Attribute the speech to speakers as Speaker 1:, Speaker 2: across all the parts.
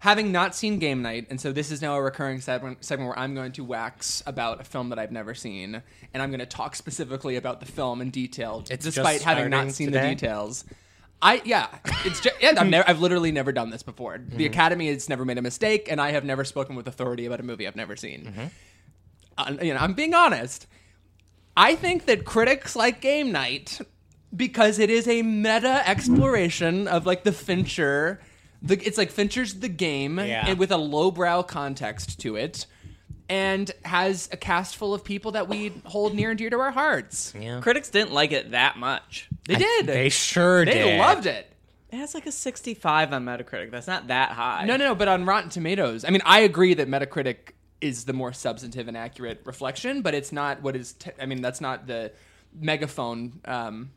Speaker 1: having not seen Game Night, and so this is now a recurring segment, segment where I'm going to wax about a film that I've never seen, and I'm going to talk specifically about the film in detail,
Speaker 2: It's just
Speaker 1: despite having not
Speaker 2: starting
Speaker 1: seen the
Speaker 2: today?
Speaker 1: details. I yeah, it's ju- and I've never, I've literally never done this before.
Speaker 2: Mm-hmm.
Speaker 1: The Academy has never made a mistake, and I have never spoken with authority about a movie I've never seen. Uh, you know, I'm being honest. I think that critics like Game Night because it is a meta exploration of like the Fincher. The, it's like Fincher's the game
Speaker 2: Yeah.
Speaker 1: and with a lowbrow context to it and has a cast full of people that we hold near and dear to our hearts.
Speaker 2: Yeah.
Speaker 3: Critics didn't like it that much.
Speaker 1: They did.
Speaker 2: They sure
Speaker 1: They
Speaker 2: did.
Speaker 1: loved it.
Speaker 3: It has like a 65 on Metacritic. That's not that high.
Speaker 1: No, no, no, but on Rotten Tomatoes, I mean, I agree that Metacritic is the more substantive and accurate reflection, but it's not what is, te- I mean, that's not the megaphone. Um,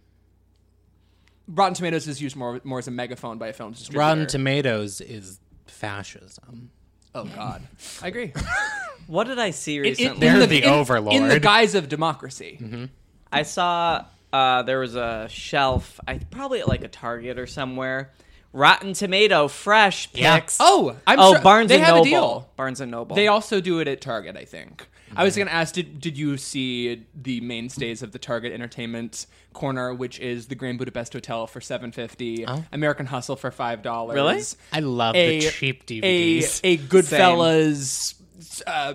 Speaker 1: Rotten Tomatoes is used more more as a megaphone by a film distributor.
Speaker 2: Rotten Tomatoes is fascism.
Speaker 1: Oh, God. I agree.
Speaker 3: What did I see
Speaker 1: It- it-
Speaker 3: recently?
Speaker 1: in
Speaker 2: They're the
Speaker 1: in- In the
Speaker 2: overlord.
Speaker 1: guise of democracy.
Speaker 3: Mm-hmm. I saw uh, there was a shelf, I probably at like a Target or somewhere. Rotten Tomato fresh
Speaker 2: Yeah.
Speaker 3: picks.
Speaker 1: Oh, I'm
Speaker 3: oh
Speaker 1: sure-
Speaker 3: Barnes
Speaker 1: they
Speaker 3: and
Speaker 1: have a
Speaker 3: Noble.
Speaker 1: deal.
Speaker 3: Barnes and Noble.
Speaker 1: They also do it at Target, I think. I was going to ask did did you see the mainstays of the Target entertainment corner which is the Grand Budapest Hotel for 750,
Speaker 2: Oh.
Speaker 1: American Hustle for $5.
Speaker 3: Really?
Speaker 2: I love the cheap
Speaker 1: a-
Speaker 2: DVDs.
Speaker 1: A, Goodfellas uh,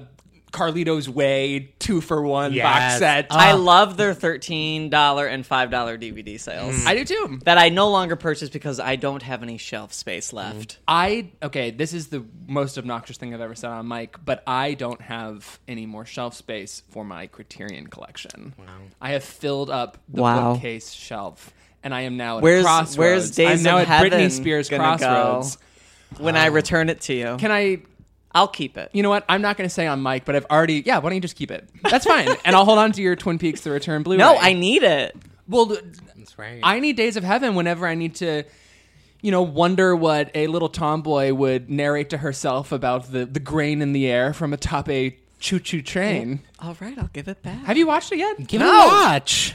Speaker 1: Carlito's Way 2 for 1 box
Speaker 2: Yes.
Speaker 1: set.
Speaker 2: Oh.
Speaker 3: I
Speaker 2: Ah.
Speaker 3: love their $13 and $5 DVD sales.
Speaker 1: I do too.
Speaker 3: that I no longer purchase because I don't have any shelf space left.
Speaker 1: I okay, this is the most obnoxious thing I've ever said on mic, but I don't have any more shelf space for my Criterion collection. Wow. I have filled up the
Speaker 3: Wow.
Speaker 1: bookcase shelf. And I am now at
Speaker 3: Where's-
Speaker 1: a crossroads.
Speaker 3: where's Days
Speaker 1: I'm now
Speaker 3: of
Speaker 1: at Britney
Speaker 3: Heaven
Speaker 1: Spears
Speaker 3: gonna go?
Speaker 1: crossroads.
Speaker 3: When I return it to you,
Speaker 1: Mm. Oh. Can I?
Speaker 3: I'll keep it.
Speaker 1: You know what? I'm not going to say on mic, but I've already. Yeah, why don't you just keep it? That's fine, and I'll hold on to your Twin Peaks: The Return Blu-ray.
Speaker 3: No, I need it.
Speaker 1: well,
Speaker 2: That's right.
Speaker 1: I need Days of Heaven whenever I need to, you know, wonder what a little tomboy would narrate to herself about the, the grain in the air from atop a choo choo train.
Speaker 3: All right, I'll give it back.
Speaker 1: Have you watched it yet?
Speaker 2: Give
Speaker 3: No.
Speaker 2: it a watch.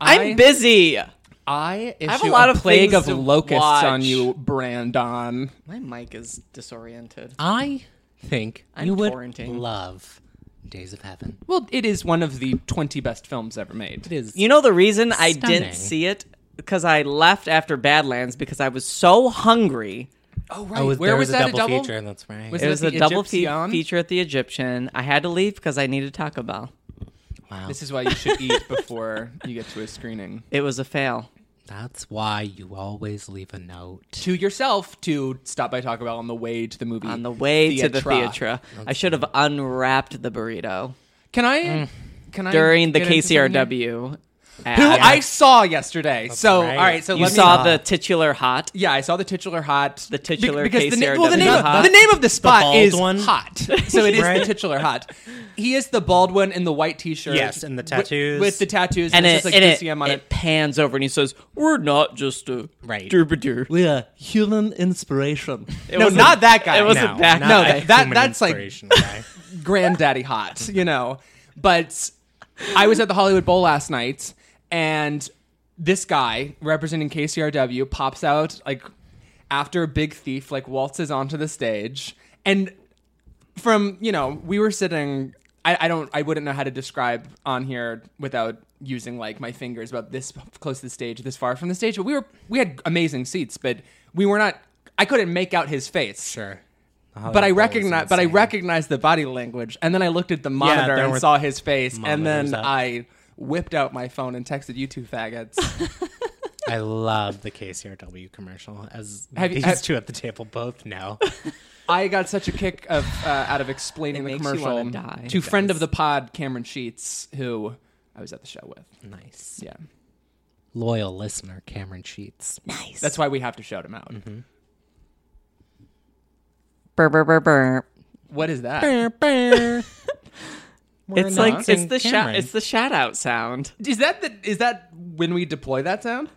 Speaker 3: I'm busy.
Speaker 1: I, issue
Speaker 3: have a lot of
Speaker 1: plague
Speaker 3: things
Speaker 1: of
Speaker 3: to
Speaker 1: locusts
Speaker 3: watch.
Speaker 1: on you, Brandon.
Speaker 3: My mic is disoriented.
Speaker 2: I think
Speaker 3: I'm
Speaker 2: you would
Speaker 3: torrenting.
Speaker 2: love Days of Heaven.
Speaker 1: Well, it is one of the 20 best films ever made.
Speaker 2: It is.
Speaker 3: You know the reason I
Speaker 2: Stunning.
Speaker 3: didn't see it because I left after Badlands because I was so hungry.
Speaker 1: Oh, right.
Speaker 2: oh, was,
Speaker 1: Where
Speaker 2: there
Speaker 1: was,
Speaker 2: was, a
Speaker 1: that
Speaker 2: double,
Speaker 1: a double?
Speaker 2: feature. That's right.
Speaker 1: Was
Speaker 3: It
Speaker 1: it
Speaker 3: was
Speaker 1: the
Speaker 3: a double fe-
Speaker 1: Egyptian?
Speaker 3: feature at the Egyptian. I had to leave because I needed Taco Bell.
Speaker 2: wow.
Speaker 1: This is why you should eat before you get to a screening.
Speaker 3: It was a fail.
Speaker 2: That's why you always leave a note.
Speaker 1: To yourself to stop by Taco Bell on the way to the movie.
Speaker 3: On the way to the
Speaker 1: theatra.
Speaker 3: theatre, I should have unwrapped the burrito
Speaker 1: Can I? Can I
Speaker 3: Mm. during the
Speaker 1: get into something here?
Speaker 3: KCRW. ad.
Speaker 1: Who I saw yesterday. so
Speaker 2: right.
Speaker 1: all right, so
Speaker 3: You
Speaker 1: let me-
Speaker 3: saw the titular hot.
Speaker 1: yeah, I saw the titular hot. The
Speaker 3: titular
Speaker 1: because the, na-
Speaker 3: KCRW
Speaker 1: well, the name
Speaker 3: hot.
Speaker 1: of, the name of the spot
Speaker 2: bald
Speaker 1: is
Speaker 2: one?
Speaker 1: hot. So it is
Speaker 2: Right.
Speaker 1: the titular hot. He is the bald one in the white t-shirt.
Speaker 2: Yes, and the
Speaker 1: wi-
Speaker 2: tattoos.
Speaker 1: with, the tattoos and,
Speaker 3: and it,
Speaker 1: it's just,
Speaker 3: and
Speaker 1: like
Speaker 3: it-
Speaker 1: DCM on
Speaker 3: it
Speaker 1: it.
Speaker 3: pans over and he says, "We're not just a
Speaker 2: Right.
Speaker 3: derbideer.
Speaker 4: We are human inspiration.
Speaker 3: It
Speaker 1: No,
Speaker 3: wasn't-
Speaker 1: not that guy.
Speaker 3: It wasn't
Speaker 2: no,
Speaker 3: that.
Speaker 2: not
Speaker 1: No,
Speaker 2: a
Speaker 1: that- that-
Speaker 2: human
Speaker 1: that's like-
Speaker 2: inspiration guy.
Speaker 1: granddaddy hot, you know. But I was at the Hollywood Bowl last night, and this guy representing KCRW pops out like after a big thief, like waltzes onto the stage, and from you know we were sitting. I, I don't. I wouldn't know how to describe on here without using like my fingers about this close to the stage, this far from the stage. But we were we had amazing seats, but we were not. I couldn't make out his face
Speaker 2: Sure.
Speaker 3: Oh,
Speaker 1: but I recognize, but I recognized the body language, and then I looked at the monitor
Speaker 2: there
Speaker 1: and
Speaker 2: were
Speaker 1: saw his face, and then
Speaker 2: monitors up.
Speaker 1: I whipped out my phone and texted you two faggots.
Speaker 2: I love the KCRW commercial. As
Speaker 1: Have you-
Speaker 2: these
Speaker 1: have-
Speaker 2: two at the table both know.
Speaker 1: I got such a kick of uh, out of explaining
Speaker 3: It
Speaker 1: the
Speaker 3: makes you
Speaker 1: commercial
Speaker 3: wanna die.
Speaker 1: to friend of the pod Cameron Sheets, who I was at the show with.
Speaker 2: nice.
Speaker 1: Yeah,
Speaker 2: Loyal listener Cameron Sheets.
Speaker 1: that's why we have to shout him out.
Speaker 3: Mm-hmm. Burr, burr, burr, burr.
Speaker 1: What is that?
Speaker 2: not
Speaker 3: It's like it's
Speaker 2: saying
Speaker 3: the shout.
Speaker 2: Cameron.
Speaker 3: It's the shout out sound.
Speaker 1: Is that the, is that when we deploy that sound?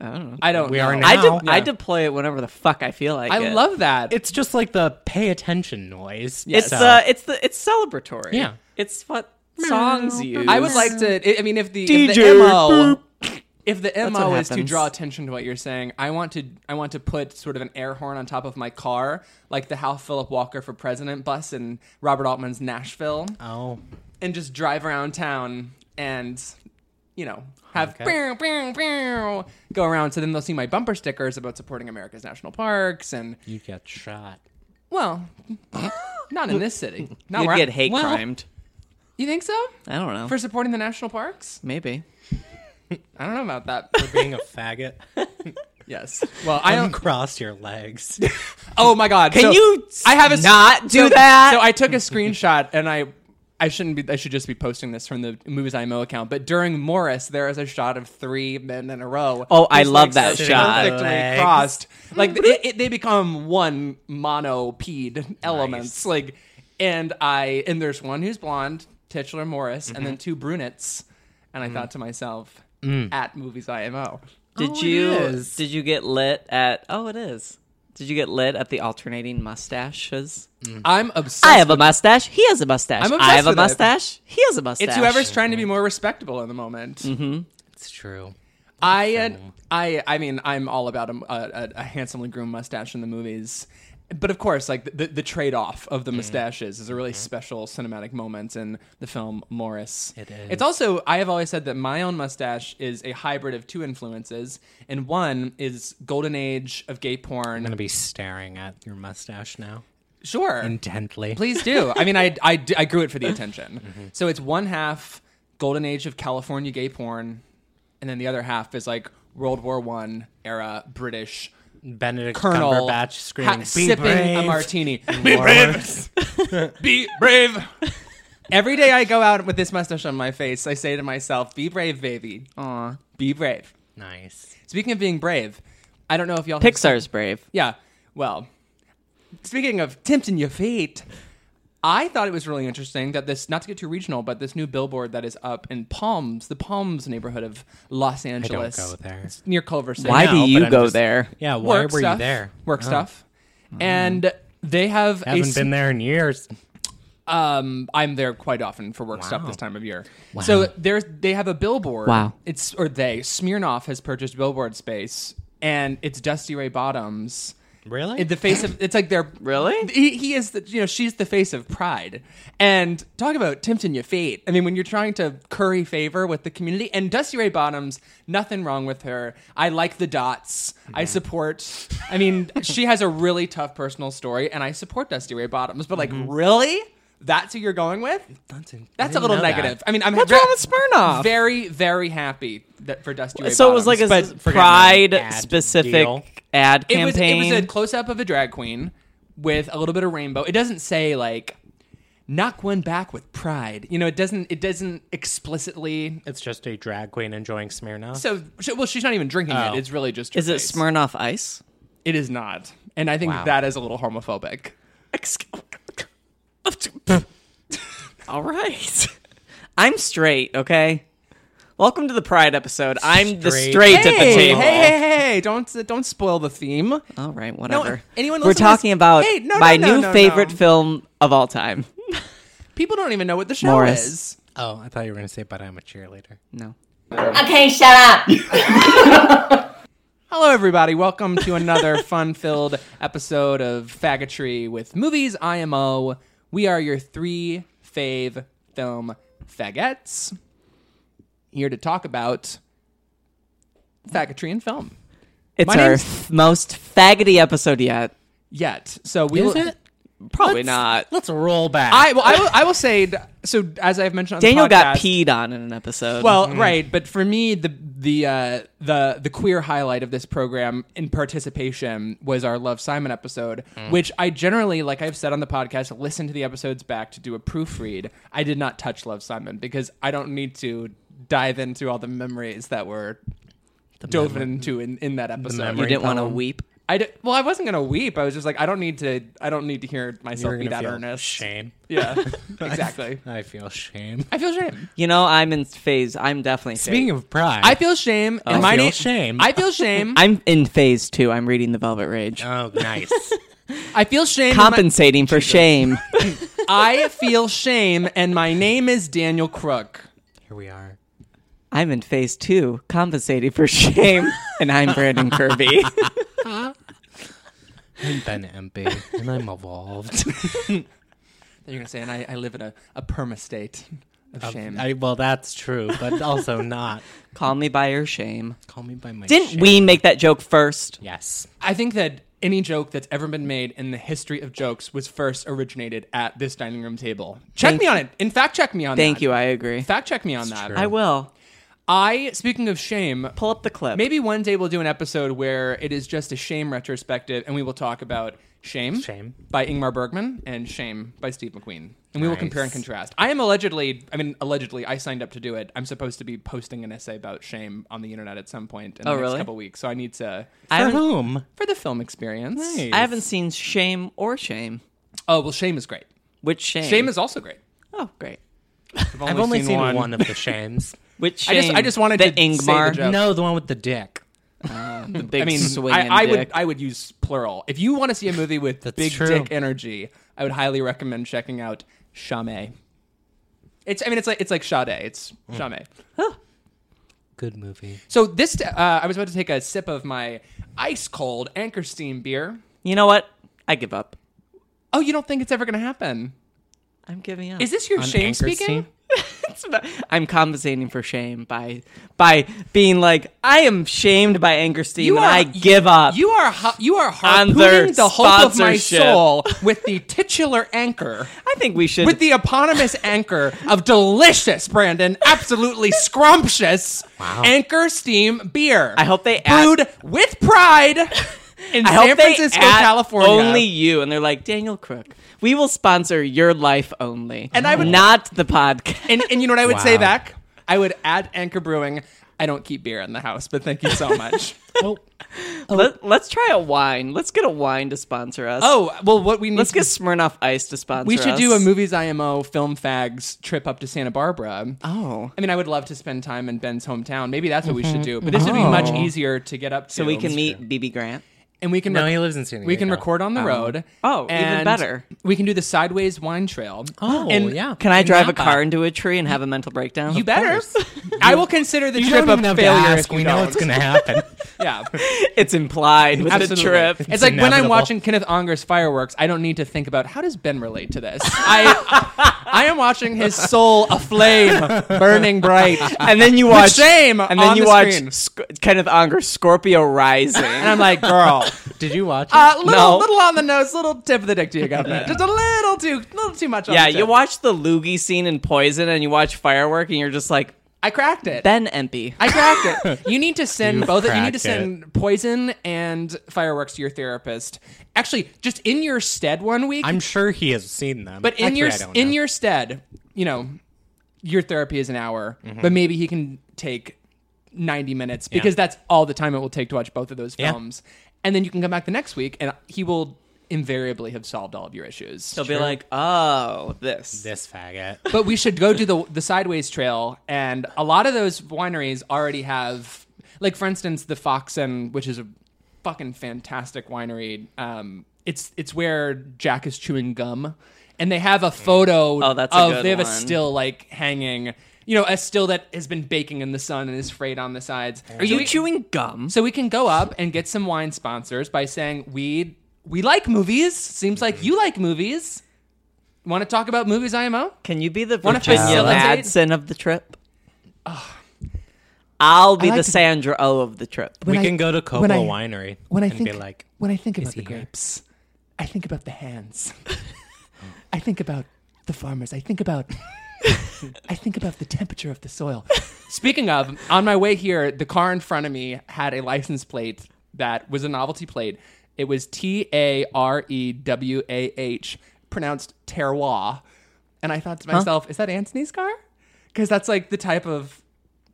Speaker 3: I don't know.
Speaker 1: I don't.
Speaker 2: We
Speaker 1: know.
Speaker 2: are now.
Speaker 3: I, de-
Speaker 2: Yeah.
Speaker 3: I deploy it whenever the fuck I feel like.
Speaker 1: I
Speaker 3: it.
Speaker 1: love that.
Speaker 2: It's just like the pay attention noise.
Speaker 3: It's
Speaker 2: So-
Speaker 3: uh, it's the it's celebratory.
Speaker 2: Yeah.
Speaker 3: it's what songs you.
Speaker 1: I would like to. I mean, if the, if the
Speaker 3: DJ,
Speaker 1: MO if the
Speaker 3: what
Speaker 1: MO is to
Speaker 3: happens.
Speaker 1: draw attention to what you're saying, I want to I want to put sort of an air horn on top of my car, like the Hal Philip Walker for President bus in Robert Altman's Nashville,
Speaker 2: Oh,
Speaker 1: and just drive around town and you know have
Speaker 2: Okay.
Speaker 1: "Pew, pew, pew," go around. So then they'll see my bumper stickers about supporting America's national parks and
Speaker 2: you got shot.
Speaker 1: well, not in this city. Not
Speaker 3: You'd
Speaker 1: where I-
Speaker 3: get hate
Speaker 1: well,
Speaker 3: crimed.
Speaker 1: You think so?
Speaker 3: I don't know.
Speaker 1: For Oh, supporting the national parks?
Speaker 3: Maybe.
Speaker 1: I don't know about that.
Speaker 2: For being a faggot.
Speaker 1: Yes. Well, I don't.
Speaker 2: Uncross your legs.
Speaker 1: Oh my god!
Speaker 3: Can
Speaker 1: So
Speaker 3: you
Speaker 1: I have a s-
Speaker 3: not do
Speaker 1: so-
Speaker 3: that?
Speaker 1: So I took a screenshot, and I I shouldn't be. I should just be posting this from the movies IMO account. But during Morris, there is a shot of three men in a row.
Speaker 3: Oh, I
Speaker 1: Just,
Speaker 3: love that
Speaker 1: so
Speaker 3: shot. Mm-hmm.
Speaker 1: Perfectly
Speaker 2: Legs.
Speaker 1: crossed. Like it, it, they become one monopede elements. Like, and I and there's one who's blonde, titular Morris, and
Speaker 3: Mm-hmm.
Speaker 1: then two brunettes. And I
Speaker 3: Mm.
Speaker 1: thought to myself, at movies IMO.
Speaker 3: Did
Speaker 2: Oh, it
Speaker 3: you
Speaker 2: is.
Speaker 3: did you get lit at? Oh, it is. Did you get lit at the alternating mustaches?
Speaker 1: I'm obsessed.
Speaker 3: Mm. I have a mustache. He has a mustache.
Speaker 1: I'm obsessed
Speaker 3: I have a
Speaker 1: with it.
Speaker 3: mustache. He has a mustache.
Speaker 1: It's whoever's trying to be more respectable in the moment.
Speaker 2: It's true.
Speaker 1: I, uh, I, I mean, I'm all about a, a, a handsomely groomed mustache in the movies, but of course, like the, the trade-off of
Speaker 2: Mm-hmm.
Speaker 1: the mustaches is a really special cinematic moment in the film Morris.
Speaker 2: It
Speaker 1: It's
Speaker 2: is.
Speaker 1: also I have always said that my own mustache is a hybrid of two influences, and one is golden age of gay
Speaker 2: I'm
Speaker 1: porn.
Speaker 2: gonna be staring at your mustache now
Speaker 1: Sure,
Speaker 2: intently.
Speaker 1: Please do. I mean, I, I, d- I grew it for the attention. So it's one half golden age of California gay porn, and then the other half is like World War One era British
Speaker 2: Benedict
Speaker 1: Colonel
Speaker 2: Cumberbatch
Speaker 1: ha-
Speaker 2: screaming, "Be
Speaker 1: sipping a
Speaker 2: brave."
Speaker 1: martini.
Speaker 2: Be brave.
Speaker 1: Be brave. Every day I go out with this mustache on my face, I say to myself, "Be brave, baby.
Speaker 3: Aw.
Speaker 1: Be brave."
Speaker 2: Nice.
Speaker 1: Speaking of being brave, I don't know if y'all have
Speaker 3: Pixar's brave.
Speaker 1: Yeah. Well, speaking of tempting your fate, I thought it was really interesting that this, not to get too regional, but this new billboard that is up in Palms, the Palms neighborhood of Los
Speaker 2: I don't
Speaker 1: Angeles.
Speaker 2: go there.
Speaker 1: Near Culver City.
Speaker 3: Why
Speaker 2: know,
Speaker 3: do
Speaker 2: but
Speaker 3: you
Speaker 2: I'm
Speaker 3: go
Speaker 2: just-
Speaker 3: there?
Speaker 2: Yeah, why
Speaker 1: Work
Speaker 2: were
Speaker 1: stuff,
Speaker 2: you there?
Speaker 1: Work
Speaker 2: Oh,
Speaker 1: stuff. And they have a.
Speaker 2: Haven't
Speaker 1: s-
Speaker 2: been there in years.
Speaker 1: um, I'm there quite often for work stuff
Speaker 2: Wow.
Speaker 1: this time of year. So there's they have a billboard.
Speaker 3: Wow.
Speaker 1: It's or they Smirnoff has purchased billboard space, and it's Dusty Ray Bottoms.
Speaker 2: Really?
Speaker 1: In the face of it's like they're
Speaker 3: Really?
Speaker 1: he, he is the you know she's the face of pride and talk about tempting your fate i mean when you're trying to curry favor with the community and dusty ray bottoms nothing wrong with her i like the dots i support i mean she has a really tough personal story and i support dusty ray bottoms but like
Speaker 3: Mm-hmm.
Speaker 1: really that's who you're going with
Speaker 2: That's, a-
Speaker 1: that's
Speaker 2: I
Speaker 1: a little
Speaker 2: didn't know
Speaker 1: negative
Speaker 2: that.
Speaker 1: i mean i'm
Speaker 3: What's
Speaker 1: ve-
Speaker 3: wrong with Smirnoff?
Speaker 1: very very happy that for dusty ray
Speaker 3: so it was like a
Speaker 1: Bottoms,
Speaker 3: s-
Speaker 1: but
Speaker 2: forget
Speaker 3: pride
Speaker 2: my ad
Speaker 3: specific
Speaker 2: deal.
Speaker 3: ad
Speaker 1: it was, it
Speaker 3: campaign.
Speaker 1: was a close up of a drag queen with a little bit of rainbow. It doesn't say like knock one back with pride. You know, it doesn't it doesn't explicitly
Speaker 2: It's just a drag queen enjoying Smirnoff.
Speaker 1: so she- well she's not even drinking
Speaker 2: Oh.
Speaker 1: it. It's really just her
Speaker 3: is it
Speaker 1: face.
Speaker 3: Smirnoff Ice?
Speaker 1: It is not. And I think
Speaker 2: Wow.
Speaker 1: that is a little homophobic.
Speaker 3: All right. I'm straight, okay? Welcome to the Pride episode. I'm the
Speaker 2: Straight.
Speaker 3: straight at the
Speaker 1: Hey, hey,
Speaker 3: table.
Speaker 1: hey, hey, don't don't spoil the theme.
Speaker 3: All right, whatever.
Speaker 1: anyone listening to
Speaker 3: We're
Speaker 1: this-
Speaker 3: talking about
Speaker 1: Hey, no, no,
Speaker 3: my
Speaker 1: no,
Speaker 3: new
Speaker 1: no, no.
Speaker 3: favorite film of all time.
Speaker 1: People don't even know what the show
Speaker 3: Morris.
Speaker 1: is.
Speaker 2: oh, I thought you were gonna say, "But I'm a cheerleader."
Speaker 3: No.
Speaker 5: Okay, shut up.
Speaker 1: Hello, everybody. Welcome to another fun filled episode of Faggotry with Movies IMO. We are your three fave film faggots here to talk about faggotry and film.
Speaker 3: It's
Speaker 1: My
Speaker 3: our
Speaker 1: name's-
Speaker 3: f- most faggoty episode yet.
Speaker 1: Yet. So we will.
Speaker 3: Probably not.
Speaker 2: Let's roll back.
Speaker 1: I, well, I, will, I will say, so as I've mentioned on
Speaker 3: Daniel
Speaker 1: the podcast,
Speaker 3: got peed on in an episode.
Speaker 1: Well,
Speaker 2: Mm-hmm.
Speaker 1: right, but for me, the the uh, the the queer highlight of this program in participation was our Love Simon episode,
Speaker 2: Mm.
Speaker 1: which I generally, like I've said on the podcast, listen to the episodes back to do a proofread. I did not touch Love Simon because I don't need to dive into all the memories that were dove into in, in that episode.
Speaker 3: you
Speaker 2: memory
Speaker 3: didn't want to
Speaker 1: um,
Speaker 2: column.
Speaker 3: weep.
Speaker 1: I di- well, I wasn't gonna weep. I was just like, I don't need to. I don't need to hear
Speaker 2: you
Speaker 1: myself
Speaker 2: were
Speaker 1: be
Speaker 2: gonna
Speaker 1: that
Speaker 2: feel
Speaker 1: earnest.
Speaker 2: shame.
Speaker 1: Yeah, exactly.
Speaker 2: I feel shame.
Speaker 1: I feel shame.
Speaker 3: You know, I'm in phase. I'm definitely
Speaker 2: Speaking
Speaker 3: phase.
Speaker 2: of pride,
Speaker 1: I feel shame. and
Speaker 2: I
Speaker 1: my
Speaker 2: feel
Speaker 1: na-
Speaker 2: shame.
Speaker 1: I feel shame.
Speaker 3: I'm in phase two. I'm reading The Velvet Rage.
Speaker 2: oh, nice.
Speaker 1: I feel shame. and my-
Speaker 3: Compensating for shame.
Speaker 1: I feel shame, and my name is Daniel Crook.
Speaker 2: Here we are.
Speaker 3: I'm in phase two, compensating for shame, and I'm Brandon Kirby.
Speaker 2: I'm Ben Empey, and I'm evolved.
Speaker 1: You're gonna say, and I, I live in a, a perma state of shame.
Speaker 2: I, well, that's true, but also not.
Speaker 3: Call me by your shame.
Speaker 2: Call me by my.
Speaker 3: Didn't
Speaker 2: shame.
Speaker 3: we make that joke first?
Speaker 2: Yes.
Speaker 1: I think that any joke that's ever been made in the history of jokes was first originated at this dining room table. Check me on it. In fact, check me on that.
Speaker 3: Thank you. I agree.
Speaker 1: Fact check me on that.
Speaker 2: true.
Speaker 3: I will
Speaker 1: I, speaking of shame,
Speaker 3: pull up the clip.
Speaker 1: maybe one day we'll do an episode where it is just a shame retrospective and we will talk about Shame,
Speaker 2: Shame.
Speaker 1: by Ingmar Bergman and Shame by Steve McQueen. And we will
Speaker 2: Nice.
Speaker 1: compare and contrast. I am allegedly, I mean, allegedly, I signed up to do it. I'm supposed to be posting an essay about shame on the internet at some point in
Speaker 3: Oh,
Speaker 1: the next
Speaker 3: really?
Speaker 1: couple weeks. So I need to,
Speaker 3: I
Speaker 2: For
Speaker 3: haven't,
Speaker 2: whom?
Speaker 1: for the film experience.
Speaker 3: I haven't seen shame or shame.
Speaker 1: Oh, well, Shame is great.
Speaker 3: Which shame?
Speaker 1: Shame is also great.
Speaker 3: oh great.
Speaker 1: I've only,
Speaker 2: I've only seen, one. of the shames.
Speaker 3: Which
Speaker 1: I
Speaker 3: shame?
Speaker 1: just- I just wanted
Speaker 3: the
Speaker 1: to say the
Speaker 3: Ingmar.
Speaker 1: joke.
Speaker 2: No, the one with the dick.
Speaker 3: the big
Speaker 1: I mean,
Speaker 3: swinging
Speaker 1: I, I would
Speaker 3: dick.
Speaker 1: I would use plural. If you want to see a movie with
Speaker 2: That's
Speaker 1: big
Speaker 2: true.
Speaker 1: dick energy, I would highly recommend checking out Chame. It's I mean it's like it's like Sade. It's
Speaker 3: Hmm.
Speaker 1: Chame.
Speaker 2: Good movie.
Speaker 1: So this uh, I was about to take a sip of my ice cold Anchor Steam beer.
Speaker 3: you know what? I give up.
Speaker 1: Oh, you don't think it's ever going to happen?
Speaker 3: I'm giving up.
Speaker 1: Is this your
Speaker 2: On
Speaker 1: shame
Speaker 2: Anchor
Speaker 1: speaking?
Speaker 2: Steam?
Speaker 3: It's about- I'm compensating for shame by by being like I am shamed by anger steam and I give up.
Speaker 1: You are ho- you are
Speaker 3: On their
Speaker 1: harpooning the hope of my
Speaker 3: sponsorship.
Speaker 1: soul with the titular anchor.
Speaker 3: I think we should
Speaker 1: with the eponymous anchor of delicious Brandon, absolutely scrumptious anchor steam beer.
Speaker 3: I hope they add-
Speaker 1: brewed with pride in
Speaker 3: I
Speaker 1: San
Speaker 3: hope they
Speaker 1: Francisco,
Speaker 3: add
Speaker 1: California.
Speaker 3: Only you and they're like Daniel Crook. We will sponsor your life only,
Speaker 1: And I would-
Speaker 3: not the podcast.
Speaker 1: and, and you know what I would say
Speaker 2: Wow.
Speaker 1: back? I would add Anchor Brewing. I don't keep beer in the house, but thank you so much.
Speaker 2: Oh,
Speaker 3: Let, let's try a wine. Let's get a wine to sponsor us.
Speaker 1: oh well, what we need
Speaker 3: let's
Speaker 1: to
Speaker 3: get Smirnoff Ice to sponsor.
Speaker 1: we should
Speaker 3: us.
Speaker 1: do a movies IMO film fags trip up to Santa Barbara.
Speaker 3: Oh,
Speaker 1: I mean, I would love to spend time in Ben's hometown. Maybe that's what we should do. But this would be much easier to get up to.
Speaker 3: Mm-hmm. Oh. so we can meet BB Grant.
Speaker 1: and we can
Speaker 2: no,
Speaker 1: rec-
Speaker 2: he lives in San Diego.
Speaker 1: We can record on the road.
Speaker 3: Oh, even
Speaker 1: and
Speaker 3: better.
Speaker 1: We can do the sideways wine trail.
Speaker 2: Oh,
Speaker 1: and
Speaker 2: yeah.
Speaker 3: Can I
Speaker 1: In
Speaker 3: drive a
Speaker 1: Napa.
Speaker 3: car into a tree and have a mental breakdown?
Speaker 1: You better. I will consider the
Speaker 2: You
Speaker 1: trip
Speaker 2: don't
Speaker 1: a
Speaker 2: even have to
Speaker 1: failure.
Speaker 2: ask.
Speaker 1: if you
Speaker 2: We know
Speaker 1: don't.
Speaker 2: it's going to happen.
Speaker 1: Yeah,
Speaker 3: It's implied with
Speaker 1: absolutely.
Speaker 3: the trip.
Speaker 1: It's, like when I'm
Speaker 2: inevitable.
Speaker 1: watching Kenneth Onger's fireworks. I don't need to think about how does Ben relate to this. I I am watching his soul aflame, burning bright.
Speaker 3: and then you
Speaker 1: With
Speaker 3: watch
Speaker 1: shame
Speaker 3: and then
Speaker 1: on
Speaker 3: you
Speaker 1: the
Speaker 3: watch
Speaker 1: screen.
Speaker 3: Sc- Kenneth Onger Scorpio Rising.
Speaker 1: And I'm like, girl,
Speaker 2: Did you watch it?
Speaker 1: uh, little
Speaker 3: No.
Speaker 1: little on the nose, little tip of the dick to you got that. Just a little too, little too much. On
Speaker 3: yeah,
Speaker 1: the tip.
Speaker 3: you watch the loogie scene in Poison, and you watch Firework, and you're just like
Speaker 1: I cracked it.
Speaker 3: Ben Empey.
Speaker 1: I cracked it. You need to send
Speaker 2: You
Speaker 1: both. You need
Speaker 2: cracked
Speaker 1: to
Speaker 2: it.
Speaker 1: send poison and fireworks to your therapist. Actually, just in your stead one week.
Speaker 2: I'm sure he has seen them.
Speaker 1: but in
Speaker 2: Actually,
Speaker 1: your
Speaker 2: I don't
Speaker 1: in
Speaker 2: know.
Speaker 1: your stead, you know, your therapy is an hour,
Speaker 2: Mm-hmm.
Speaker 1: but maybe he can take ninety minutes because that's all the time it will take to watch both of those
Speaker 2: Yeah.
Speaker 1: films, and then you can come back the next week, and he will invariably have solved all of your issues.
Speaker 3: He'll be like, oh, this.
Speaker 2: this faggot.
Speaker 1: but we should go do the the sideways trail and a lot of those wineries already have like for instance the foxen which is a fucking fantastic winery um it's it's where jack is chewing gum and they have a photo
Speaker 3: Oh, that's a
Speaker 1: of
Speaker 3: good
Speaker 1: they have a
Speaker 3: one.
Speaker 1: still like hanging you know a still that has been baking in the sun and is frayed on the sides
Speaker 3: Are you chewing gum?
Speaker 1: so we can go up and get some wine sponsors by saying we we like movies seems
Speaker 3: Mm-hmm.
Speaker 1: like you like movies want to talk about movies imo
Speaker 3: Can you be the
Speaker 1: Wanna
Speaker 3: Virginia
Speaker 1: facilitate?
Speaker 3: Madsen of the trip? I'll be
Speaker 1: like
Speaker 3: the
Speaker 1: to-
Speaker 3: Sandra O of the trip.
Speaker 2: We
Speaker 1: I-
Speaker 2: can go to Copal
Speaker 1: when I-
Speaker 2: Winery
Speaker 1: when I
Speaker 2: and
Speaker 1: think
Speaker 2: be like,
Speaker 1: when I think about
Speaker 2: he
Speaker 1: the
Speaker 2: here?
Speaker 1: grapes, I think about the hands. I think about the farmers. I think about I think about the temperature of the soil. Speaking of, on my way here, the car in front of me had a license plate that was a novelty plate. It was T A R E W A H, pronounced terroir. And I thought to myself, is that Anthony's car? Because that's like the type of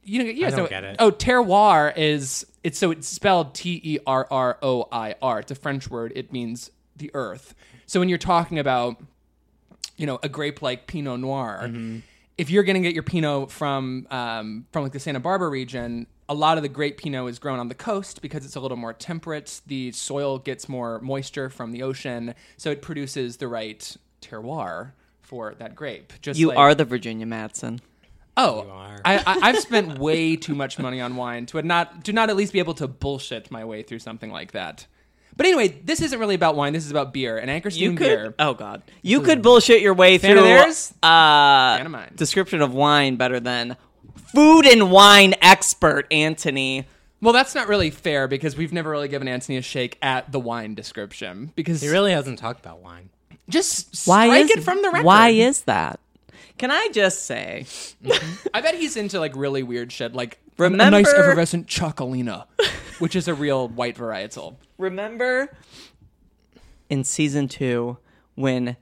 Speaker 1: you know, you guys
Speaker 2: don't
Speaker 1: know-
Speaker 2: get it.
Speaker 1: Oh, terroir is it's so it's spelled T E R R O I R. It's a French word. It means the earth. So when you're talking about, you know, a grape like Pinot Noir,
Speaker 3: Mm-hmm.
Speaker 1: if you're going to get your Pinot from um, from like the Santa Barbara region, a lot of the great Pinot is grown on the coast because it's a little more temperate. The soil gets more moisture from the ocean, so it produces the right terroir for that grape. Just
Speaker 3: You
Speaker 1: like-
Speaker 3: are the Virginia Madsen.
Speaker 1: Oh,
Speaker 2: are.
Speaker 1: I, I, I've spent way too much money on wine to not to not at least be able to bullshit my way through something like that. But anyway, this isn't really about wine. This is about beer. And Anchorstein
Speaker 3: You could.
Speaker 1: beer,
Speaker 3: Oh God. You could bullshit your way
Speaker 1: of
Speaker 3: through
Speaker 1: theirs?
Speaker 3: uh
Speaker 1: fan of mine.
Speaker 3: description of wine better than food and wine expert Anthony.
Speaker 1: Well, that's not really fair because we've never really given Anthony a shake at the wine description because
Speaker 2: He really hasn't talked about wine.
Speaker 1: just strike it from the record.
Speaker 3: Why is that? Can I just say?
Speaker 1: I bet he's into like really weird shit, like a- a
Speaker 3: Remember-
Speaker 1: nice effervescent chocolina, which is a real white varietal.
Speaker 3: Remember in season two
Speaker 1: I
Speaker 3: when
Speaker 1: haven't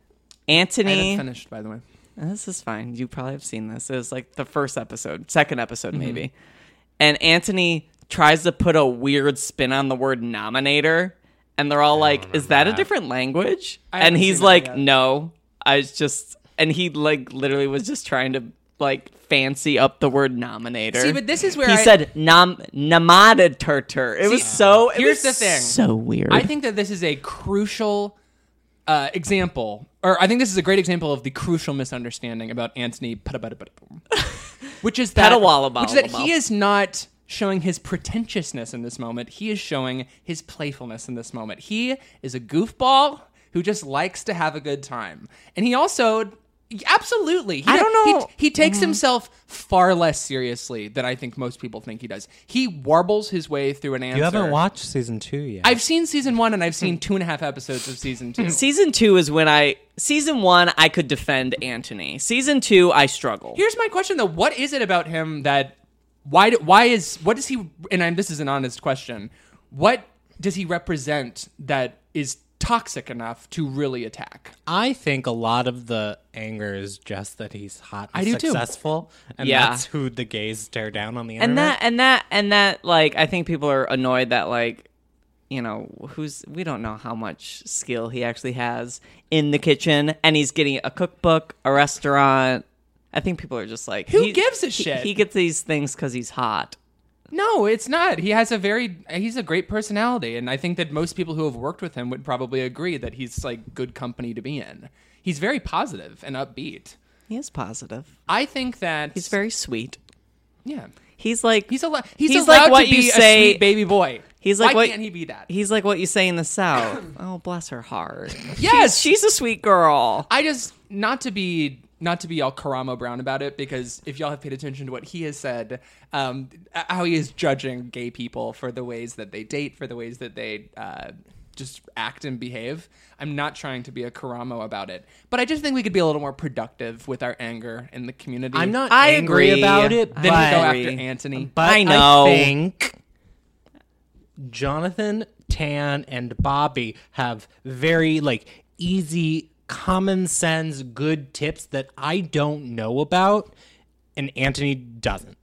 Speaker 3: Anthony
Speaker 1: finished, by the way.
Speaker 3: This is fine. You probably have seen this. It was like the first episode, second episode,
Speaker 1: Mm-hmm.
Speaker 3: maybe. And Anthony tries to put a weird spin on the word nominator. And they're all like, is that, a
Speaker 2: that.
Speaker 3: different language?
Speaker 1: haven't
Speaker 3: And he's
Speaker 1: seen it
Speaker 3: like,
Speaker 1: yet.
Speaker 3: no. I was just, and he like literally was just trying to like fancy up the word nominator.
Speaker 1: See, but this is where
Speaker 3: he
Speaker 1: I,
Speaker 3: said nom nomaditurter. It was so. it
Speaker 1: here's
Speaker 3: was
Speaker 1: the thing.
Speaker 3: So weird.
Speaker 1: I think that this is a crucial uh, example, or I think this is a great example of the crucial misunderstanding about Anthony Padabadabadabum, which is that
Speaker 3: Padawalabalabal.
Speaker 1: which is that he is not showing his pretentiousness in this moment. He is showing his playfulness in this moment. He is a goofball who just likes to have a good time, and he also. Absolutely. He,
Speaker 3: I don't
Speaker 1: he-
Speaker 3: know. Mm-hmm.
Speaker 1: He, takes himself far less seriously than I think most people think he does. He warbles his way through an answer.
Speaker 2: You haven't watched season two yet.
Speaker 1: I've seen season one and I've seen
Speaker 3: Hmm.
Speaker 1: two and a half episodes of season two.
Speaker 3: season two is when I. Season one, I could defend Anthony. Season two, I struggle.
Speaker 1: Here's my question though: What is it about him that why do, why is what does he? And I'm, this is an honest question. What does he represent that is toxic enough to really attack?
Speaker 2: I think a lot of the anger is just that he's hot and
Speaker 1: I do too.
Speaker 2: successful, and
Speaker 3: Yeah.
Speaker 2: that's who the gays tear down on the
Speaker 3: and
Speaker 2: internet.
Speaker 3: that and that and that like i think people are annoyed that like you know who's we don't know how much skill he actually has in the kitchen and he's getting a cookbook a restaurant i think people are just like
Speaker 1: Who
Speaker 3: he-
Speaker 1: gives a
Speaker 3: he-
Speaker 1: shit?
Speaker 3: he gets these things because he's hot
Speaker 1: No, it's not. He has a very he's a great personality, and I think that most people who have worked with him would probably agree that he's like good company to be in. He's very positive and upbeat.
Speaker 3: he is positive
Speaker 1: I think that
Speaker 3: he's very sweet
Speaker 1: yeah.
Speaker 3: he's like
Speaker 1: He's, al- he's,
Speaker 3: He's
Speaker 1: allowed
Speaker 3: like what
Speaker 1: to be
Speaker 3: you
Speaker 1: a
Speaker 3: say-
Speaker 1: sweet baby boy.
Speaker 3: He's like
Speaker 1: why
Speaker 3: what-
Speaker 1: can't he be that?
Speaker 3: he's like what you say in the south oh bless her heart
Speaker 1: Yes.
Speaker 3: she's a sweet girl
Speaker 1: I just not to be not to be all Karamo Brown about it because if y'all have paid attention to what he has said, um, how he is judging gay people for the ways that they date, for the ways that they uh, just act and behave. I'm not trying to be a Karamo about it, but I just think we could be a little more productive with our anger in the community.
Speaker 2: I'm not
Speaker 3: I
Speaker 2: angry
Speaker 3: agree.
Speaker 2: about it,
Speaker 1: Then we go
Speaker 2: but-
Speaker 1: after Anthony.
Speaker 2: But
Speaker 3: I know.
Speaker 2: think Jonathan, Tan, and Bobby have very like easy, common sense, good tips that I don't know about, and Anthony doesn't.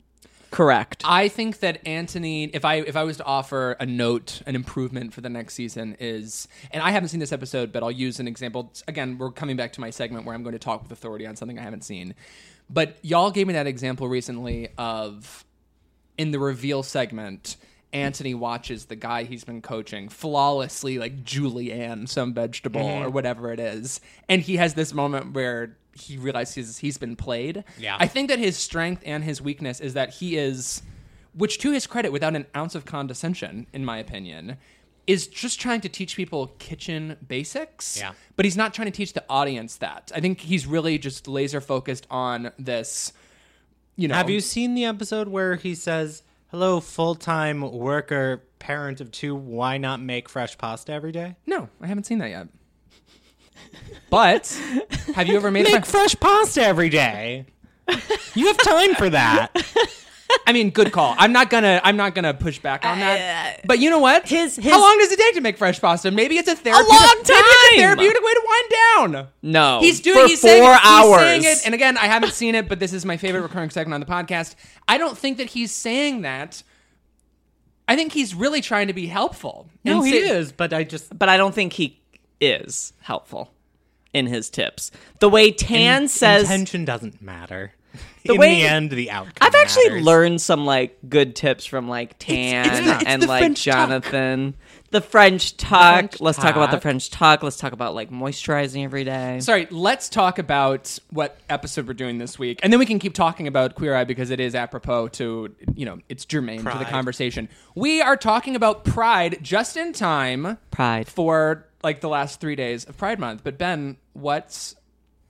Speaker 3: correct
Speaker 1: I think that Anthony, if I if I was to offer a note, an improvement for the next season is, and I haven't seen this episode, but I'll use an example. Again, we're coming back to my segment where I'm going to talk with authority on something I haven't seen. But y'all gave me that example recently of in the reveal segment, Anthony watches the guy he's been coaching flawlessly, like Julianne, some vegetable or whatever it is. And he has this moment where he realizes he's been played.
Speaker 2: Yeah.
Speaker 1: I think that his strength and his weakness is that he is, which to his credit, without an ounce of condescension, in my opinion, is just trying to teach people kitchen basics
Speaker 2: Yeah.
Speaker 1: but he's not trying to teach the audience that. I think he's really just laser focused on this. You know,
Speaker 2: Have you seen the episode where he says, "Hello, full-time worker, parent of two. Why not make fresh pasta every day?
Speaker 1: No, I haven't seen that yet. But have you ever made?
Speaker 2: Make
Speaker 1: a fr-
Speaker 2: fresh pasta every day. you have time for that."
Speaker 1: I mean, good call. I'm not gonna. I'm not gonna push back on that. But you know what?
Speaker 3: His- his-
Speaker 1: how long does it take to make fresh pasta? Maybe it's a therapeutic.
Speaker 3: long
Speaker 1: maybe it's a
Speaker 3: time!
Speaker 1: therapeutic way to wind down.
Speaker 3: no
Speaker 2: Oh.
Speaker 1: He's doing
Speaker 3: for
Speaker 1: he's
Speaker 3: four
Speaker 1: saying, it-
Speaker 3: hours
Speaker 1: He's saying it, and again, I haven't seen it, but this is my favorite recurring segment on the podcast. I don't think that he's saying that. I think he's really trying to be helpful.
Speaker 2: No,
Speaker 1: And
Speaker 2: he
Speaker 1: say-
Speaker 2: is, but I just
Speaker 3: but I don't think he is helpful in his tips. The way Tan says,
Speaker 2: intention doesn't matter.
Speaker 3: The
Speaker 2: In
Speaker 3: way-
Speaker 2: the end, the outcome.
Speaker 3: I've actually
Speaker 2: matters.
Speaker 3: learned some like good tips from like Tan
Speaker 1: it's the- it's
Speaker 3: and
Speaker 1: the
Speaker 3: like
Speaker 1: French talk.
Speaker 3: Jonathan. the French talk.
Speaker 2: French
Speaker 3: Let's talk about the
Speaker 2: talk.
Speaker 3: French talk. Let's talk about like moisturizing every day.
Speaker 1: Sorry, let's talk about what episode we're doing this week, and then we can keep talking about Queer Eye because it is apropos to you know it's germane to the
Speaker 2: Pride.
Speaker 1: conversation. We are talking about Pride just in time
Speaker 3: Pride.
Speaker 1: for like the last three days of Pride Month. But Ben, what's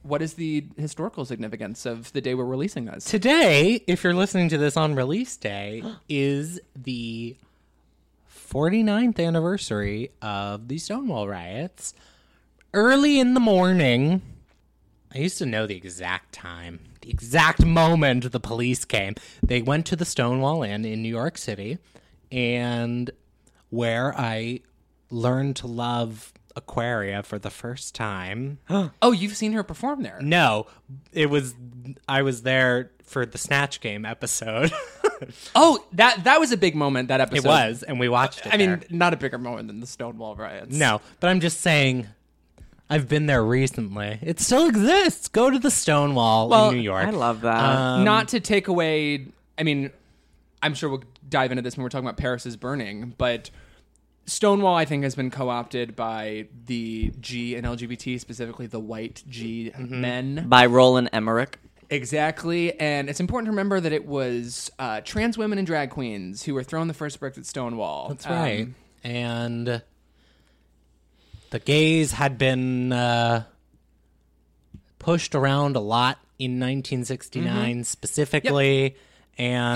Speaker 1: what is the historical significance of the day we're releasing this?
Speaker 2: Today, if you're listening to this on release day, is the 49th anniversary of the Stonewall riots. Early in the morning, I used to know the exact time, the exact moment the police came. They went to the Stonewall Inn in New York City, and where I learned to love Aquaria for the first time.
Speaker 1: Oh, you've seen her perform there.
Speaker 2: No, it was I was there for the Snatch Game episode.
Speaker 1: Oh, that that was a big moment. That episode
Speaker 2: it was, and we watched it.
Speaker 1: I mean,
Speaker 2: there.
Speaker 1: not a bigger moment than the Stonewall riots.
Speaker 2: no, but I'm just saying. I've been there recently. It still exists. Go to the Stonewall
Speaker 1: Well,
Speaker 2: in New York.
Speaker 3: I love that.
Speaker 2: Um,
Speaker 1: not to take away i mean i'm sure we'll dive into this when we're talking about paris is burning but stonewall i think has been co-opted by the g and lgbt specifically the white g
Speaker 2: Mm-hmm.
Speaker 1: men
Speaker 3: By Roland Emmerich.
Speaker 1: exactly and it's important to remember that it was uh, trans women and drag queens who were throwing the first bricks at stonewall Uh,
Speaker 2: That's right. and the gays had been uh, pushed around a lot in 1969 specifically. And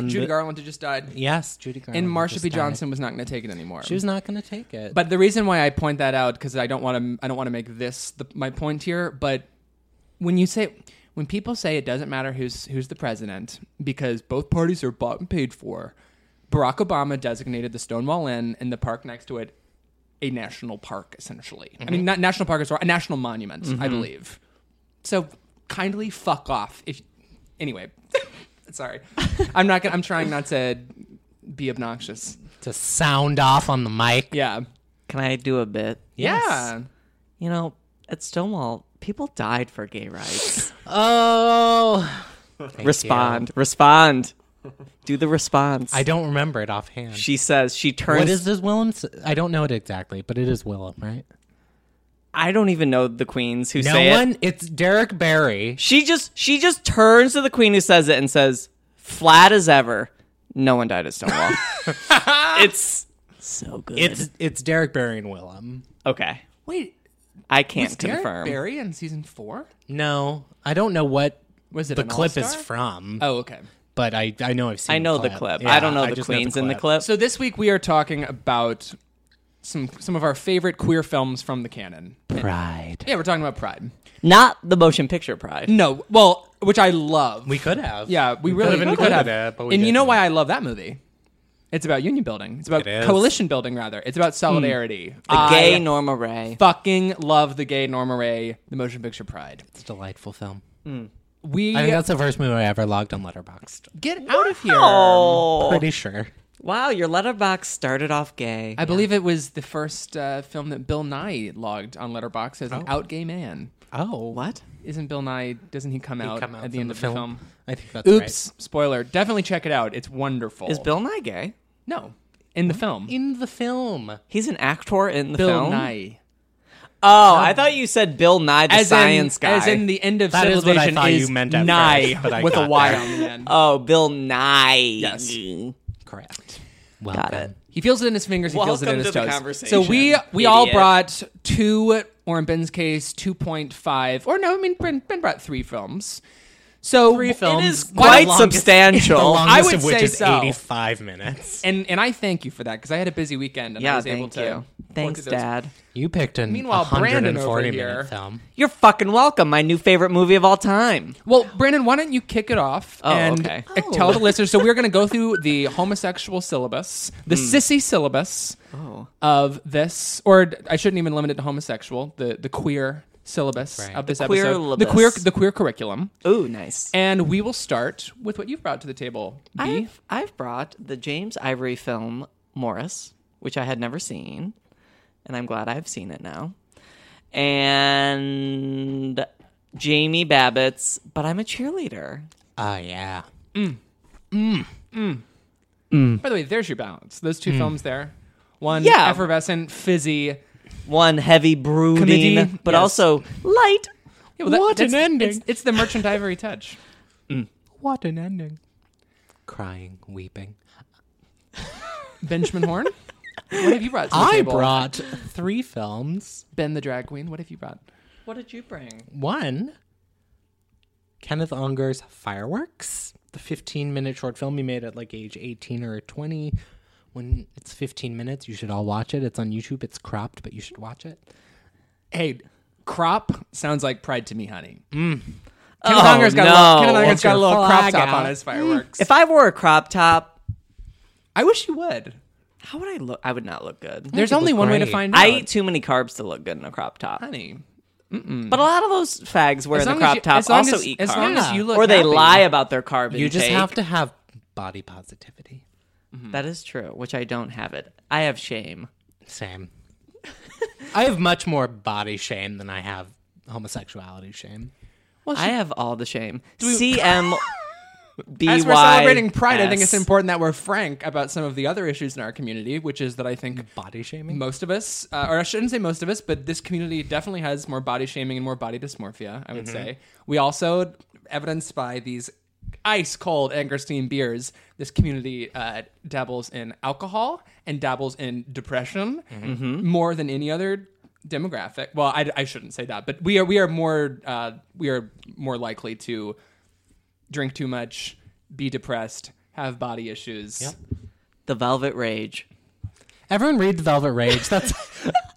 Speaker 1: Mm-hmm. judy garland had just died
Speaker 2: yes, Judy Garland.
Speaker 1: and marsha
Speaker 2: just
Speaker 1: p
Speaker 2: died.
Speaker 1: johnson was not going to take it anymore
Speaker 2: She was not going to take it.
Speaker 1: But the reason why I point that out because I don't want to I don't want to make this the, my point here. But when you say when people say it doesn't matter who's who's the president because both parties are bought and paid for, Barack Obama designated the Stonewall Inn and the park next to it a national park essentially. I mean, not national park is a national monument, I believe. So kindly fuck off. If, anyway, sorry, I'm not gonna. I'm trying not to be obnoxious.
Speaker 2: to sound off on the mic.
Speaker 1: Yeah.
Speaker 3: Can I do a bit?
Speaker 1: Yeah.
Speaker 3: You know, at Stonewall, people died for gay rights.
Speaker 2: Oh.
Speaker 3: respond. Respond. Do the response.
Speaker 2: I don't remember it offhand.
Speaker 3: she says she turns
Speaker 2: what is this Willem? s- I don't know it exactly, but it is Willem, right?
Speaker 3: I don't even know the queens who
Speaker 2: No
Speaker 3: say it.
Speaker 2: one. It's Derek Barry.
Speaker 3: She just she just turns to the queen who says it and says, "Flat as ever, no one died at Stonewall." it's so good.
Speaker 2: It's it's Derek Barry and Willem.
Speaker 3: okay.
Speaker 1: Wait,
Speaker 3: I can't
Speaker 1: was Derek
Speaker 3: confirm.
Speaker 1: Barry in season four?
Speaker 2: No, I don't know what
Speaker 1: Was it
Speaker 2: the
Speaker 1: an
Speaker 2: clip is
Speaker 1: all-star?
Speaker 2: from,
Speaker 1: Oh, okay.
Speaker 2: but I I know I've seen.
Speaker 3: I know the clip. I don't know the
Speaker 2: just
Speaker 3: queens in the clip.
Speaker 1: So this week we are talking about some some of our favorite queer films from the canon.
Speaker 2: Pride.
Speaker 1: Yeah, we're talking about Pride.
Speaker 3: Not the motion picture pride.
Speaker 1: No, well, which I love.
Speaker 2: We could have.
Speaker 1: yeah, we, really
Speaker 2: could've
Speaker 1: could,
Speaker 2: included
Speaker 1: have.
Speaker 2: it, but we
Speaker 1: and you know
Speaker 2: didn't.
Speaker 1: why I love that movie? It's about union building. It's about
Speaker 2: It is. Hmm.
Speaker 1: coalition building, rather. It's about solidarity.
Speaker 3: The
Speaker 1: Mm, I
Speaker 3: gay Norma Ray.
Speaker 1: fucking love the gay Norma Ray, the motion picture Pride.
Speaker 2: It's a delightful film.
Speaker 1: We
Speaker 2: I think that's the first movie I ever logged on Letterboxd.
Speaker 1: get out of here.
Speaker 3: Oh
Speaker 2: Pretty sure.
Speaker 3: wow, your letterbox started off gay.
Speaker 1: I believe it was the first uh, film that Bill Nye logged on Letterboxd as an out gay man.
Speaker 2: Oh,
Speaker 3: what?
Speaker 1: Isn't Bill Nye? Doesn't he come, out,
Speaker 2: come out
Speaker 1: at the
Speaker 2: in
Speaker 1: end
Speaker 2: the
Speaker 1: of
Speaker 2: film?
Speaker 1: the
Speaker 2: I think that's
Speaker 1: film?
Speaker 2: right.
Speaker 1: Oops! Spoiler. Definitely check it out. It's wonderful.
Speaker 3: Is Bill Nye gay?
Speaker 1: no in the film?
Speaker 2: in the film.
Speaker 3: He's an actor in the
Speaker 1: Bill
Speaker 3: film.
Speaker 1: Nye
Speaker 3: Oh, I thought you said Bill Nye the
Speaker 1: as
Speaker 3: science
Speaker 1: in,
Speaker 3: guy.
Speaker 1: as in the end of
Speaker 2: That is
Speaker 1: civilization
Speaker 2: what I thought you meant at
Speaker 1: Nye
Speaker 2: first, but I
Speaker 1: with a
Speaker 2: got
Speaker 1: Y
Speaker 2: there. Uh,
Speaker 1: on the end.
Speaker 3: oh, Bill Nye. Yes.
Speaker 2: Correct. Well
Speaker 3: Got
Speaker 2: done.
Speaker 3: it.
Speaker 1: He feels it in his fingers. He feels it in
Speaker 3: Welcome
Speaker 1: his
Speaker 3: to the
Speaker 1: toes.
Speaker 3: conversation,
Speaker 1: So we we all
Speaker 3: idiot.
Speaker 1: brought two, or in Ben's case, two point five, or no, I mean Ben, ben brought three films. So three
Speaker 2: films.
Speaker 1: It is
Speaker 2: The
Speaker 1: quite
Speaker 3: Quite
Speaker 2: longest- The
Speaker 3: substantial.
Speaker 2: longest
Speaker 1: would
Speaker 2: of which
Speaker 1: say
Speaker 2: is
Speaker 1: so.
Speaker 2: 85 minutes.
Speaker 1: and and I thank you for that because I had a busy weekend and I
Speaker 3: Yeah,
Speaker 1: was able
Speaker 3: thank
Speaker 1: to.
Speaker 3: you.
Speaker 1: work
Speaker 3: Thanks,
Speaker 1: through those.
Speaker 3: Dad.
Speaker 2: You picked an
Speaker 1: Meanwhile, Brandon
Speaker 2: 140
Speaker 1: over here-
Speaker 2: minute film.
Speaker 3: You're fucking welcome. My new favorite movie of all time.
Speaker 1: Well, Brandon, why don't you kick it off
Speaker 3: Oh,
Speaker 1: and
Speaker 3: okay.
Speaker 1: uh, tell the listeners? So we're going to go through the homosexual syllabus, the sissy syllabus of this, or d- I shouldn't even limit it to homosexual, the the queer syllabus
Speaker 2: Right.
Speaker 1: of
Speaker 3: The
Speaker 1: this episode, the
Speaker 3: queer-libus.
Speaker 1: queer the queer curriculum,
Speaker 3: Ooh, nice.
Speaker 1: and we will start with what you've brought to the table. B.
Speaker 3: I've, I've brought the James Ivory film Morris, which I had never seen, and I'm glad I've seen it now. And Jamie Babbitt's, but I'm a cheerleader.
Speaker 2: Oh, yeah.
Speaker 1: By the way, there's your balance. Those two films there. one
Speaker 3: Yeah.
Speaker 1: effervescent, fizzy.
Speaker 3: One heavy brooding,
Speaker 1: Comedy,
Speaker 3: but
Speaker 1: yes.
Speaker 3: also light.
Speaker 1: Yeah, well, that-
Speaker 2: What an
Speaker 1: that's-
Speaker 2: ending.
Speaker 1: It's, it's the merchant ivory touch.
Speaker 2: What an ending. Crying, weeping.
Speaker 1: Benjamin Horn, what have you brought? To the
Speaker 2: I
Speaker 1: table?
Speaker 2: brought three films.
Speaker 1: Ben the drag queen. What have you brought?
Speaker 3: What did you bring?
Speaker 2: One, Kenneth Unger's Fireworks, the 15 minute short film he made at like age 18 or 20. When it's 15 minutes, you should all watch it. It's on YouTube. It's cropped, but you should watch it.
Speaker 1: Hey, crop sounds like pride to me, honey. Mm.
Speaker 3: Oh,
Speaker 1: Kenneth Unger's got a little,
Speaker 3: no.
Speaker 1: Kenneth Unger's
Speaker 2: What's
Speaker 1: got a
Speaker 2: your
Speaker 1: little crop
Speaker 2: flag
Speaker 1: top on
Speaker 2: out?
Speaker 1: his fireworks.
Speaker 3: If I wore a crop top,
Speaker 1: I wish you would.
Speaker 3: how would I look? I would not look good.
Speaker 1: There's only one way to
Speaker 2: great.
Speaker 1: find out.
Speaker 3: I eat too many carbs to look good in a crop top.
Speaker 1: honey.
Speaker 3: But a lot of those fags wear
Speaker 1: As
Speaker 3: the
Speaker 1: long as
Speaker 3: crop
Speaker 1: you-
Speaker 3: top
Speaker 1: as long
Speaker 3: also
Speaker 1: as-
Speaker 3: eat
Speaker 1: as
Speaker 3: carbs.
Speaker 1: long as you look
Speaker 3: or they
Speaker 1: happy.
Speaker 3: lie about their carb intake.
Speaker 2: You just have to have body positivity.
Speaker 3: That is true, which I don't have it. I have shame.
Speaker 2: Same. I have much more body shame than I have homosexuality shame.
Speaker 3: I have all the shame. C M B E Y.
Speaker 1: As we're celebrating Pride, I think it's
Speaker 3: S.
Speaker 1: important that we're frank about some of the other issues in our community, which is that I
Speaker 3: Mm.
Speaker 1: think
Speaker 2: Body shaming?
Speaker 1: most of us, uh, or I shouldn't say most of us, but this community definitely has more body shaming and more body dysmorphia, I would say. We also, evidenced by these ice cold Angerstein beers, this community uh, dabbles in alcohol and dabbles in depression more than any other demographic. Well, I, I shouldn't say that, but we are we are more uh, we are more likely to drink too much, be depressed, have body issues.
Speaker 2: Yep.
Speaker 3: the Velvet Rage.
Speaker 2: Everyone read The Velvet Rage. That's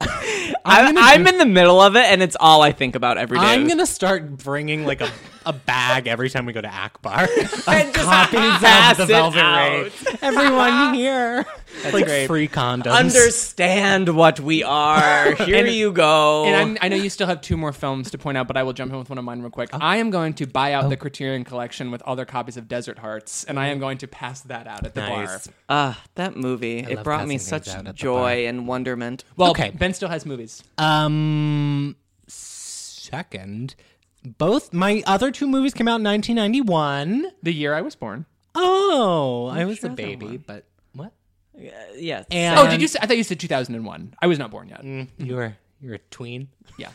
Speaker 3: I'm, I'm in the middle of it, and it's all I think about every day.
Speaker 2: I'm gonna start bringing like a, a bag every time we go to Akbar. Of copies of
Speaker 3: pass
Speaker 2: the
Speaker 3: it
Speaker 2: Velvet
Speaker 3: out.
Speaker 2: Rage. Everyone here, like free condoms.
Speaker 3: understand what we are. Here you go.
Speaker 1: And I'm, I know you still have two more films to point out, but I will jump in with one of mine real quick. I am going to buy out the Criterion Collection with all their copies of Desert Hearts, and I am going to pass that out at the
Speaker 2: Nice.
Speaker 1: bar.
Speaker 3: Ah, that movie. it
Speaker 2: love
Speaker 3: brought me
Speaker 2: passing things
Speaker 3: such
Speaker 2: out at the
Speaker 3: joy and wonderment.
Speaker 1: Well,
Speaker 2: Okay.
Speaker 1: Ben still has movies.
Speaker 2: Um, second, both my other two movies came out in 1991.
Speaker 1: The year I was born.
Speaker 2: Oh, I was a
Speaker 3: other
Speaker 2: baby,
Speaker 3: one?
Speaker 2: but what?
Speaker 3: Yes.
Speaker 2: And Mm.
Speaker 1: Oh, did you? Say, I thought you said 2001. I was not born yet.
Speaker 2: You were you're a tween.
Speaker 1: Yeah.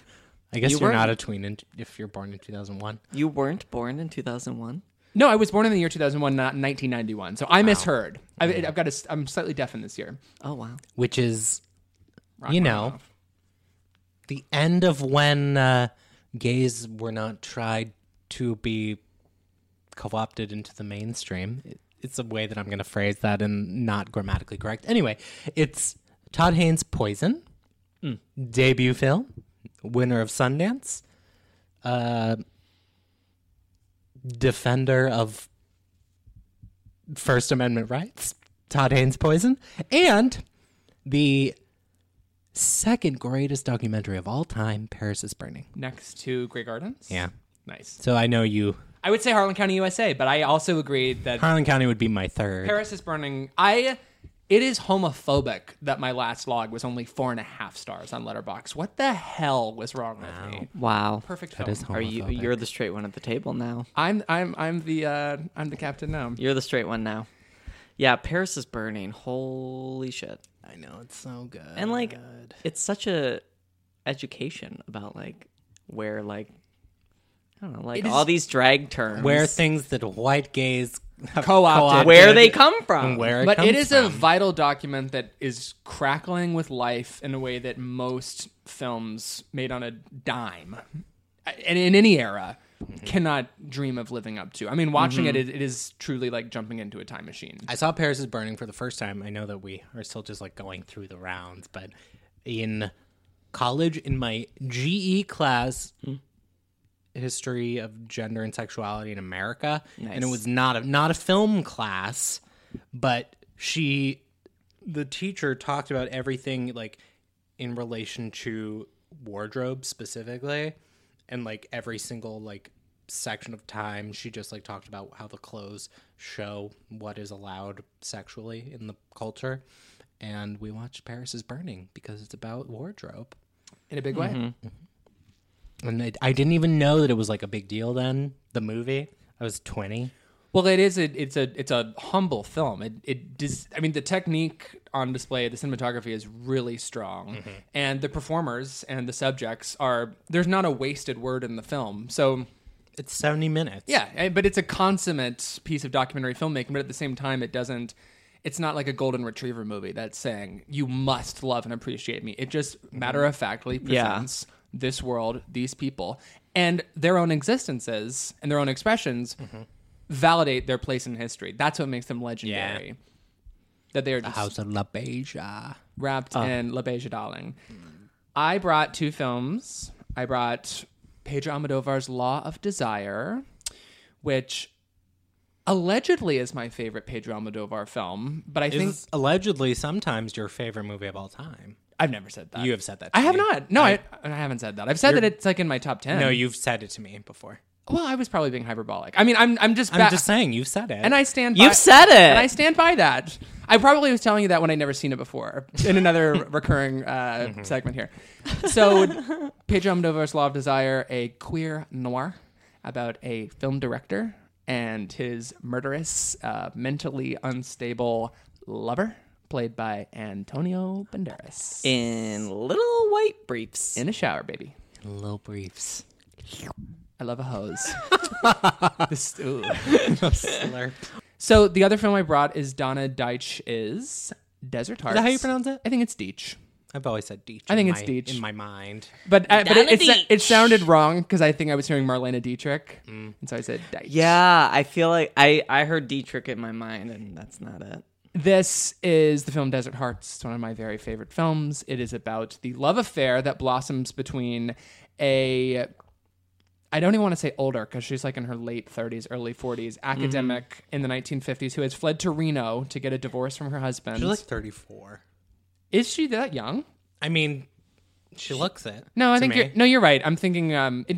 Speaker 2: I guess
Speaker 3: You
Speaker 2: you are
Speaker 3: were.
Speaker 2: not a tween in, if you're born in 2001.
Speaker 3: you weren't born in 2001?
Speaker 1: No, I was born in the year 2001, not 1991. So I misheard. I, I've got. A, s- I'm slightly deaf in this year.
Speaker 3: Oh, wow.
Speaker 2: which is, you know, the end of when uh, gays were not tried to be co opted into the mainstream. It- It's a way that I'm going to phrase that and not grammatically correct. Anyway, it's Todd Haynes' Poison, debut film, winner of Sundance, uh, defender of First Amendment rights, Todd Haynes' Poison, and the second greatest documentary of all time, Paris is Burning.
Speaker 1: Next to Grey Gardens.
Speaker 2: Yeah.
Speaker 1: Nice.
Speaker 2: So I know you.
Speaker 1: I would say Harlan County, USA, but I also agreed that
Speaker 2: Harlan County would be my third.
Speaker 1: Paris is burning. I. It is homophobic that my last log was only four and a half stars on Letterbox. What the hell was wrong with me?
Speaker 3: Wow.
Speaker 1: Perfect film.
Speaker 2: that is
Speaker 3: Are you?
Speaker 2: homophobic.
Speaker 3: You're the straight one at the table now.
Speaker 1: I'm I'm I'm the uh, I'm the captain now.
Speaker 3: You're the straight one now. Yeah, Paris is burning. Holy shit!
Speaker 2: I know it's so good.
Speaker 3: And like, it's such a education about like where like I don't know like
Speaker 1: It is-
Speaker 3: all these drag terms
Speaker 2: where things that white gays have
Speaker 1: Co-opted.
Speaker 2: co-opted
Speaker 3: where they come
Speaker 2: and
Speaker 3: from.
Speaker 2: where it
Speaker 1: but
Speaker 2: comes
Speaker 1: it is a
Speaker 2: from.
Speaker 1: vital document that is crackling with life in a way that most films made on a dime and in any era
Speaker 2: Mm-hmm.
Speaker 1: cannot dream of living up to. I mean, watching it, it, it is truly like jumping into a time machine.
Speaker 2: I saw Paris is Burning for the first time. I know that we are still just like going through the rounds, but in college, in my GE class, history of gender and sexuality in America, and it was not a not a film class, but she, the teacher talked about everything like in relation to wardrobe specifically and like every single like section of time she just like talked about how the clothes show what is allowed sexually in the culture and we watched paris is burning because it's about wardrobe
Speaker 1: in a big
Speaker 2: Mm-hmm.
Speaker 1: way.
Speaker 2: and it, i didn't even know that it was like a big deal then the movie i was 20
Speaker 1: Well, it is. A, it's a it's a humble film. It it dis, I mean, the technique on display, the cinematography is really strong, and the performers and the subjects are. There's not a wasted word in the film. So
Speaker 2: It's 70 minutes.
Speaker 1: yeah, and- but it's a consummate piece of documentary filmmaking. But at the same time, it doesn't. It's not like a golden retriever movie that's saying you must love and appreciate me. It just matter of factly presents this world, these people, and their own existences and their own expressions validate their place in history. That's what makes them legendary. That they are just
Speaker 2: House of La Beja.
Speaker 1: wrapped
Speaker 2: Ah.
Speaker 1: in La Beige Darling. I brought two films. I brought Pedro Almodovar's Law of Desire, which allegedly is my favorite Pedro Almodovar film, but I think
Speaker 2: Is allegedly sometimes your favorite movie of all time.
Speaker 1: I've never said that.
Speaker 2: You have said that. to
Speaker 1: I have
Speaker 2: me.
Speaker 1: not. No, I, I haven't said that. I've said that it's like in my top 10.
Speaker 2: No, you've said it to me before.
Speaker 1: Well, I was probably being hyperbolic. I mean, I'm I'm just
Speaker 2: I'm
Speaker 1: ba-
Speaker 2: just saying you've said it.
Speaker 1: and I stand by
Speaker 3: You've said it.
Speaker 1: And
Speaker 2: Eh.
Speaker 1: I stand by that. I probably was telling you that when I'd never seen it before in another recurring uh,
Speaker 2: Mm-hmm.
Speaker 1: segment here. So, Pedro Almodovar's Law of Desire, a queer noir about a film director and his murderous, uh, mentally unstable lover, played by Antonio Banderas.
Speaker 3: in little white briefs.
Speaker 1: in a shower, baby.
Speaker 2: little briefs.
Speaker 1: I love a hose. This- ooh.
Speaker 2: Slurp.
Speaker 1: So, the other film I brought is Donna Deitch is Desert Hearts.
Speaker 2: Is that how you pronounce it?
Speaker 1: I think it's Deitch.
Speaker 2: I've always said Deech.
Speaker 1: I think
Speaker 2: in
Speaker 1: it's
Speaker 2: my-
Speaker 1: Deech.
Speaker 2: in my mind.
Speaker 1: But uh, but it,
Speaker 3: Donna
Speaker 1: it, sa- it
Speaker 3: Deitch.
Speaker 1: sounded wrong because I think I was hearing Marlena Dietrich, and so I said Deitch.
Speaker 3: Yeah, I feel like I I heard Dietrich in my mind, and that's not it.
Speaker 1: This is the film Desert Hearts. It's one of my very favorite films. It is about the love affair that blossoms between a I don't even want to say older because she's like in her late 30s, early 40s, academic in the 1950s who has fled to Reno to get a divorce from her husband.
Speaker 2: She's like 34.
Speaker 1: is she that young?
Speaker 2: I mean, she looks it.
Speaker 1: No, I
Speaker 2: to
Speaker 1: think
Speaker 2: me.
Speaker 1: you're, no, you're right. I'm thinking. Um, it,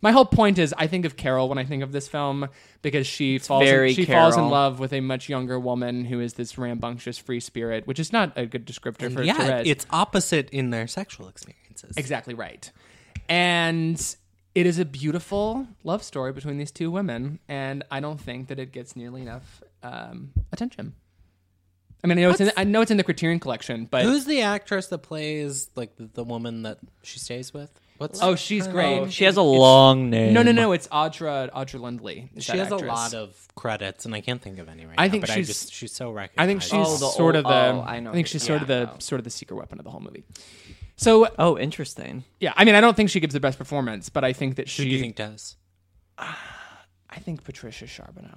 Speaker 1: my whole point is, I think of Carol when I think of this film because she falls
Speaker 3: very
Speaker 1: in, she falls in
Speaker 3: Carol.
Speaker 1: love with a much younger woman who is this rambunctious free spirit, which is not a good descriptor for
Speaker 2: yeah,
Speaker 1: Therese.
Speaker 2: it's opposite in their sexual experiences.
Speaker 1: exactly right, and it is a beautiful love story between these two women, and I don't think that it gets nearly enough um, attention. I mean, I know it's in, I know it's in the Criterion collection, but
Speaker 2: Who's the actress that plays like the, the woman that she stays with? What's
Speaker 1: oh, she's great.
Speaker 3: She has a long name.
Speaker 1: no, no, no. It's Audra Audra Lindley. is
Speaker 2: she
Speaker 1: that
Speaker 2: has a
Speaker 1: actress.
Speaker 2: lot of credits, and I can't think of any right
Speaker 1: I
Speaker 2: now,
Speaker 1: think
Speaker 2: but
Speaker 1: she's-
Speaker 2: I just, she's so recognized.
Speaker 1: I think she's
Speaker 3: the
Speaker 1: sort of
Speaker 3: old-
Speaker 1: the.
Speaker 3: oh,
Speaker 1: I,
Speaker 3: I know
Speaker 1: think
Speaker 3: who
Speaker 1: she's
Speaker 3: you're
Speaker 1: sort of the
Speaker 3: talking about.
Speaker 1: sort of the secret weapon of the whole movie. So
Speaker 3: Oh, interesting.
Speaker 1: yeah, I mean, I don't think she gives the best performance, but I think that
Speaker 2: Who
Speaker 1: she.
Speaker 2: do you think does?
Speaker 1: I think Patricia Charbonneau.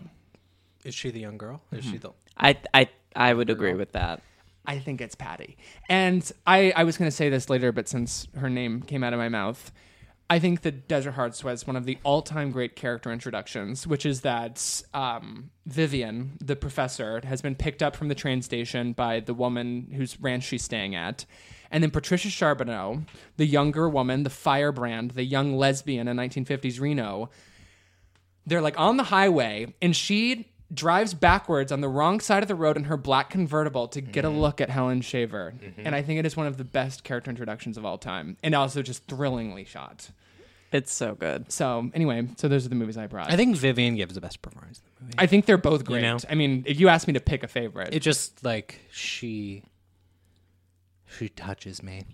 Speaker 2: Is she the young girl? Is she the?
Speaker 3: I I I would agree with that.
Speaker 1: I think it's Patty. And I, I was going to say this later, but since her name came out of my mouth, I think that Desert Hearts was one of the all time great character introductions, which is that um, Vivian, the professor, has been picked up from the train station by the woman whose ranch she's staying at. And then Patricia Charbonneau, the younger woman, the firebrand, the young lesbian in 1950s Reno, they're like on the highway and she drives backwards on the wrong side of the road in her black convertible to get a look at Helen Shaver. And I think it is one of the best character introductions of all time and also just thrillingly shot.
Speaker 3: It's so good.
Speaker 1: So, anyway, so those are the movies I brought. I
Speaker 2: I
Speaker 1: think,
Speaker 2: think Vivian gives the best performance. In the movie.
Speaker 1: they're both great.
Speaker 2: know?
Speaker 1: I mean, if you asked me to pick a favorite,
Speaker 2: It just like she, she touches me.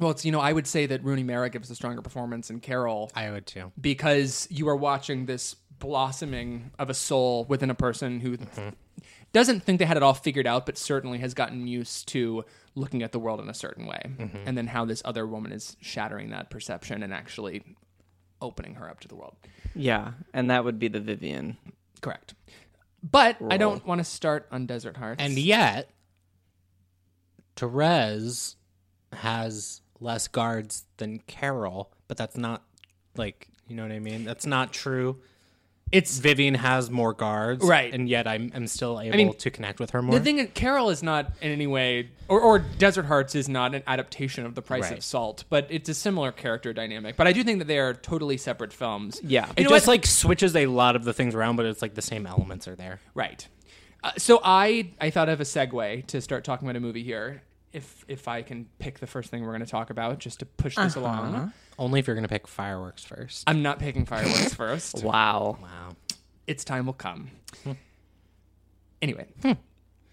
Speaker 1: well, it's, you know, I would say that Rooney Mara gives a stronger performance in Carol
Speaker 2: I would too.
Speaker 1: because you are watching this blossoming of a soul within a person who
Speaker 2: Mm-hmm.
Speaker 1: doesn't think they had it all figured out, but certainly has gotten used to looking at the world in a certain way.
Speaker 2: Mm-hmm.
Speaker 1: And then how this other woman is shattering that perception and actually opening her up to the world.
Speaker 3: Yeah, and that would be the Vivian.
Speaker 1: Correct. But I don't want to start on Desert Hearts.
Speaker 2: And yet, Therese has less guards than Carol, but that's not like you know what I mean. That's not true.
Speaker 1: it's
Speaker 2: Vivian has more guards,
Speaker 1: Right.
Speaker 2: And yet, I'm I'm still able
Speaker 1: mean,
Speaker 2: to connect with her more.
Speaker 1: The thing is, Carol is not in any way, or, or Desert Hearts is not an adaptation of The Price
Speaker 2: Right.
Speaker 1: of Salt, but it's a similar character dynamic. But I do think that they are totally separate films.
Speaker 3: Yeah.
Speaker 1: You
Speaker 2: it
Speaker 1: know
Speaker 2: just
Speaker 1: what?
Speaker 2: like switches a lot of the things around, but it's like the same elements are there.
Speaker 1: right. Uh, so I I thought of a segue to start talking about a movie here. If if I can pick the first thing we're going to talk about, just to push this along,
Speaker 2: Only if you're gonna pick fireworks first.
Speaker 1: I'm not picking fireworks first.
Speaker 3: Wow.
Speaker 2: Wow.
Speaker 1: Its time will come. Anyway,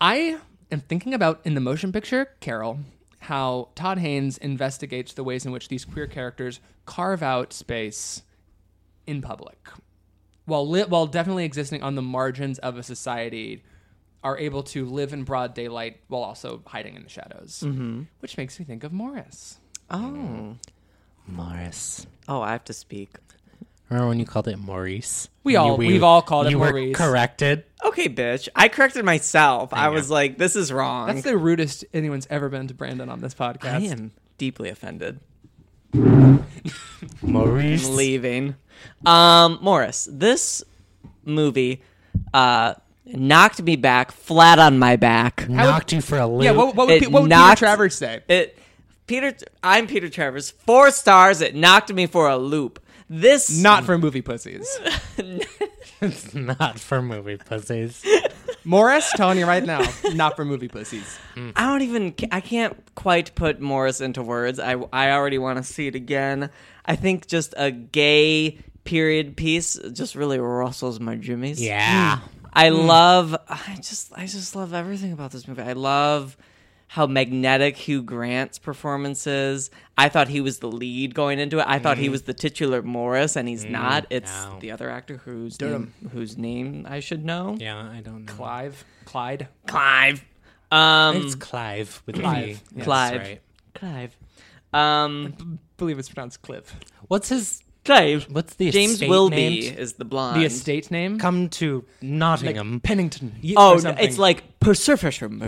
Speaker 1: I am thinking about in the motion picture Carol how Todd Haynes investigates the ways in which these queer characters carve out space in public, while li- while definitely existing on the margins of a society, are able to live in broad daylight while also hiding in the shadows, which makes me think of Morris.
Speaker 2: Morris.
Speaker 3: Oh, I have to speak.
Speaker 2: Remember when you called it Maurice?
Speaker 1: We
Speaker 2: You-
Speaker 1: all- we've all called it
Speaker 2: you were
Speaker 1: Maurice.
Speaker 2: corrected.
Speaker 3: Okay, bitch. I corrected myself. I, was like, this is wrong.
Speaker 1: That's the rudest anyone's ever been to Brandon on this
Speaker 3: I
Speaker 1: podcast.
Speaker 3: am deeply offended.
Speaker 2: Maurice.
Speaker 3: leaving. Um, Morris, this movie uh, knocked me back flat on my back.
Speaker 2: Knocked you for a loop.
Speaker 1: Yeah, what, what would,
Speaker 3: It
Speaker 1: Pe- what would Peter
Speaker 3: knocked-
Speaker 1: Travers say?
Speaker 3: It, Peter, I'm Peter Travers. Four stars. It knocked me for a loop. This
Speaker 1: Not for movie pussies.
Speaker 2: It's not for movie pussies.
Speaker 1: Hmm. Morris, telling you right now, not for movie pussies.
Speaker 3: I don't even. I can't quite put Morris into words. I I already want to see it again. I think just a gay period piece just really rustles my jimmies.
Speaker 2: Yeah. Mm.
Speaker 3: I love I just I just love everything about this movie. I love how magnetic Hugh Grant's performance is. I thought he was the lead going into it. I thought he was the titular Morris and he's not. It's
Speaker 2: Mm. no.
Speaker 3: the other actor whose name, whose name I should know.
Speaker 2: Yeah, I don't know.
Speaker 1: Clive, Clyde.
Speaker 3: Clive. Um
Speaker 2: It's Clive with
Speaker 1: Clive.
Speaker 2: Clive. Yeah,
Speaker 3: Clive.
Speaker 2: That's right.
Speaker 3: Clive. Um
Speaker 1: believe it's pronounced Cliff.
Speaker 2: What's his?
Speaker 3: Clive.
Speaker 2: What's the
Speaker 3: James
Speaker 2: estate
Speaker 3: Wilby
Speaker 2: named?
Speaker 3: is the blonde.
Speaker 1: The estate name?
Speaker 2: Come to Nottingham.
Speaker 1: Pennington. y- or
Speaker 3: Oh,
Speaker 1: something.
Speaker 3: it's like Persephone.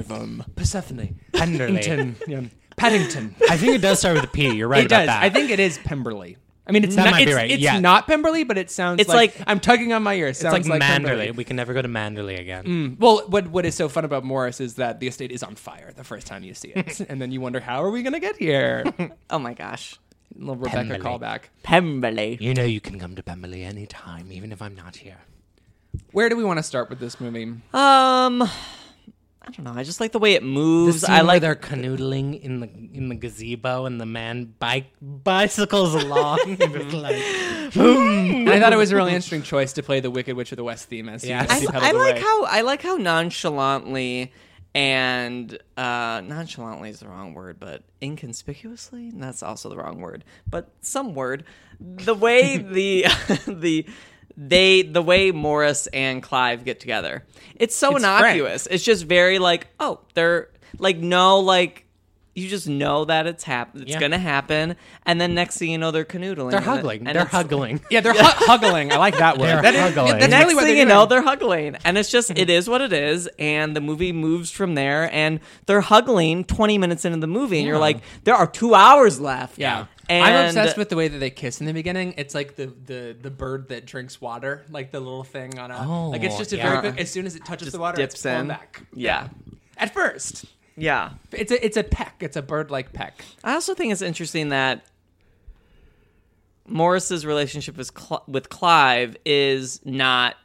Speaker 1: Persephone.
Speaker 2: Tenderly.
Speaker 1: Paddington. yeah. Paddington.
Speaker 2: I think it does start with a P. You're right
Speaker 1: It
Speaker 2: about
Speaker 1: does.
Speaker 2: that.
Speaker 1: I think it is Pemberley. I mean, it's
Speaker 2: That
Speaker 1: not,
Speaker 2: might be
Speaker 1: it's,
Speaker 2: right,
Speaker 1: it's
Speaker 2: yeah.
Speaker 1: not Pemberley, but it sounds
Speaker 3: It's
Speaker 1: like,
Speaker 3: like-
Speaker 1: I'm tugging on my ear. It
Speaker 2: it's
Speaker 1: sounds Hmm.
Speaker 2: like, Manderley.
Speaker 1: Pemberley.
Speaker 2: We can never go to Manderley again.
Speaker 1: Well, what what is so fun about Morris is that the estate is on fire the first time you see it, and then you wonder how are we going to get here.
Speaker 3: Oh my gosh.
Speaker 1: Little Rebecca
Speaker 2: Pemberley.
Speaker 1: callback.
Speaker 3: Pemberley.
Speaker 2: You know you can come to Pemberley anytime, even if I'm not here.
Speaker 1: Where do we want to start with this movie?
Speaker 3: Um I don't know. I just like the way it moves. I like
Speaker 2: they're canoodling in the in the gazebo and the man bike bicycles along. Just like,
Speaker 1: And I thought it was a really interesting choice to play the Wicked Witch of the West theme as
Speaker 2: Yeah.
Speaker 1: yeah.
Speaker 3: I, I like how I like how nonchalantly and uh, nonchalantly is the wrong word, but inconspicuously that's also the wrong word, but some word. The way the the they the way Morris and Clive get together, it's so innocuous. It's just very like oh they're like no like. You just know that it's hap- it's
Speaker 2: Yeah.
Speaker 3: gonna happen, and then next thing you know, they're canoodling.
Speaker 2: they're
Speaker 3: and it-
Speaker 2: huggling.
Speaker 3: and
Speaker 2: They're
Speaker 3: it's-
Speaker 2: huggling.
Speaker 1: Yeah, they're hu- huggling. I like that word.
Speaker 2: They're
Speaker 1: That is-
Speaker 2: huggling.
Speaker 1: that's
Speaker 3: next
Speaker 1: really what
Speaker 3: thing
Speaker 1: they're
Speaker 3: you know,
Speaker 1: doing.
Speaker 3: they're huggling, and it's just it is what it is, and the movie moves from there, and they're huggling twenty minutes into the movie, and you're like, there are two hours left.
Speaker 1: Yeah.
Speaker 3: and
Speaker 1: I'm obsessed with the way that they kiss in the beginning. It's like the, the, the bird that drinks water, like the little thing on a
Speaker 2: Oh,
Speaker 1: like it's just a
Speaker 2: yeah.
Speaker 1: very quick. As soon as it touches the water,
Speaker 3: dips
Speaker 1: it's blown
Speaker 3: in.
Speaker 1: back.
Speaker 3: yeah,
Speaker 1: At first,
Speaker 3: yeah.
Speaker 1: it's a it's a peck. It's a bird like peck.
Speaker 3: I also think it's interesting that Morris's relationship with Cl- with Clive is not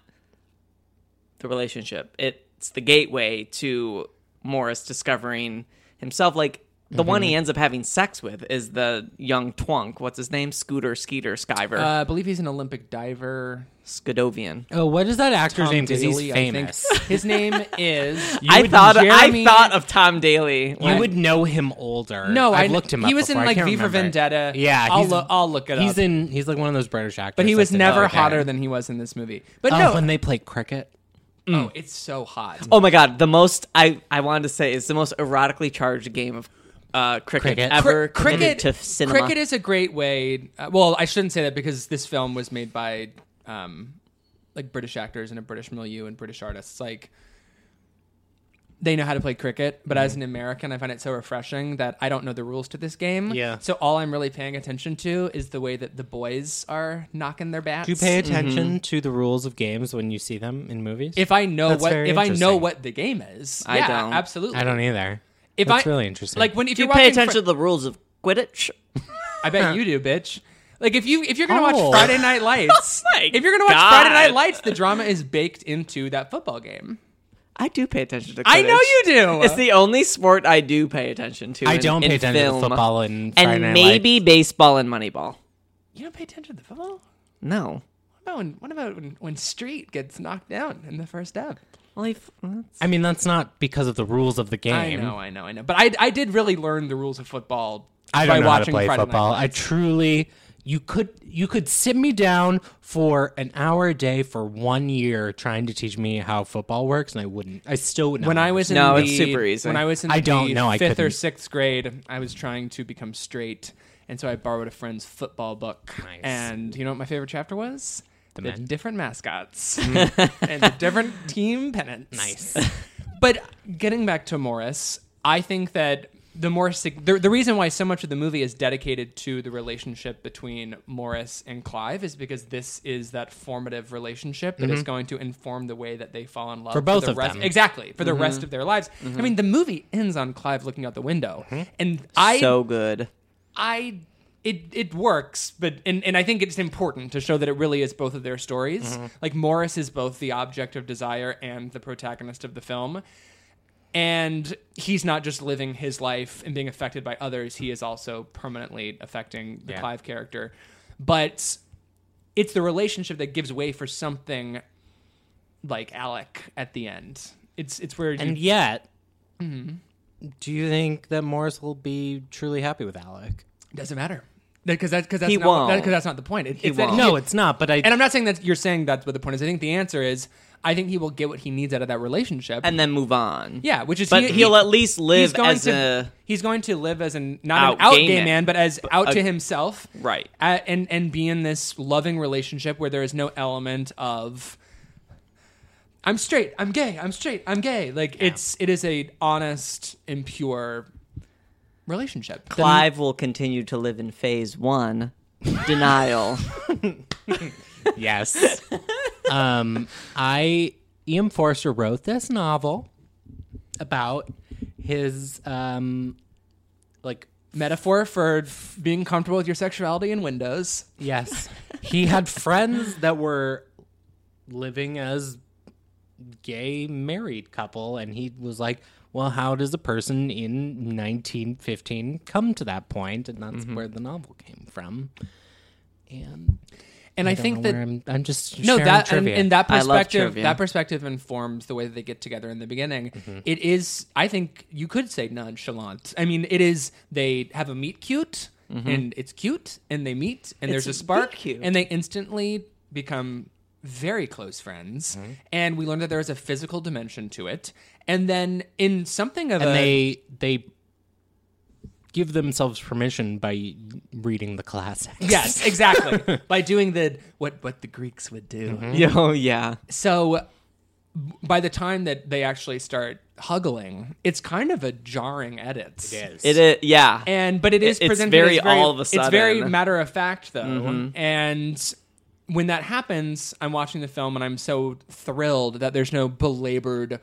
Speaker 3: the relationship. It's the gateway to Morris discovering himself. Like the
Speaker 1: Mm-hmm.
Speaker 3: one he ends up having sex with is the young twunk. What's his name? Scooter, Skeeter, Skyver,
Speaker 1: Uh, I believe he's an Olympic diver.
Speaker 3: Scadovian.
Speaker 2: Oh, what is that actor's
Speaker 1: Tom
Speaker 2: name? Because he's
Speaker 1: Daley, I think.
Speaker 2: famous.
Speaker 1: His name is.
Speaker 3: I
Speaker 2: would-
Speaker 3: thought
Speaker 1: Jeremy-
Speaker 3: I thought of Tom Daly.
Speaker 2: You would know him older.
Speaker 1: No,
Speaker 2: I've
Speaker 1: I-
Speaker 2: looked him up.
Speaker 1: he was in,
Speaker 2: before. I
Speaker 1: like,
Speaker 2: can't
Speaker 1: V for
Speaker 2: remember.
Speaker 1: Vendetta.
Speaker 2: Yeah,
Speaker 1: I'll
Speaker 2: he's-
Speaker 1: lo- I'll look it
Speaker 2: he's
Speaker 1: up.
Speaker 2: in. He's like one of those British actors.
Speaker 1: But he was
Speaker 2: that's in
Speaker 1: never
Speaker 2: everything.
Speaker 1: hotter than he was in this movie. But
Speaker 2: Oh,
Speaker 1: no,
Speaker 2: when they play cricket.
Speaker 1: oh, it's so hot.
Speaker 3: Oh my god, the most I I wanted to say is the most erotically charged game of uh, cricket,
Speaker 2: Cricket.
Speaker 3: ever
Speaker 1: Cri-
Speaker 3: committed to cinema.
Speaker 1: Cricket is a great way. Uh, well, I shouldn't say that because this film was made by um, like British actors in a British milieu and British artists. Like they know how to play cricket, but
Speaker 2: Mm-hmm.
Speaker 1: as an American, I find it so refreshing that I don't know the rules to this game.
Speaker 2: Yeah.
Speaker 1: So all I'm really paying attention to is the way that the boys are knocking their bats.
Speaker 2: Do you pay attention to the rules of games when you see them in movies?
Speaker 1: if I know
Speaker 2: That's
Speaker 1: what
Speaker 2: very
Speaker 1: if I know
Speaker 2: interesting.
Speaker 1: what the game is,
Speaker 3: I
Speaker 1: yeah,
Speaker 3: don't.
Speaker 1: absolutely.
Speaker 2: I don't either.
Speaker 1: If
Speaker 2: That's
Speaker 1: I-
Speaker 2: really interesting.
Speaker 1: Like when if
Speaker 3: Do you
Speaker 1: are
Speaker 3: pay attention to the rules of Quidditch?
Speaker 1: I bet you do, bitch. Like if you if you're gonna
Speaker 2: Oh.
Speaker 1: watch Friday Night Lights,
Speaker 3: Oh my
Speaker 1: if you're gonna watch
Speaker 3: God.
Speaker 1: Friday Night Lights, the drama is baked into that football game.
Speaker 3: I do pay attention to. Quidditch.
Speaker 1: I know you do.
Speaker 3: It's the only sport I do pay attention to.
Speaker 2: I
Speaker 3: in-
Speaker 2: don't
Speaker 3: in
Speaker 2: pay attention
Speaker 3: film.
Speaker 2: to football and Friday
Speaker 3: and
Speaker 2: Night
Speaker 3: maybe baseball and Moneyball.
Speaker 1: you don't pay attention to the football.
Speaker 3: No,
Speaker 1: about when, what about when, when Street gets knocked down in the first ep?
Speaker 3: Well, he f- that's-
Speaker 2: I mean, that's not because of the rules of the game.
Speaker 1: I know, I know, I know. But I, I did really learn the rules of football
Speaker 2: I
Speaker 1: by
Speaker 2: don't know how to
Speaker 1: watching
Speaker 2: play
Speaker 1: Friday Night
Speaker 2: football.
Speaker 1: Lights.
Speaker 2: I truly, you could you could sit me down for an hour a day for one year trying to teach me how football works, and I wouldn't. I still would not.
Speaker 1: When I was in
Speaker 3: No,
Speaker 1: the,
Speaker 3: it's super easy.
Speaker 1: When I was in
Speaker 2: I don't
Speaker 1: the
Speaker 2: know, I
Speaker 1: 5th or
Speaker 2: couldn't.
Speaker 1: sixth grade, I was trying to become straight, and so I borrowed a friend's football book.
Speaker 2: Nice.
Speaker 1: And you know what my favorite chapter was? The,
Speaker 2: men?
Speaker 1: different mascots and the different team pennants.
Speaker 2: Nice.
Speaker 1: but getting back to Morris, I think that the more sig- the, the reason why so much of the movie is dedicated to the relationship between Morris and Clive is because this is that formative relationship that is
Speaker 3: Mm-hmm.
Speaker 1: going to inform the way that they fall in love
Speaker 2: For both
Speaker 1: the
Speaker 2: of
Speaker 1: rest-
Speaker 2: them.
Speaker 1: Exactly for the rest of their lives. I mean, the movie ends on Clive looking out the window, and I
Speaker 3: so good.
Speaker 1: I it it works, but and, and I think it's important to show that it really is both of their stories. Like Morris is both the object of desire and the protagonist of the film. And he's not just living his life and being affected by others, he is also permanently affecting the
Speaker 2: Yeah.
Speaker 1: Clive character. But it's the relationship that gives way for something like Alec at the end. It's it's where you
Speaker 2: and yet,
Speaker 1: Mm-hmm.
Speaker 2: do you think that Morris will be truly happy with Alec?
Speaker 1: doesn't matter because that because that's
Speaker 3: He
Speaker 1: not what- that-
Speaker 3: won't.
Speaker 1: 'cause that's not the point. It, it's that
Speaker 3: won't.
Speaker 1: he-
Speaker 2: No, it's not. But I
Speaker 1: And I'm not saying that you're saying that's what the point is. I think the answer is I think he will get what he needs out of that relationship.
Speaker 3: And then move on.
Speaker 1: yeah, which is
Speaker 3: But
Speaker 1: he,
Speaker 3: he'll at least
Speaker 1: he's
Speaker 3: live
Speaker 1: going
Speaker 3: as
Speaker 1: to,
Speaker 3: a.
Speaker 1: he's going to live as an not
Speaker 3: Out
Speaker 1: an out
Speaker 3: gay
Speaker 1: gay
Speaker 3: man.
Speaker 1: man, but as out
Speaker 3: a-
Speaker 1: to himself,
Speaker 3: Right.
Speaker 1: A- and and be in this loving relationship where there is no element of I'm straight, I'm gay, I'm straight, I'm gay. Like it's it is a honest and pure relationship.
Speaker 3: Clive will continue to live in phase one denial.
Speaker 2: Yes. um, I Ian Forster wrote this novel about his um, like
Speaker 1: Metaphor for f- being comfortable with your sexuality in windows.
Speaker 2: yes, he had friends that were living as gay married couple, and he was like. Well, how does a person in 1915 come to that point? And that's
Speaker 1: Mm-hmm.
Speaker 2: where the novel came from. And
Speaker 1: And I,
Speaker 2: don't
Speaker 1: think
Speaker 2: know
Speaker 1: that
Speaker 2: where I'm, I'm just
Speaker 1: no
Speaker 2: sharing
Speaker 1: that and,
Speaker 2: trivia.
Speaker 1: and that
Speaker 3: I love
Speaker 1: perspective
Speaker 3: trivia.
Speaker 1: that perspective informs the way that they get together in the beginning It is i think you could say nonchalant i mean it is they have a meet cute and it's cute and they meet and there's a
Speaker 3: Mm-hmm. It's
Speaker 1: spark
Speaker 3: meet cute.
Speaker 1: and they instantly become very close friends
Speaker 3: Mm-hmm.
Speaker 1: and we learn that there is a physical dimension to it and then in something of a
Speaker 2: and they they give themselves permission by reading the classics.
Speaker 1: yes exactly by doing the what what the greeks would do
Speaker 3: Yo, yeah.
Speaker 1: So b- by the time that they actually start huggling, it's kind of a jarring edit. It is.
Speaker 3: It is. Yeah.
Speaker 1: And but it is
Speaker 3: It's
Speaker 1: presented
Speaker 3: very
Speaker 1: as very
Speaker 3: all of a
Speaker 1: It's very
Speaker 3: sudden. Mm-hmm.
Speaker 1: matter of fact though. And when that happens, I'm watching the film and I'm so thrilled that there's no belabored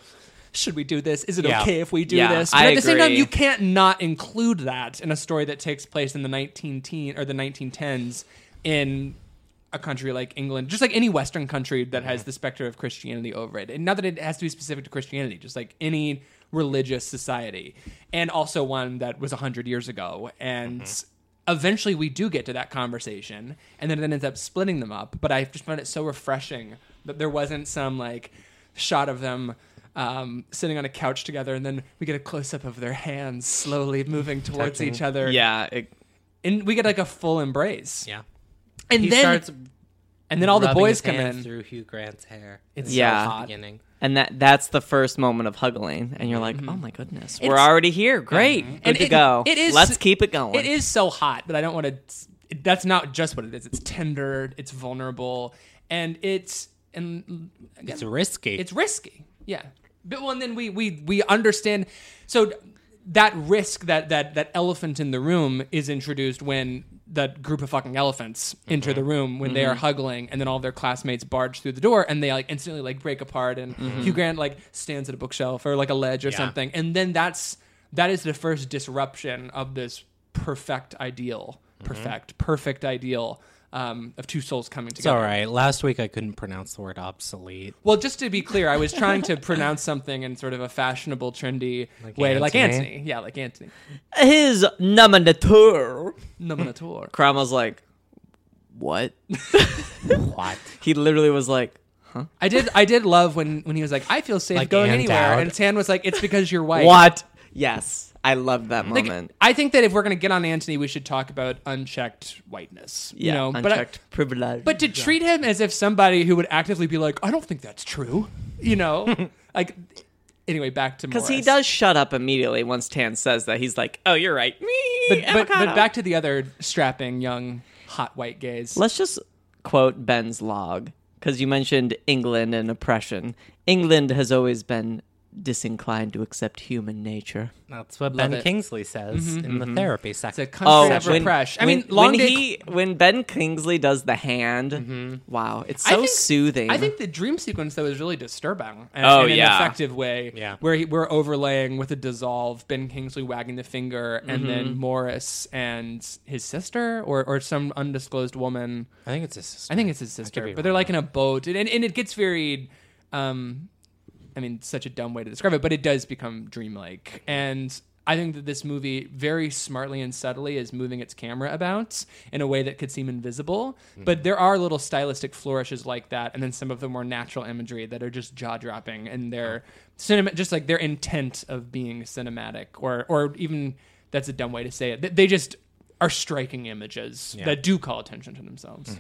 Speaker 1: should we do this? Is it
Speaker 2: Yeah.
Speaker 1: okay if we do
Speaker 3: Yeah,
Speaker 1: this? But
Speaker 3: I
Speaker 1: at the same time,
Speaker 3: agree.
Speaker 1: you can't not include that in a story that takes place in the 19 teen or the 1910s in a country like England, just like any Western country that has the specter of Christianity over it. And not that it has to be specific to Christianity, just like any religious society, and also one that was 100 years ago. And
Speaker 2: Mm-hmm.
Speaker 1: eventually we do get to that conversation, and then it ends up splitting them up. But I just found it so refreshing that there wasn't some like shot of them. Um, sitting on a couch together, and then we get a close up of their hands slowly moving towards each other.
Speaker 3: yeah. It,
Speaker 1: and we get like a full embrace.
Speaker 2: Yeah.
Speaker 1: and
Speaker 2: He
Speaker 1: then
Speaker 2: starts
Speaker 1: and then all the
Speaker 2: rubbing
Speaker 1: boys
Speaker 2: his
Speaker 1: come
Speaker 2: hands
Speaker 1: in.
Speaker 2: through Hugh Grant's hair.
Speaker 1: It's
Speaker 3: Yeah.
Speaker 1: so
Speaker 2: at the
Speaker 1: hot.
Speaker 2: beginning.
Speaker 3: and that that's the first moment of huggling. And you're like, oh my goodness. We're
Speaker 1: It's-
Speaker 3: already here. Great. Good
Speaker 1: And
Speaker 3: to
Speaker 1: it-
Speaker 3: go.
Speaker 1: it is-
Speaker 3: Let's keep Mm-hmm. it going.
Speaker 1: It is so hot, but I don't want to. That's not just what it is. It's tender. It's vulnerable, and it's and again,
Speaker 2: It's risky.
Speaker 1: it's risky. Yeah. But well, and then we we we understand. So that risk that that that elephant in the room is introduced when that group of fucking elephants
Speaker 2: Mm-hmm.
Speaker 1: enter the room when they are huggling and then all of their classmates barge through the door and they like instantly like break apart and Hugh Grant like stands at a bookshelf or like a ledge or
Speaker 2: Mm-hmm. Yeah.
Speaker 1: something and then that's that is the first disruption of this perfect ideal
Speaker 2: Mm-hmm.
Speaker 1: perfect perfect ideal um, of two souls coming
Speaker 2: it's all
Speaker 1: together
Speaker 2: right. Last week I couldn't pronounce the word obsolete.
Speaker 1: well, just to be clear, I was trying to pronounce something in sort of a fashionable, trendy way, like
Speaker 2: Anthony?
Speaker 1: Anthony. Yeah, like Anthony.
Speaker 3: His nominateur.
Speaker 1: Nominator.
Speaker 3: Cromwell's like, what?
Speaker 2: What?
Speaker 3: He literally was like,
Speaker 1: I did. I did love when when he was like, "I feel safe
Speaker 2: Like
Speaker 1: going
Speaker 2: Ann
Speaker 1: anywhere,"
Speaker 2: Dowd.
Speaker 1: and Tan was like, "It's because you're white."
Speaker 3: what? Yes. I loved that
Speaker 1: Like,
Speaker 3: moment.
Speaker 1: I think that if we're gonna get on Anthony, we should talk about unchecked whiteness.
Speaker 3: Yeah.
Speaker 1: you know,
Speaker 3: unchecked
Speaker 1: But I-
Speaker 3: privilege.
Speaker 1: but to treat him as if somebody who would actively be like, "I don't think that's true," you know, like. Anyway, back to
Speaker 3: because
Speaker 1: because
Speaker 3: he does shut up immediately once Tan says that. He's like, oh, you're right. Me.
Speaker 1: But, but,
Speaker 3: avocado."
Speaker 1: but back to the other strapping young hot white gays.
Speaker 3: Let's just quote Ben's log because you mentioned England and oppression. England has always been disinclined to accept human nature.
Speaker 2: That's what
Speaker 1: Love
Speaker 2: Ben
Speaker 1: it. Mm-hmm,
Speaker 2: Kingsley says in the therapy
Speaker 1: it's a
Speaker 2: section.
Speaker 1: country of repression. I mean,
Speaker 3: Oh, when,
Speaker 1: long
Speaker 3: when
Speaker 1: day.
Speaker 3: he when Ben Kingsley does the hand, wow, it's
Speaker 1: Mm-hmm. I
Speaker 3: so
Speaker 1: think-
Speaker 3: soothing.
Speaker 1: I think the dream sequence though is really disturbing. And,
Speaker 3: Oh,
Speaker 1: in
Speaker 3: yeah.
Speaker 1: an effective way.
Speaker 2: Yeah.
Speaker 1: Where he, we're overlaying with a dissolve, Ben Kingsley wagging the finger, and
Speaker 3: Mm-hmm.
Speaker 1: then Morris and his sister or or some undisclosed woman.
Speaker 2: I think it's his sister.
Speaker 1: I think it's his sister,
Speaker 2: be
Speaker 1: but they're
Speaker 2: wrong.
Speaker 1: like in a boat, and and, and it gets very. Um, I mean, such a dumb way to describe it, but it does become dreamlike. And I think that this movie very smartly and subtly is moving its camera about in a way that could seem invisible.
Speaker 2: Hmm.
Speaker 1: But there are little stylistic flourishes like that, and then some of the more natural imagery that are just jaw dropping and their cinema, just like their intent of being cinematic, or or even that's a dumb way to say it. They- They just are striking images that do call attention to
Speaker 2: Hmm.
Speaker 1: themselves.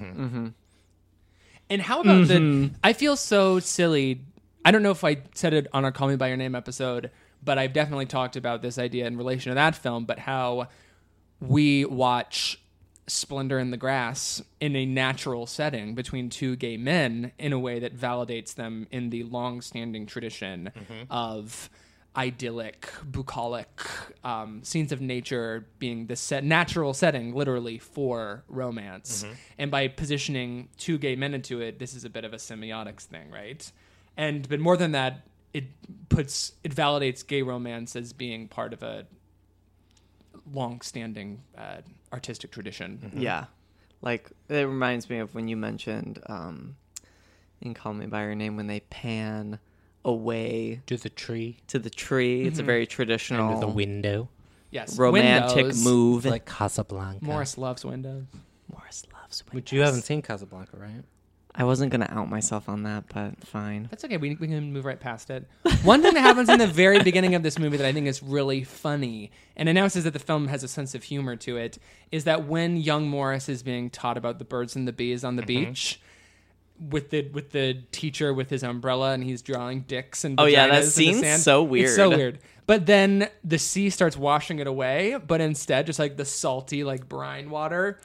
Speaker 1: And how about the? I feel so silly. I don't know if I said it on our "Call Me by Your Name" episode, but I've definitely talked about this idea in relation to that film. But how we watch Splendor in the Grass in a natural setting between two gay men in a way that validates them in the long-standing tradition of idyllic, bucolic um, scenes of nature being the set natural setting, literally for romance. And by positioning two gay men into it, this is a bit of a semiotics thing, right? And but more than that, it puts it validates gay romance as being part of a long-standing uh, artistic tradition.
Speaker 3: yeah, like it reminds me of when you mentioned um, in Call Me by Your Name when they pan away
Speaker 2: to the tree,
Speaker 3: to the tree.
Speaker 1: Mm-hmm.
Speaker 3: It's a very traditional
Speaker 2: to the window.
Speaker 1: Yes,
Speaker 3: romantic
Speaker 1: windows.
Speaker 3: move.
Speaker 2: It's like Casablanca.
Speaker 1: Morris loves windows.
Speaker 3: Morris loves windows.
Speaker 2: Which you haven't seen Casablanca, right?
Speaker 3: I wasn't gonna out myself on that, but fine.
Speaker 1: That's okay. We, we can move right past it. One thing that happens in the very beginning of this movie that I think is really funny and announces that the film has a sense of humor to it is that when young Morris is being taught about the birds and the bees on the beach with the with the teacher with his umbrella and he's drawing dicks and
Speaker 3: Oh, yeah,
Speaker 1: vaginas
Speaker 3: that
Speaker 1: in the
Speaker 3: scene's
Speaker 1: sand,
Speaker 3: so
Speaker 1: It's so
Speaker 3: weird.
Speaker 1: weird. But then the sea starts washing it away, but instead just like the salty like brine water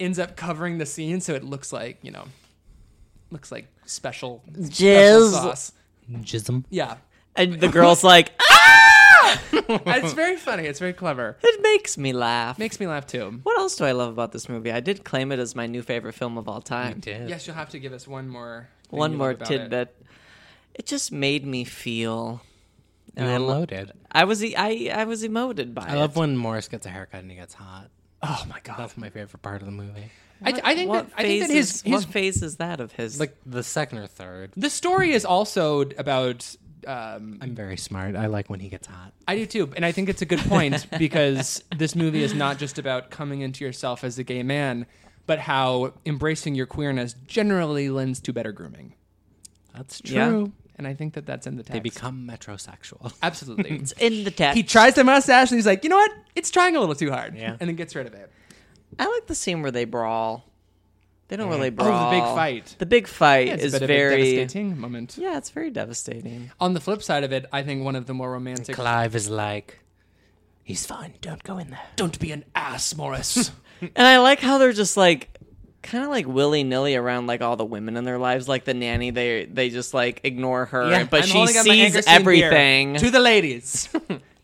Speaker 1: ends up covering the scene so it looks like, you know, looks like special special
Speaker 3: Jizz.
Speaker 1: sauce.
Speaker 2: Jism.
Speaker 1: Yeah.
Speaker 3: And the girl's like, ah!
Speaker 1: it's very funny. It's very clever.
Speaker 3: it makes me laugh.
Speaker 1: Makes me laugh too.
Speaker 3: What else do I love about this movie? I did claim it as my new favorite film of all time.
Speaker 1: Yes, you'll have to give us one more. thing
Speaker 3: One
Speaker 1: you
Speaker 3: more
Speaker 1: love about it.
Speaker 3: tidbit. It. just made me feel.
Speaker 2: You
Speaker 3: And I, lo-
Speaker 2: loaded.
Speaker 3: I was e- I I was emoted by
Speaker 2: I
Speaker 3: it.
Speaker 2: love when Morris gets a haircut and he gets hot.
Speaker 1: Oh my god!
Speaker 2: That's my favorite part of the movie.
Speaker 1: I, I think
Speaker 3: what
Speaker 1: that, I think that his
Speaker 3: phase is-
Speaker 1: his
Speaker 3: what phase is that of his?
Speaker 2: Like the second or third.
Speaker 1: the story is also about. Um,
Speaker 2: I'm very smart. I like when he gets hot.
Speaker 1: I do too, and I think it's a good point because this movie is not just about coming into yourself as a gay man, but how embracing your queerness generally lends to better grooming.
Speaker 2: That's
Speaker 3: Yeah.
Speaker 2: true.
Speaker 1: And I think that that's in the text.
Speaker 2: They become metrosexual.
Speaker 1: absolutely.
Speaker 3: in the text.
Speaker 1: he tries the mustache, and he's like, you know what? It's trying a little too hard,
Speaker 2: Yeah.
Speaker 1: and then gets rid of it.
Speaker 3: I like the scene where they brawl. They don't really
Speaker 1: Oh, the big
Speaker 3: brawl.
Speaker 1: fight.
Speaker 3: The big fight
Speaker 1: Yeah, it's
Speaker 3: is
Speaker 1: a bit of a
Speaker 3: very.
Speaker 1: devastating moment.
Speaker 3: yeah, it's very devastating.
Speaker 1: On the flip side of it, I think one of the more romantic.
Speaker 2: Clive is like, he's fine. Don't go in there.
Speaker 1: Don't be an ass, Morris.
Speaker 3: And I like how they're just like kind of like willy nilly around like all the women in their lives, like the nanny. They they just like ignore her,
Speaker 2: Yeah,
Speaker 3: but
Speaker 1: I'm
Speaker 3: she
Speaker 1: holding up my
Speaker 3: sees
Speaker 1: Angerstein beer.
Speaker 3: everything.
Speaker 1: to the ladies.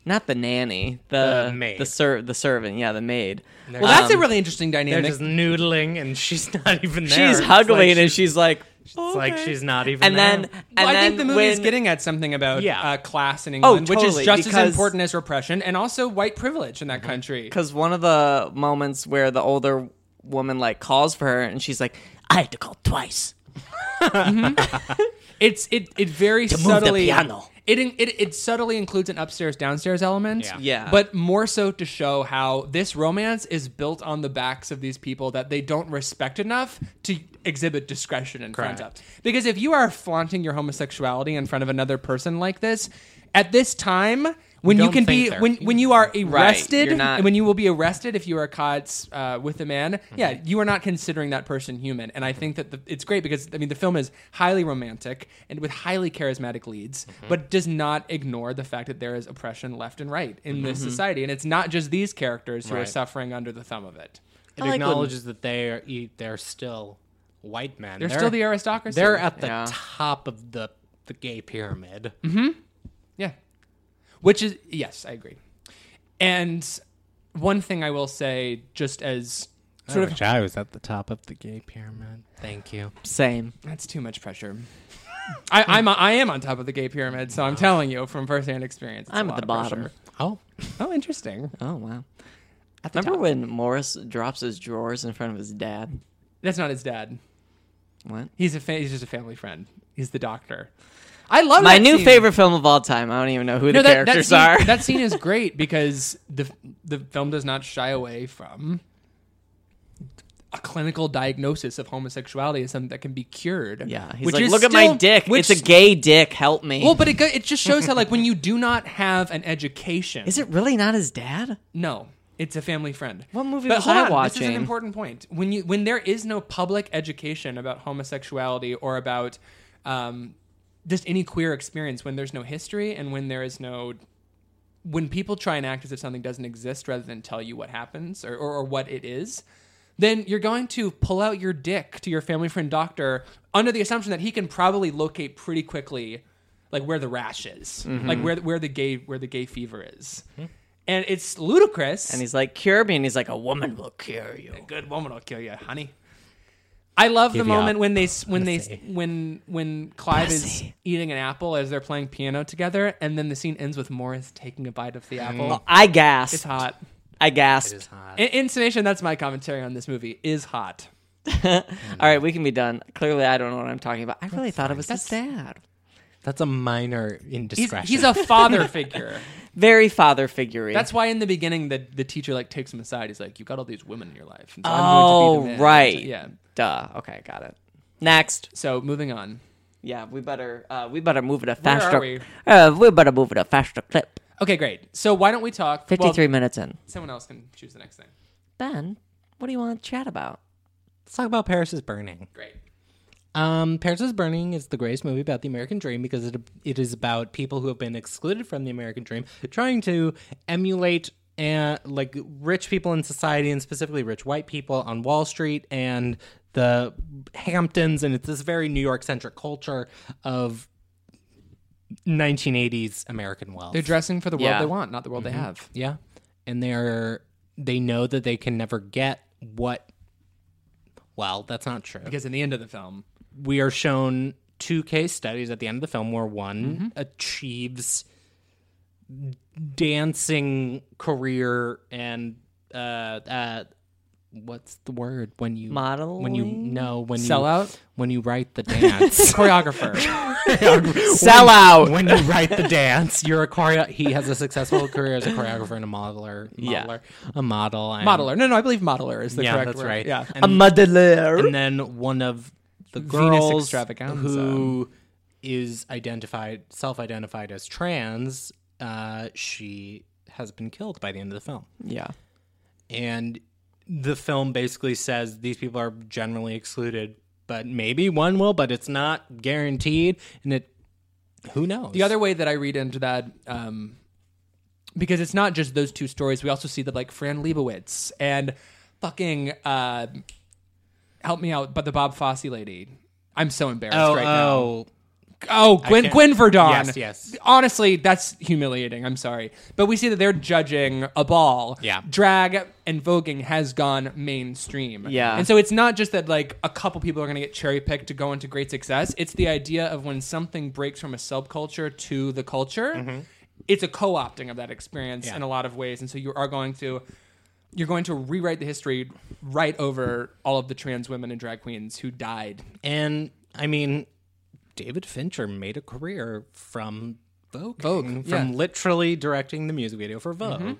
Speaker 3: Not the nanny, the
Speaker 2: The maid.
Speaker 3: the ser- the servant. Yeah, the maid.
Speaker 1: Well, that's a really interesting
Speaker 2: They're
Speaker 1: dynamic.
Speaker 2: just noodling, and she's not even there.
Speaker 3: She's
Speaker 2: It's
Speaker 3: hugging
Speaker 2: like
Speaker 3: and
Speaker 2: she-
Speaker 3: she's like,
Speaker 2: It's like
Speaker 3: "Okay."
Speaker 2: she's not even.
Speaker 3: and then
Speaker 2: there.
Speaker 3: and
Speaker 1: Well, I
Speaker 3: then
Speaker 1: think the movie is
Speaker 3: when- Oh,
Speaker 1: getting at something about
Speaker 2: Yeah.
Speaker 1: uh, class in England, which
Speaker 3: totally,
Speaker 1: is just as
Speaker 3: because- Mm-hmm.
Speaker 1: important as repression and also white privilege in that country.
Speaker 3: because one of the moments where the older woman like calls for her and she's like i had to call twice
Speaker 1: It's it it very
Speaker 6: move the
Speaker 1: subtly
Speaker 6: piano.
Speaker 1: It, in- it it subtly includes an upstairs downstairs element.
Speaker 2: Yeah.
Speaker 6: Yeah.
Speaker 1: But more so to show how this romance is built on the backs of these people that they don't respect enough to exhibit discretion in front
Speaker 2: Correct.
Speaker 1: of. Because if you are flaunting your homosexuality in front of another person like this, at this time when you
Speaker 2: don't
Speaker 1: can
Speaker 2: think
Speaker 1: be
Speaker 2: they're
Speaker 1: when when you are arrested
Speaker 6: You're not-
Speaker 1: and when you will be arrested if you are caught uh, with a man yeah you are not considering that person human and i think that the, it's great because i mean the film is highly romantic and with highly charismatic leads but does not ignore the fact that there is oppression left and right in this society and it's not just these characters who are
Speaker 2: Right.
Speaker 1: suffering under the thumb of it
Speaker 2: It
Speaker 6: like when-
Speaker 2: acknowledges that they are e- they're still white men.
Speaker 1: they're, still the aristocracy
Speaker 2: They're at the
Speaker 6: Yeah.
Speaker 2: top of the the gay pyramid.
Speaker 1: Yeah. Which is yes, I agree. And one thing I will say just as sort of
Speaker 2: I was at the top of the gay pyramid. Thank you.
Speaker 6: Same.
Speaker 1: that's too much pressure. I, I'm I am on top of the gay pyramid, so I'm telling you from firsthand experience. it's a
Speaker 6: I'm at
Speaker 1: lot
Speaker 6: the
Speaker 1: of
Speaker 6: bottom.
Speaker 1: pressure.
Speaker 2: Oh,
Speaker 1: Oh, interesting.
Speaker 6: Oh wow. Remember when Morris drops his drawers in front of his dad?
Speaker 1: That's not his dad.
Speaker 6: What?
Speaker 1: He's a fa- he's just a family friend. He's the doctor. I love
Speaker 6: My
Speaker 1: that
Speaker 6: new
Speaker 1: scene.
Speaker 6: favorite film of all time. I don't even know who
Speaker 1: No,
Speaker 6: the
Speaker 1: that, that
Speaker 6: characters
Speaker 1: scene,
Speaker 6: are.
Speaker 1: that scene is great because the the film does not shy away from a clinical diagnosis of homosexuality as something that can be cured.
Speaker 6: yeah, he's
Speaker 1: which
Speaker 6: like,
Speaker 1: is
Speaker 6: look at my
Speaker 1: still-
Speaker 6: dick.
Speaker 1: Which,
Speaker 6: it's a gay dick. Help me.
Speaker 1: Well, but it go- it just shows how like when you do not have an education,
Speaker 6: is it really not his dad?
Speaker 1: No, it's a family friend.
Speaker 6: What movie
Speaker 1: but
Speaker 6: was
Speaker 1: hold
Speaker 6: I
Speaker 1: on, This is
Speaker 6: watching?
Speaker 1: an important point. When you when there is no public education about homosexuality or about um, just any queer experience, when there's no history and when there is no when people try and act as if something doesn't exist rather than tell you what happens or, or, or what it is, then you're going to pull out your dick to your family friend doctor under the assumption that he can probably locate pretty quickly like where the rash is.
Speaker 6: Mm-hmm.
Speaker 1: Like where where the gay where the gay fever is. And it's ludicrous.
Speaker 6: Hmm. And he's like, cure me. And he's like, a woman will cure you.
Speaker 1: good woman will kill you, honey. I love the
Speaker 2: you
Speaker 1: moment
Speaker 2: up,
Speaker 1: when they s- when they s-
Speaker 2: pussy.
Speaker 1: when when Clive is
Speaker 6: Pussy.
Speaker 1: eating an apple as they're playing piano together, and then the scene ends with Morris taking a bite
Speaker 6: Mm.
Speaker 1: of the apple.
Speaker 6: I
Speaker 1: It's
Speaker 6: gasped.
Speaker 1: hot.
Speaker 6: I gasped.
Speaker 2: it's hot.
Speaker 1: In, in summation, that's my commentary on this movie. Is hot.
Speaker 6: All right, we can be done. Clearly, I don't know what I'm talking about. I really thought it was his dad.
Speaker 2: That's a minor
Speaker 1: He's,
Speaker 2: indiscretion.
Speaker 1: he's a father figure.
Speaker 6: Very father figure
Speaker 1: That's why in the beginning the the teacher like takes him aside. He's like, "You got all these women in your life." And so
Speaker 6: Oh,
Speaker 1: I'm going to be the man."
Speaker 6: right.
Speaker 1: Yeah.
Speaker 6: Duh. Okay, got it. Next.
Speaker 1: So moving on.
Speaker 6: Yeah, we better uh, we better move it a
Speaker 1: Where are
Speaker 6: faster.
Speaker 1: we?
Speaker 6: Uh, we better move it a faster clip.
Speaker 1: Okay, great. So why don't we talk? well,
Speaker 6: Fifty three minutes in.
Speaker 1: someone else can choose the next thing.
Speaker 6: Ben, what do you want to chat about?
Speaker 2: Let's talk about Paris is Burning.
Speaker 1: Great.
Speaker 2: Um, Paris is Burning is the greatest movie about the American dream because it it is about people who have been excluded from the American dream trying to emulate uh, like rich people in society and specifically rich white people on Wall Street and the Hamptons and it's this very New York centric culture of 1980s American wealth.
Speaker 1: They're dressing for the world
Speaker 6: Yeah. Mm-hmm.
Speaker 1: they want, not the world they have.
Speaker 2: Yeah. And they're they know that they can never get what well, that's not true.
Speaker 1: Because in the end of the film,
Speaker 2: We are shown two case studies at the end of the film where one achieves dancing career and uh uh what's the word when you when you
Speaker 6: Modeling?
Speaker 2: know when you
Speaker 1: Sell out?
Speaker 2: when you write the dance
Speaker 1: choreographer.
Speaker 6: Sell out.
Speaker 2: when you write the dance, you're a choreo. He has a successful career as a choreographer and a modeler, modeler
Speaker 6: Yeah.
Speaker 2: a model, and,
Speaker 1: modeler. No, no, I believe modeler is the
Speaker 2: Yeah,
Speaker 1: correct
Speaker 2: that's
Speaker 1: word.
Speaker 2: right.
Speaker 1: Yeah.
Speaker 2: and,
Speaker 6: A modeler.
Speaker 2: and then one of the
Speaker 1: Venus
Speaker 2: girls
Speaker 1: extravaganza.
Speaker 2: who is identified, self-identified as trans, uh, she has been killed by the end of the film,
Speaker 6: Yeah.
Speaker 2: and the film basically says these people are generally excluded, but maybe one will, but it's not guaranteed, and it. Who knows?
Speaker 1: The other way that I read into that, um, because it's not just those two stories, we also see that like Fran Lebowitz and fucking uh, help me out, but the Bob Fosse lady. I'm so embarrassed
Speaker 2: Oh,
Speaker 1: right now.
Speaker 2: oh,
Speaker 1: Oh, Gwen
Speaker 2: can't-
Speaker 1: Gwen Verdon.
Speaker 2: Yes, yes.
Speaker 1: Honestly, that's humiliating. I'm sorry, but we see that they're judging a ball.
Speaker 2: Yeah.
Speaker 1: drag and voguing has gone mainstream.
Speaker 6: Yeah.
Speaker 1: and so it's not just that like a couple people are going to get cherry picked to go into great success. It's the idea of when something breaks from a subculture to the culture.
Speaker 2: Mm-hmm.
Speaker 1: It's a co-opting of that experience in a lot of ways, and so you are going to you're going to rewrite the history right over all of the trans women and drag queens who died
Speaker 2: and I mean, David Fincher made a career from Vogue,
Speaker 1: Vogue,
Speaker 2: from
Speaker 1: yeah.
Speaker 2: literally directing the music video for Vogue,
Speaker 1: Mm-hmm.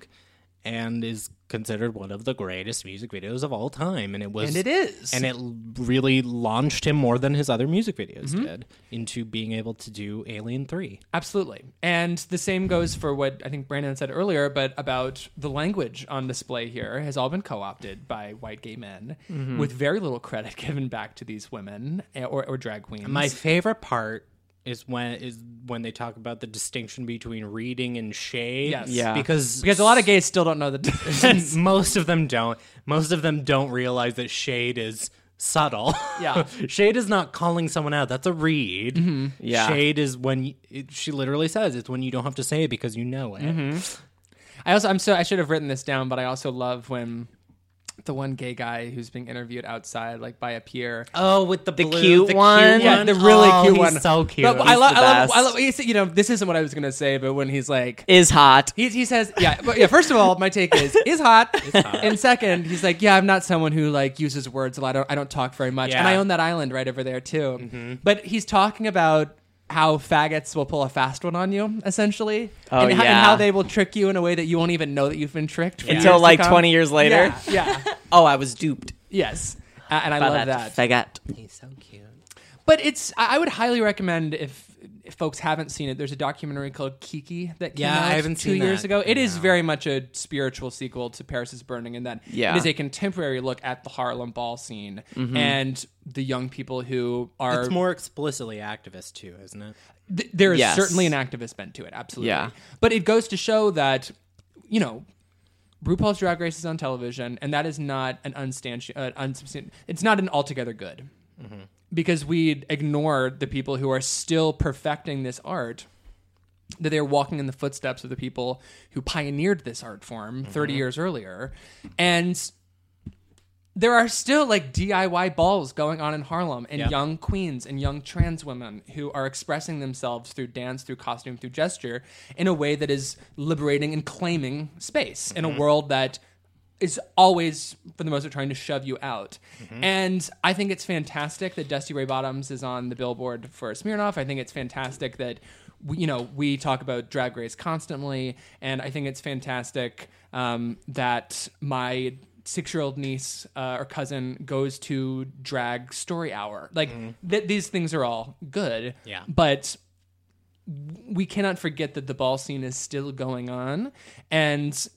Speaker 2: and is considered one of the greatest music videos of all time. And it was,
Speaker 1: And it is.
Speaker 2: and it l- really launched him more than his other music videos
Speaker 1: Mm-hmm.
Speaker 2: did into being able to do Alien Three.
Speaker 1: Absolutely. And the same goes for what I think Brandon said earlier, but about the language on display here has all been co opted by white gay men with very little credit given back to these women eh, or, or drag queens.
Speaker 2: My favorite part is when is when they talk about the distinction between reading and shade.
Speaker 1: Yes.
Speaker 3: Yeah.
Speaker 2: because
Speaker 1: because a lot of gays still don't know the difference.
Speaker 2: most of them don't. Most of them don't realize that shade is subtle.
Speaker 1: Yeah. Mm-hmm.
Speaker 2: shade is not calling someone out. That's a read.
Speaker 3: Yeah.
Speaker 2: Shade is when y it, she literally says it's when you don't have to say it because you know it.
Speaker 1: Mm-hmm. I also I'm so I should have written this down, but I also love when the one gay guy who's being interviewed outside, like by a pier,
Speaker 2: Oh, with the, blue,
Speaker 3: cute
Speaker 2: the
Speaker 3: one?
Speaker 1: Yeah, the really
Speaker 2: Oh,
Speaker 1: cute
Speaker 2: he's
Speaker 1: one.
Speaker 2: So cute.
Speaker 1: But I,
Speaker 3: He's
Speaker 1: lo-
Speaker 3: the
Speaker 1: I love,
Speaker 3: best.
Speaker 1: I love, he's- you know, this isn't what I was gonna say, but when he's like,
Speaker 3: Is hot.
Speaker 1: he, he says, yeah, but yeah. First of all, my take is is hot. And second, he's like, yeah, I'm not someone who like uses words a lot. I don't, I don't talk very much, and
Speaker 2: Yeah.
Speaker 1: I own that island right over there too.
Speaker 3: Mm-hmm.
Speaker 1: But he's talking about how faggots will pull a fast one on you, essentially,
Speaker 3: Oh,
Speaker 1: and, how, and
Speaker 3: yeah.
Speaker 1: how they will trick you in a way that you won't even know that you've been tricked for years
Speaker 3: Until
Speaker 1: to
Speaker 3: like
Speaker 1: come.
Speaker 3: 20 years later.
Speaker 1: Yeah, yeah.
Speaker 3: Oh, I was duped.
Speaker 1: yes. A- and I
Speaker 3: by
Speaker 1: love that.
Speaker 3: I got.
Speaker 2: he's so cute.
Speaker 1: But it's I I would highly recommend if, if folks haven't seen it. There's a documentary called Kiki that came
Speaker 2: Yeah,
Speaker 1: out
Speaker 2: I haven't
Speaker 1: two
Speaker 2: seen
Speaker 1: years
Speaker 2: that.
Speaker 1: ago. It is
Speaker 2: No.
Speaker 1: very much a spiritual sequel to Paris is Burning, in that
Speaker 3: Yeah.
Speaker 1: it is a contemporary look at the Harlem Ball scene and the young people who are.
Speaker 2: Mm-hmm. It's more explicitly activist too, isn't it?
Speaker 1: th- there is
Speaker 3: Yes.
Speaker 1: certainly an activist bent to it, absolutely.
Speaker 3: Yeah.
Speaker 1: But it goes to show that you know. RuPaul's Drag Race is on television, and that is not an unsubstanti- uh, unsubstan- It's not an altogether good
Speaker 3: Mm-hmm.
Speaker 1: because we ignore the people who are still perfecting this art that they're walking in the footsteps of the people who pioneered this art form 30
Speaker 3: Mm-hmm.
Speaker 1: years earlier and there are still like DIY balls going on in Harlem and
Speaker 2: Yep.
Speaker 1: young queens and young trans women who are expressing themselves through dance, through costume, through gesture in a way that is liberating and claiming space in a world that is always, for the most part, trying to shove you out. And I think it's fantastic that Dusty Ray Bottoms is on the billboard for Smirnoff. I think it's fantastic that we, you know we talk about Drag Race constantly, and I think it's fantastic um, that my six-year-old niece uh, or cousin goes to drag story hour. Like th- these things are all good.
Speaker 2: Yeah.
Speaker 1: but we cannot forget that the ball scene is still going on and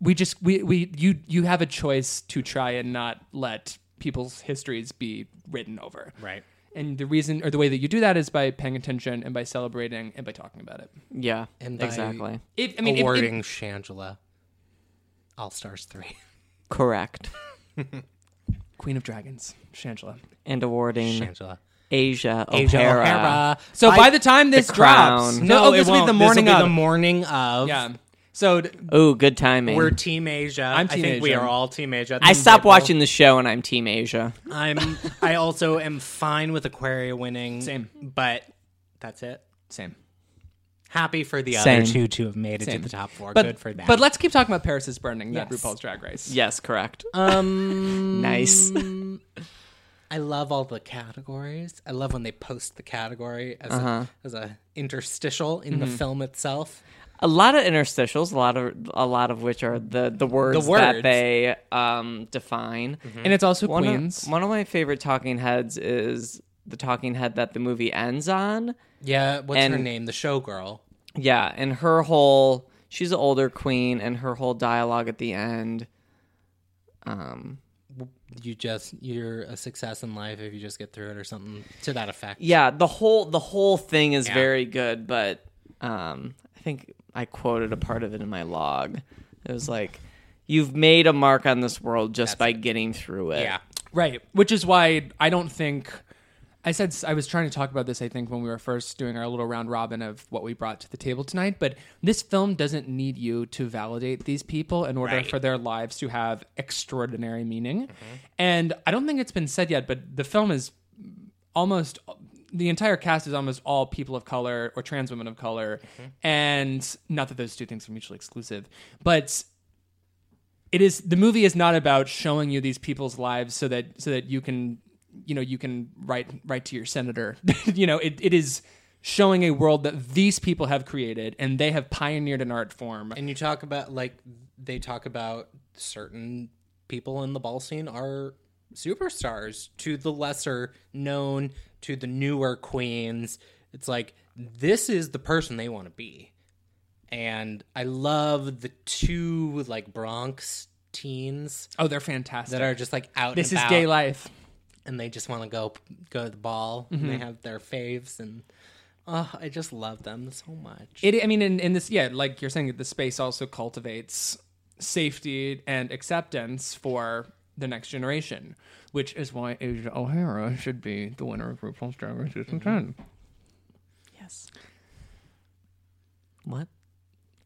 Speaker 1: we just we we you you have a choice to try and not let people's histories be written over
Speaker 2: Right.
Speaker 1: and the reason or the way that you do that is by paying attention and by celebrating and by talking about it
Speaker 3: Yeah.
Speaker 2: And by-
Speaker 3: exactly.
Speaker 1: if, i mean if- if-
Speaker 2: awarding Shangela All Stars three.
Speaker 3: Correct.
Speaker 1: queen of dragons shangela
Speaker 3: And
Speaker 1: Mm.
Speaker 3: awarding
Speaker 2: Shangela.
Speaker 3: Asia O'Hara.
Speaker 2: Asia O'Hara.
Speaker 1: so by, the time this drops no,
Speaker 3: Crown.
Speaker 2: No,
Speaker 1: oh, this
Speaker 2: it
Speaker 1: will be
Speaker 2: won't.
Speaker 1: the morning
Speaker 2: this will be
Speaker 1: of
Speaker 2: the morning of.
Speaker 1: yeah so d-
Speaker 3: Ooh, good timing.
Speaker 2: We're Team Asia.
Speaker 1: I'm
Speaker 2: I
Speaker 1: Team
Speaker 2: think we
Speaker 1: Asia.
Speaker 2: are all Team Asia.
Speaker 3: I stop watching the show and I'm Team Asia.
Speaker 2: I'm. I also am fine with Aquaria winning.
Speaker 1: Same.
Speaker 2: but that's it.
Speaker 1: same
Speaker 2: Happy for the
Speaker 3: Same.
Speaker 2: other two to have made it
Speaker 1: Same.
Speaker 2: to the top four.
Speaker 1: but,
Speaker 2: Good for that.
Speaker 1: but let's keep talking about paris is burning that
Speaker 2: Yes.
Speaker 1: rupaul's drag race
Speaker 3: Yes, correct.
Speaker 2: um,
Speaker 3: nice.
Speaker 2: I love all the categories. I love when they post the category as
Speaker 1: Uh-huh.
Speaker 2: a, as a interstitial in
Speaker 1: Mm-hmm.
Speaker 2: the film itself.
Speaker 3: A lot of interstitials, a lot of a lot of which are the the words,
Speaker 2: The words.
Speaker 3: that they um, define.
Speaker 1: and it's also
Speaker 3: One
Speaker 1: Mm-hmm. queens
Speaker 3: of, one of my favorite talking heads is the talking head that the movie ends on.
Speaker 2: Yeah. What's her
Speaker 3: And-
Speaker 2: name? The showgirl.
Speaker 3: Yeah, and her whole she's an older queen, and her whole dialogue at the end. Um,
Speaker 2: you just you're a success in life if you just get through it or something to that effect.
Speaker 3: yeah, the whole the whole thing is very good, but um, I think I quoted a part of it in my log. It was like, "You've made a mark on this world just by getting through it."
Speaker 2: Yeah.
Speaker 1: Right, which is why I don't think I said I was trying to talk about this. I think when we were first doing our little round robin of what we brought to the table tonight, but this film doesn't need you to validate these people in order for their lives to have extraordinary meaning. And I don't think it's been said yet, but the film is almost the entire cast is almost all people of color or trans women of color, and not that those two things are mutually exclusive, but it is the movie is not about showing you these people's lives so that so that you can you know you can write write to your senator. you know, it, it is showing a world that these people have created and they have pioneered an art form.
Speaker 2: And you talk about like they talk about certain people in the ball scene are superstars to the lesser known to the newer queens. It's like this is the person they want to be. And I love the two like Bronx teens
Speaker 1: oh, they're fantastic.
Speaker 2: that are just like out
Speaker 1: this
Speaker 2: and
Speaker 1: is
Speaker 2: about
Speaker 1: gay life.
Speaker 2: and they just want to go go to the ball and
Speaker 1: Mm-hmm.
Speaker 2: they have their faves and oh, I just love them so much.
Speaker 1: It, I mean, in, in this, yeah, like you're saying, the space also cultivates safety and acceptance for the next generation, which is why Asia O'Hara should be the winner of RuPaul's Drag
Speaker 2: Mm-hmm.
Speaker 1: Race season ten.
Speaker 3: Yes.
Speaker 2: what?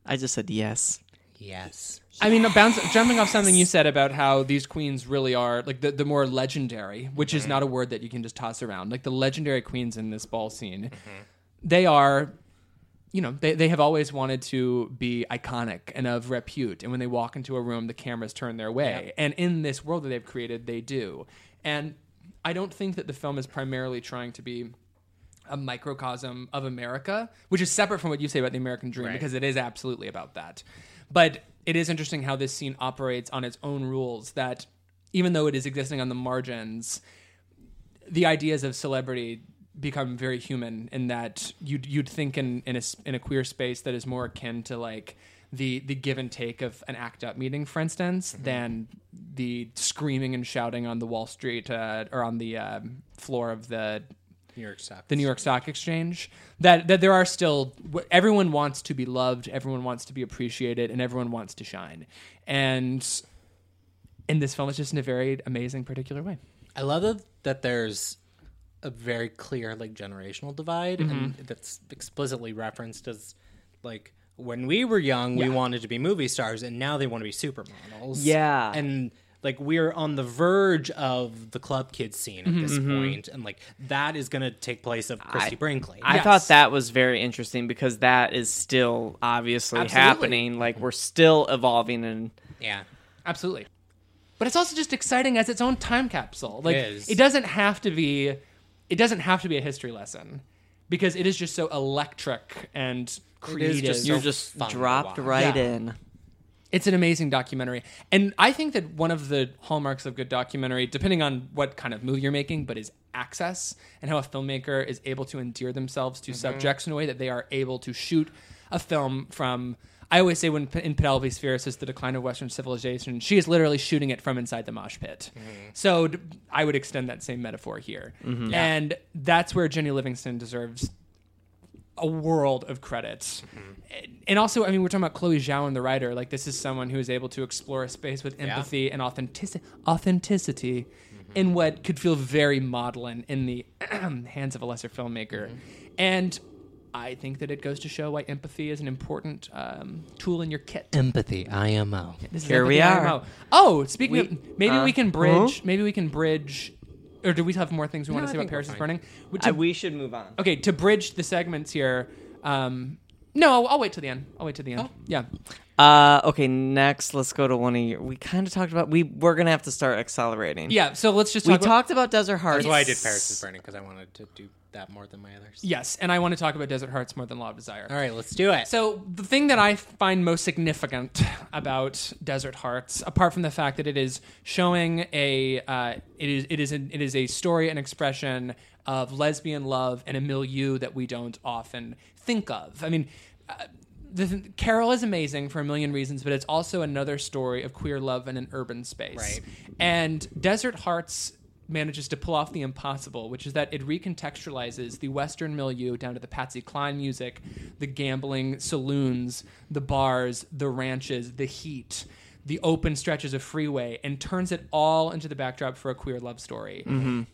Speaker 3: I just said yes.
Speaker 2: Yes.
Speaker 1: I mean, bounce, jumping off something you said about how these queens really are like the, the more legendary, which is not a word that you can just toss around. Like the legendary queens in this ball scene, they are, you know, they, they have always wanted to be iconic and of repute. And when they walk into a room, the cameras turn their way. And in this world that they've created, they do. And I don't think that the film is primarily trying to be a microcosm of America, which is separate from what you say about the American dream, because it is absolutely about that. But it is interesting how this scene operates on its own rules that even though it is existing on the margins, the ideas of celebrity become very human in that you'd you'd think in in a, s- in a queer space that is more akin to like the the give and take of an act up meeting, for instance, than the screaming and shouting on the Wall Street uh, or on the um, floor of the
Speaker 2: New York Stock.
Speaker 1: the New York Stock Exchange. That that there are still wh- everyone wants to be loved, everyone wants to be appreciated, and everyone wants to shine. And in this film, it's just in a very amazing, particular way.
Speaker 2: I love that, that there's a very clear like generational divide and that's explicitly referenced as like when we were young we wanted to be movie stars and now they want to be supermodels.
Speaker 3: Yeah.
Speaker 2: And like we're on the verge of the club kids scene at this point, and like that is going to take place of Christy Brinkley.
Speaker 3: I thought that was very interesting because that is still obviously
Speaker 1: Absolutely.
Speaker 3: happening. Like we're still evolving and
Speaker 2: yeah.
Speaker 1: Absolutely. But it's also just exciting as its own time capsule. Like
Speaker 2: is.
Speaker 1: it doesn't have to be it doesn't have to be a history lesson because it is just so electric and creative.
Speaker 2: just
Speaker 3: you're
Speaker 2: So
Speaker 3: just
Speaker 2: fun to
Speaker 3: dropped
Speaker 2: watch.
Speaker 3: right
Speaker 1: Yeah.
Speaker 3: in.
Speaker 1: it's an amazing documentary and i think that one of the hallmarks of good documentary depending on what kind of movie you're making but is access and how a filmmaker is able to endear themselves to subjects in a way that they are able to shoot a film from i always say when P- in penelope spheres is the decline of western civilization she is literally shooting it from inside the mosh pit so d- i would extend that same metaphor here and that's where jenny livingston deserves a world of credits. And also, I mean, we're talking about Chloe Zhao and the writer. Like, this is someone who is able to explore a space with empathy and authentic- authenticity in what could feel very maudlin in the hands of a lesser filmmaker. And I think that it goes to show why empathy is an important um, tool in your kit.
Speaker 2: Empathy, IMO.
Speaker 1: This is
Speaker 3: Here we
Speaker 1: empathy
Speaker 3: are.
Speaker 1: IMO. Oh, speaking of, maybe
Speaker 3: uh,
Speaker 1: we can bridge. Maybe we can bridge. Or do we have more things we want
Speaker 2: I
Speaker 1: to say about
Speaker 2: think we're
Speaker 1: Paris is
Speaker 2: fine.
Speaker 1: Burning? Would
Speaker 3: I-
Speaker 1: you-
Speaker 3: we should move on.
Speaker 1: okay to bridge the segments here um no I'll, I'll wait till the end i'll wait till the end yeah
Speaker 3: Uh, okay, next let's go to one of your. We kind of talked about we we're gonna have to start accelerating.
Speaker 1: yeah so let's just
Speaker 3: we
Speaker 1: talk about-
Speaker 3: talked about Desert Hearts.
Speaker 2: That's why I did Paris is Burning because I wanted to do that more than my others.
Speaker 1: yes and i want to talk about desert hearts more than law of desire
Speaker 2: All right, let's do it.
Speaker 1: So the thing that I find most significant about Desert Hearts, apart from the fact that it is showing a, uh, it is it is an, it is a story and expression of lesbian love and a milieu that we don't often think of. I mean. Uh, the th- Carol is amazing for a million reasons, but it's also another story of queer love in an urban space.
Speaker 2: Right.
Speaker 1: And Desert Hearts manages to pull off the impossible, which is that it recontextualizes the Western milieu down to the Patsy Cline music, the gambling saloons, the bars, the ranches, the heat, the open stretches of freeway, and turns it all into the backdrop for a queer love story.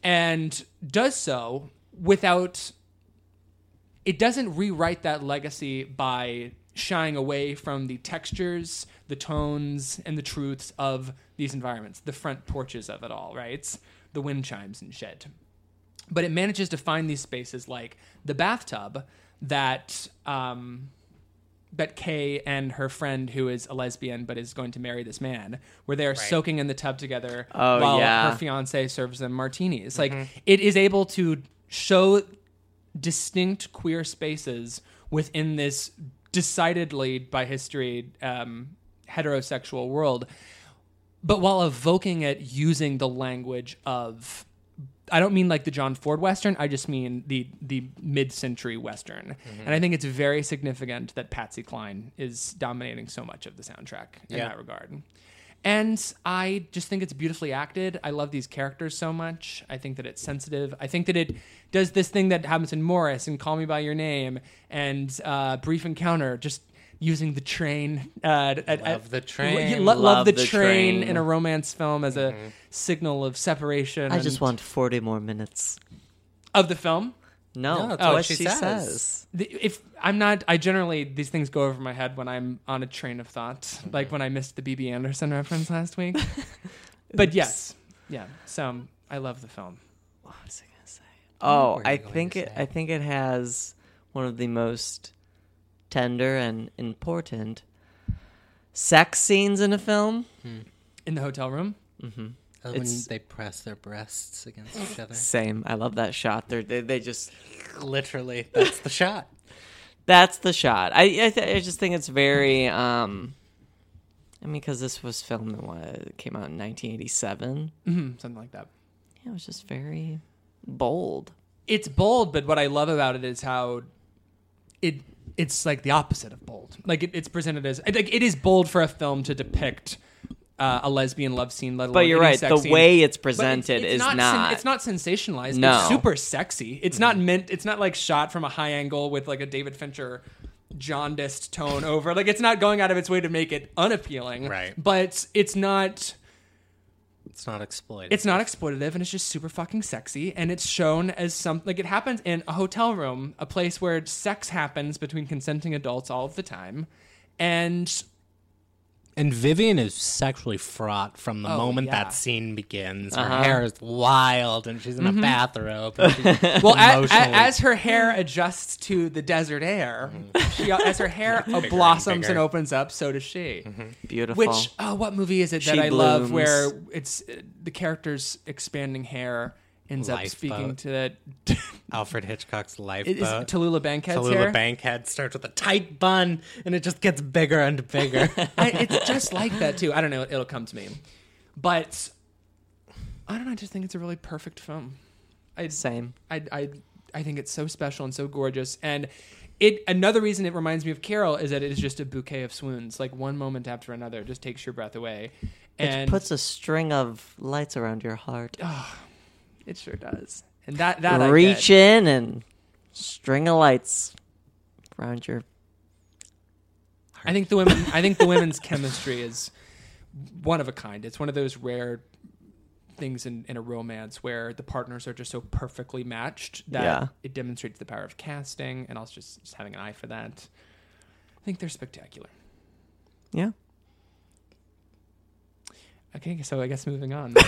Speaker 1: And does so without it doesn't rewrite that legacy by shying away from the textures, the tones, and the truths of these environments, the front porches of it all, right? The wind chimes and shit. But it manages to find these spaces like the bathtub that um, that Kay and her friend, who is a lesbian but is going to marry this man, where they are soaking in the tub together while
Speaker 3: yeah.
Speaker 1: her fiance serves them martinis. Like it is able to show distinct queer spaces within this decidedly by history um, heterosexual world, but while evoking it using the language of. I don't mean like the John Ford Western. I just mean the the mid century Western, and I think it's very significant that Patsy Cline is dominating so much of the soundtrack in that regard. And I just think it's beautifully acted. I love these characters so much. I think that it's sensitive. I think that it does this thing that happens in Morris and Call Me by Your Name and uh, Brief Encounter, just using the train. Uh, at-
Speaker 2: Love
Speaker 1: at-
Speaker 2: the train.
Speaker 1: Yeah, lo- love,
Speaker 3: Love
Speaker 1: the,
Speaker 3: the
Speaker 1: train,
Speaker 3: train. Mm-hmm.
Speaker 1: in a romance film as a signal of separation.
Speaker 3: I just
Speaker 1: and-
Speaker 3: want 40 more minutes.
Speaker 1: of the film.
Speaker 3: No,
Speaker 2: No,
Speaker 3: that's
Speaker 2: that's
Speaker 3: what,
Speaker 2: what
Speaker 3: she,
Speaker 2: she
Speaker 3: says.
Speaker 2: says.
Speaker 1: The- If I'm not, I generally these things go over my head when I'm on a train of thought,
Speaker 3: Mm-hmm.
Speaker 1: like when I missed the BB Anderson reference last week. but yes, yeah. So I love the film.
Speaker 3: What was I gonna say? Oh,
Speaker 2: were
Speaker 3: I
Speaker 2: you going
Speaker 3: think
Speaker 2: to
Speaker 3: it.
Speaker 2: say?
Speaker 3: I think it has one of the most tender and important sex scenes in a film.
Speaker 1: In the hotel room,
Speaker 2: Uh, When
Speaker 3: It's-
Speaker 2: they press their breasts against each other.
Speaker 3: Same. I love that shot. They're, they they just
Speaker 2: Literally, that's the shot.
Speaker 3: that's the shot. I I, th- I just think it's very. um I mean, because this was filmed in what it came out in 1987.
Speaker 1: Mhm, something like that.
Speaker 3: Yeah, it was just very bold.
Speaker 1: It's bold, but what I love about it is how it it's like the opposite of bold. Like it, it's presented as like it is bold for a film to depict uh, a lesbian love scene. Let alone
Speaker 3: But you're
Speaker 1: any
Speaker 3: right.
Speaker 1: sex
Speaker 3: The
Speaker 1: scene.
Speaker 3: way it's
Speaker 1: But it's-
Speaker 3: presented
Speaker 1: it's
Speaker 3: is
Speaker 1: sen-
Speaker 3: not.
Speaker 1: it's not sensationalized.
Speaker 3: No.
Speaker 1: It's super sexy. It's not meant. It's not like shot from a high angle with like a David Fincher jaundiced tone over. Like it's not going out of its way to make it unappealing.
Speaker 2: Right.
Speaker 1: But it's not.
Speaker 2: It's not exploited.
Speaker 1: It's not exploitative, and it's just super fucking sexy. And it's shown as some like it happens in a hotel room, a place where sex happens between consenting adults all of the time, and
Speaker 2: And Vivian is sexually fraught from the
Speaker 1: Oh,
Speaker 2: moment
Speaker 1: yeah.
Speaker 2: that scene begins. Her hair is wild, and she's in a bathrobe. and she's
Speaker 1: Well, a- a-
Speaker 2: emotionally-
Speaker 1: as her hair adjusts to the desert air, she, as her hair uh, blossoms and
Speaker 2: Mm-hmm. bigger. Mm-hmm.
Speaker 1: opens up, so does she.
Speaker 3: Beautiful.
Speaker 1: Which, oh, what movie is it that
Speaker 3: She
Speaker 1: I love
Speaker 3: blooms.
Speaker 1: where it's uh, the character's expanding hair ends up speaking
Speaker 2: Lifeboat.
Speaker 1: to that?
Speaker 2: Alfred Hitchcock's life.
Speaker 1: It is Tallulah Bankhead's hair.
Speaker 2: Tallulah Bankhead starts with a tight bun, and it just gets bigger and bigger.
Speaker 1: I, it's just like that too. I don't know. It'll come to me, but I don't know. I just think it's a really perfect film. I,
Speaker 3: Same.
Speaker 1: I, I, I think it's so special and so gorgeous. And it another reason it reminds me of Carol is that it is just a bouquet of swoons. Like one moment after another, just takes your breath away. And
Speaker 3: it puts a string of lights around your heart.
Speaker 1: it sure does. And that that I
Speaker 3: Reach
Speaker 1: get.
Speaker 3: in and string of lights around your.
Speaker 1: I think the women. I think the women's chemistry is one of a kind. It's one of those rare things in, in a romance where the partners are just so perfectly matched that
Speaker 3: Yeah.
Speaker 1: it demonstrates the power of casting and also just, just having an eye for that. I think they're spectacular.
Speaker 3: Yeah.
Speaker 1: Okay, so I guess moving on.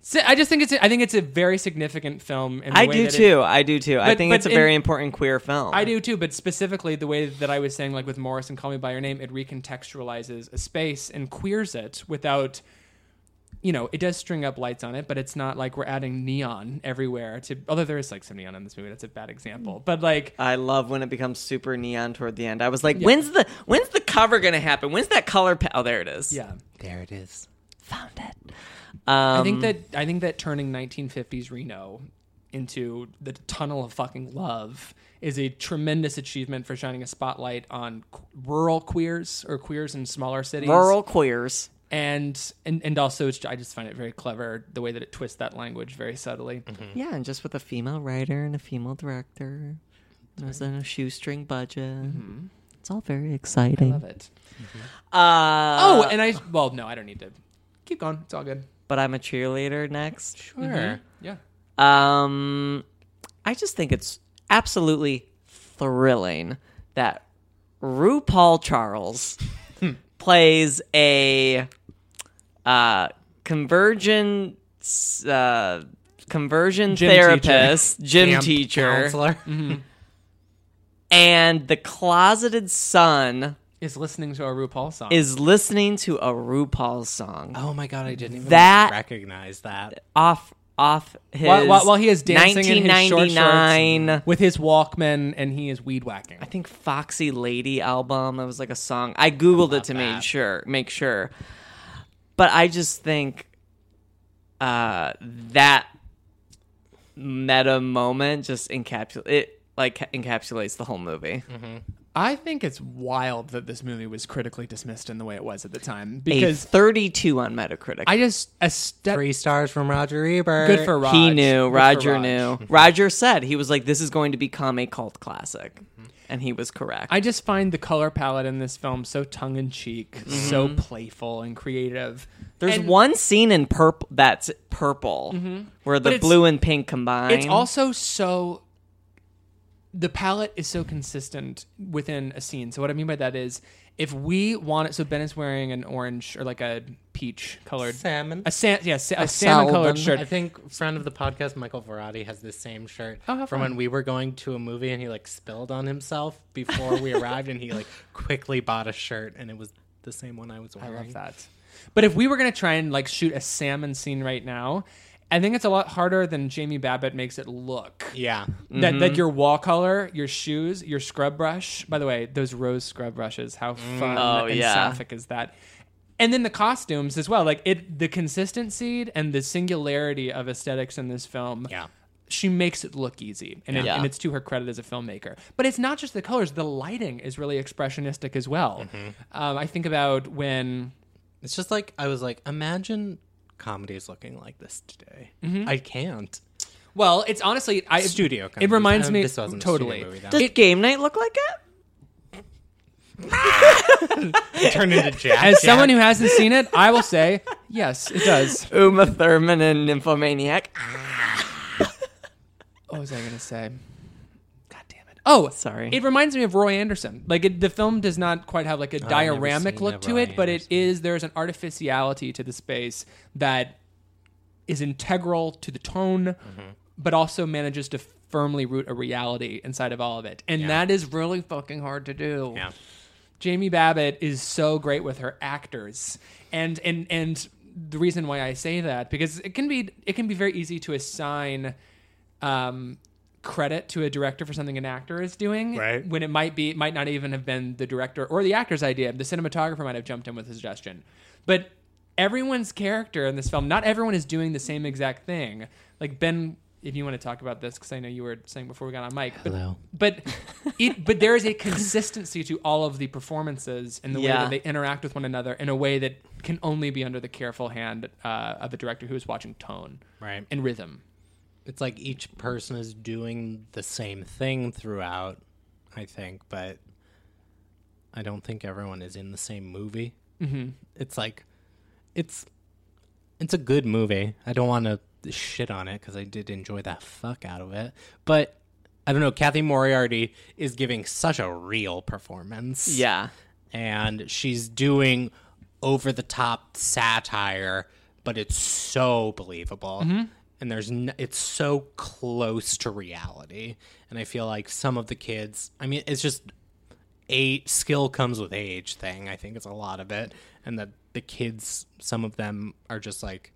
Speaker 1: so I just think it's a, I think it's a very significant film. In the
Speaker 3: I
Speaker 1: way
Speaker 3: do
Speaker 1: that it-
Speaker 3: too. I do too. I
Speaker 1: But-
Speaker 3: think
Speaker 1: but
Speaker 3: it's a
Speaker 1: in-
Speaker 3: very important queer film.
Speaker 1: I do too, but specifically the way that I was saying, like with Morris and Call Me by Your Name, it recontextualizes a space and queers it without, you know, it does string up lights on it, but it's not like we're adding neon everywhere. To although there is like some neon in this movie, that's a bad example. But like,
Speaker 3: I love when it becomes super neon toward the end. I was like, when's the when's the cover gonna happen? When's that color? Pa- oh, there it is.
Speaker 1: yeah,
Speaker 2: there it is.
Speaker 3: found it. Um,
Speaker 1: I think that I think that turning 1950s Reno into the tunnel of fucking love is a tremendous achievement for shining a spotlight on qu- rural queers or queers in smaller cities.
Speaker 3: Rural queers.
Speaker 1: and and and also it's, I just find it very clever the way that it twists that language very subtly.
Speaker 3: Yeah, and just with a female writer and a female director. It was on a shoestring budget. It's all very
Speaker 1: Mm-hmm. I
Speaker 3: exciting.
Speaker 1: love it.
Speaker 3: Uh,
Speaker 1: Oh, and I well no, I don't need to keep going. It's all good. Mm-hmm.
Speaker 3: but I'm a cheerleader next.
Speaker 2: Sure.
Speaker 1: Yeah.
Speaker 3: Um, I just think it's absolutely thrilling that RuPaul Charles plays a uh, conversion uh, conversion
Speaker 1: Gym teacher.
Speaker 3: therapist, gym
Speaker 2: Camp
Speaker 3: teacher,
Speaker 2: counselor.
Speaker 6: and the closeted son
Speaker 1: is listening to a RuPaul song.
Speaker 6: is listening to a RuPaul song
Speaker 2: Oh my god, I didn't even
Speaker 6: That-
Speaker 2: recognize that.
Speaker 6: off off his
Speaker 1: while, while, while he is dancing in his short shorts
Speaker 6: 1999
Speaker 1: with his Walkman and he is weed whacking.
Speaker 6: I think Foxy Lady album. It was like a song. I googled it to make sure, make sure. But I just think uh that meta moment just encapsulate it like encapsulates the whole movie.
Speaker 1: Mm-hmm. I think it's wild that this movie was critically dismissed in the way it was at the time
Speaker 6: A
Speaker 1: because
Speaker 6: 32 on Metacritic.
Speaker 1: I just a step
Speaker 2: Three stars from Roger Ebert.
Speaker 1: good for Raj.
Speaker 6: he knew,
Speaker 1: Good for
Speaker 6: Roger
Speaker 1: Raj. Mm-hmm.
Speaker 6: knew. Roger said he was like this is going to become a cult classic. And he was correct.
Speaker 1: Mm-hmm. I just find the color palette in this film so tongue in cheek, so playful and creative.
Speaker 6: There's
Speaker 1: Mm-hmm. And
Speaker 6: one scene in purple that's purple where
Speaker 1: Mm-hmm. But
Speaker 6: the
Speaker 1: it's-
Speaker 6: blue and pink combine.
Speaker 1: It's also so the palette is so consistent within a scene. So what I mean by that is if we want it so Ben is wearing an orange or like a peach colored
Speaker 2: salmon.
Speaker 1: a san yeah, sa- a, salmon colored
Speaker 2: I
Speaker 1: shirt.
Speaker 2: think friend of the podcast Michael Verratti has this same shirt
Speaker 1: Oh, how
Speaker 2: from
Speaker 1: fun.
Speaker 2: when we were going to a movie and he like spilled on himself before we arrived and he like quickly bought a shirt and it was the same one I was
Speaker 1: I
Speaker 2: wearing.
Speaker 1: love that. But if we were gonna try and like shoot a salmon scene right now, I think it's a lot harder than Jamie Babbitt makes it look.
Speaker 2: Yeah.
Speaker 1: That, Mm.
Speaker 6: Mm-hmm.
Speaker 1: that your wall color, your shoes, your scrub brush. By the way, those rose scrub brushes, how fun
Speaker 6: Oh,
Speaker 1: and
Speaker 6: yeah.
Speaker 1: sapphic is that? And then the costumes as well. Like it, the consistency and the singularity of aesthetics in this film.
Speaker 2: Yeah.
Speaker 1: She makes it look easy, and, it-
Speaker 6: Yeah.
Speaker 1: and it's to her credit as a filmmaker. But it's not just the colors; the lighting is really expressionistic as well.
Speaker 6: Mm-hmm.
Speaker 1: Um, I think about when
Speaker 2: It's just like I was like, imagine comedies looking like this today. I can't.
Speaker 1: Well, it's honestly I,
Speaker 2: Studio
Speaker 1: Mm-hmm. It
Speaker 2: comedies.
Speaker 1: reminds
Speaker 2: Um,
Speaker 1: me
Speaker 2: this wasn't a studio
Speaker 1: totally.
Speaker 2: movie, though.
Speaker 6: Does
Speaker 1: It-
Speaker 6: game night look like it?
Speaker 2: It turned into jazz.
Speaker 1: as someone who hasn't seen it, I will say yes, it does.
Speaker 6: Uma Thurman and Nymphomaniac.
Speaker 1: What was I going to say? God damn it! Oh,
Speaker 6: Sorry.
Speaker 1: It reminds me of Roy Anderson. Like it, the film does not quite have like a
Speaker 2: Oh, never
Speaker 1: dioramic
Speaker 2: seen
Speaker 1: look
Speaker 2: a
Speaker 1: to
Speaker 2: Roy
Speaker 1: it, but it
Speaker 2: Anderson.
Speaker 1: is there's an artificiality to the space that is integral to the tone,
Speaker 2: Mm-hmm.
Speaker 1: but also manages to firmly root a reality inside of all of it, and that is really fucking hard to do.
Speaker 2: Yeah.
Speaker 1: Jamie Babbitt is so great with her actors, and and and the reason why I say that because it can be it can be very easy to assign um, credit to a director for something an actor is doing,
Speaker 2: Right.
Speaker 1: When it might be it might not even have been the director or the actor's idea. The cinematographer might have jumped in with a suggestion, but everyone's character in this film, not everyone is doing the same exact thing. Like Ben. If you want to talk about this, because I know you were saying before we got on mic, but
Speaker 2: Hello.
Speaker 1: but it but there is a consistency to all of the performances and the way
Speaker 6: Yeah.
Speaker 1: that they interact with one another in a way that can only be under the careful hand uh, of a director who is watching tone
Speaker 2: Right.
Speaker 1: and rhythm.
Speaker 2: it's like each person is doing the same thing throughout, I think, but I don't think everyone is in the same movie. Mm-hmm. It's like it's it's a good movie. I don't want to shit on it because I did enjoy that fuck out of it, but I don't know. Kathy Moriarty is giving such a real performance
Speaker 6: Yeah.
Speaker 2: and she's doing over the top satire, but it's so believable.
Speaker 1: Mm-hmm.
Speaker 2: And there's n- it's so close to reality. And I feel like some of the kids, I mean, it's just a skill comes with age thing. I think it's a lot of it, and that the kids, some of them are just like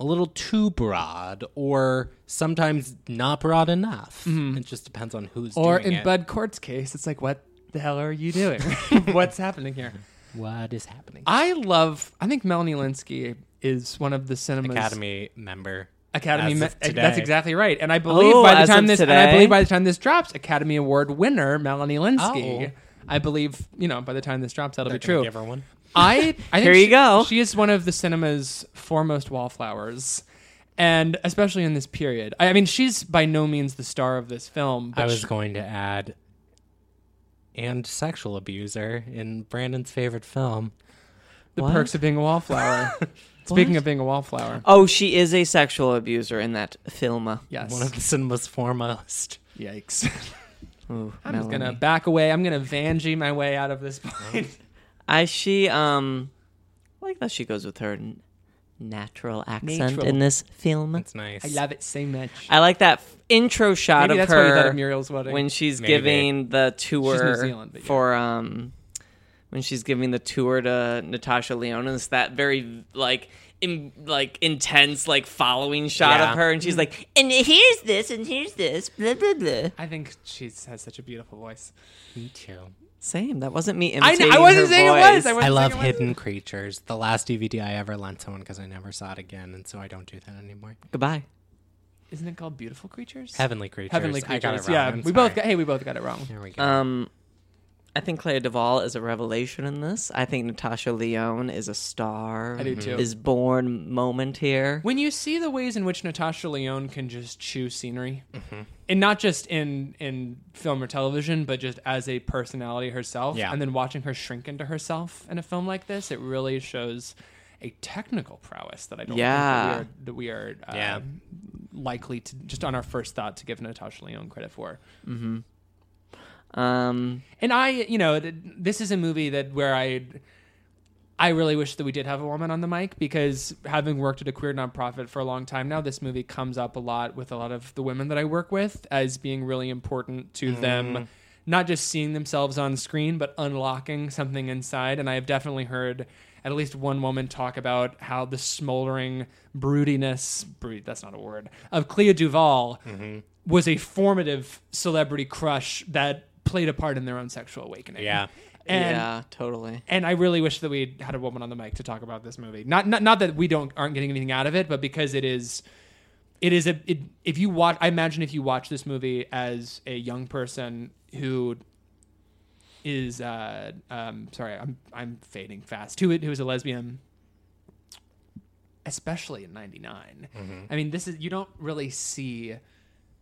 Speaker 2: a little too broad, or sometimes not broad enough. It just depends on who's
Speaker 1: Mm-hmm. Or
Speaker 2: doing
Speaker 1: in
Speaker 2: it.
Speaker 1: Bud Court's case, it's like, what the hell are you doing? What's happening here?
Speaker 2: what is happening?
Speaker 1: I love. I think Melanie Linsky is one of the cinema's
Speaker 2: Academy member.
Speaker 1: Academy.
Speaker 2: as
Speaker 1: me-
Speaker 2: of today.
Speaker 1: that's exactly right. And I believe
Speaker 6: Oh,
Speaker 1: by the
Speaker 6: as
Speaker 1: time
Speaker 6: of
Speaker 1: this, and I
Speaker 6: today?
Speaker 1: believe by the time this drops, Academy Award winner Melanie Linsky.
Speaker 2: Oh.
Speaker 1: I believe you know by the time this drops, that'll
Speaker 2: They're
Speaker 1: be
Speaker 2: gonna
Speaker 1: true.
Speaker 2: Give her one.
Speaker 1: I, I think
Speaker 6: Here you
Speaker 1: she-
Speaker 6: go.
Speaker 1: She is one of the cinema's foremost wallflowers, and especially in this period. I, I mean, she's by no means the star of this film. But
Speaker 2: I was
Speaker 1: she-
Speaker 2: going to add, and sexual abuser in Brandon's favorite film.
Speaker 1: the perks of being a wallflower. Speaking of being a wallflower,
Speaker 6: Oh, she is a sexual abuser in that film.
Speaker 1: yes.
Speaker 2: One of the cinema's foremost.
Speaker 1: Yikes!
Speaker 6: Ooh,
Speaker 1: I'm just gonna back away. I'm gonna Vanjie my way out of this point.
Speaker 6: I she um I like that she goes with her n-
Speaker 3: natural accent
Speaker 1: Natural.
Speaker 3: in this film.
Speaker 2: It's nice.
Speaker 1: I love it so much.
Speaker 3: I like that f- intro shot
Speaker 1: Maybe
Speaker 3: of
Speaker 1: that's
Speaker 3: her
Speaker 1: why you thought of Muriel's wedding.
Speaker 3: when she's
Speaker 2: Maybe.
Speaker 3: giving the tour
Speaker 1: Zealand, but yeah.
Speaker 3: for um when she's giving the tour to Natasha Leonis that very like in, like intense like following shot
Speaker 2: Yeah.
Speaker 3: of her and
Speaker 1: Mm-hmm.
Speaker 3: she's like and here's this and here's this blah blah blah
Speaker 1: I think she has such a beautiful voice.
Speaker 2: Me too.
Speaker 3: same that wasn't me
Speaker 1: I,
Speaker 3: imitating
Speaker 1: know, I wasn't
Speaker 3: her
Speaker 1: saying
Speaker 3: voice.
Speaker 1: it was. I, wasn't
Speaker 2: I
Speaker 1: saying
Speaker 2: love
Speaker 1: it was.
Speaker 2: Hidden Creatures. The last DVD I ever lent someone because I never saw it again, and so I don't do that anymore.
Speaker 3: goodbye
Speaker 1: Isn't it called Beautiful Creatures?
Speaker 2: Heavenly Creatures.
Speaker 1: Heavenly
Speaker 2: I
Speaker 1: Creatures.
Speaker 2: got Uh, it wrong.
Speaker 1: Yeah,
Speaker 2: I'm
Speaker 1: we both
Speaker 2: sorry.
Speaker 1: got. Hey, we both got it wrong.
Speaker 2: There we go.
Speaker 3: um I think Claire Duvall is a revelation in this. I think Natasha Leone is a star.
Speaker 1: I do too.
Speaker 3: Is born moment here.
Speaker 1: When you see the ways in which Natasha Leone can just chew scenery,
Speaker 2: Mm-hmm.
Speaker 1: and not just in in film or television, but just as a personality herself,
Speaker 2: Yeah.
Speaker 1: and then watching her shrink into herself in a film like this, it really shows a technical prowess that I don't
Speaker 3: Yeah.
Speaker 1: think that we are, that we are uh,
Speaker 2: Yeah.
Speaker 1: likely to just on our first thought to give Natasha Leone credit for.
Speaker 3: Um
Speaker 1: And I, you know, th- this is a movie that where I, I really wish that we did have a woman on the mic because having worked at a queer nonprofit for a long time now, this movie comes up a lot with a lot of the women that I work with as being really important to them, not just seeing themselves on screen, but unlocking something inside. And I have definitely heard at least one woman talk about how the smoldering broodiness, brood, that's not a word, of Clea Duvall was a formative celebrity crush that played a part in their own sexual awakening.
Speaker 2: Yeah.
Speaker 1: And
Speaker 3: yeah, totally.
Speaker 1: and I really wish that we had a woman on the mic to talk about this movie. Not not not that we don't aren't getting anything out of it, but because it is it is a it, if you watch I imagine if you watch this movie as a young person who is uh um sorry, I'm I'm fading fast. Who who is a lesbian especially in 99. I mean, this is you don't really see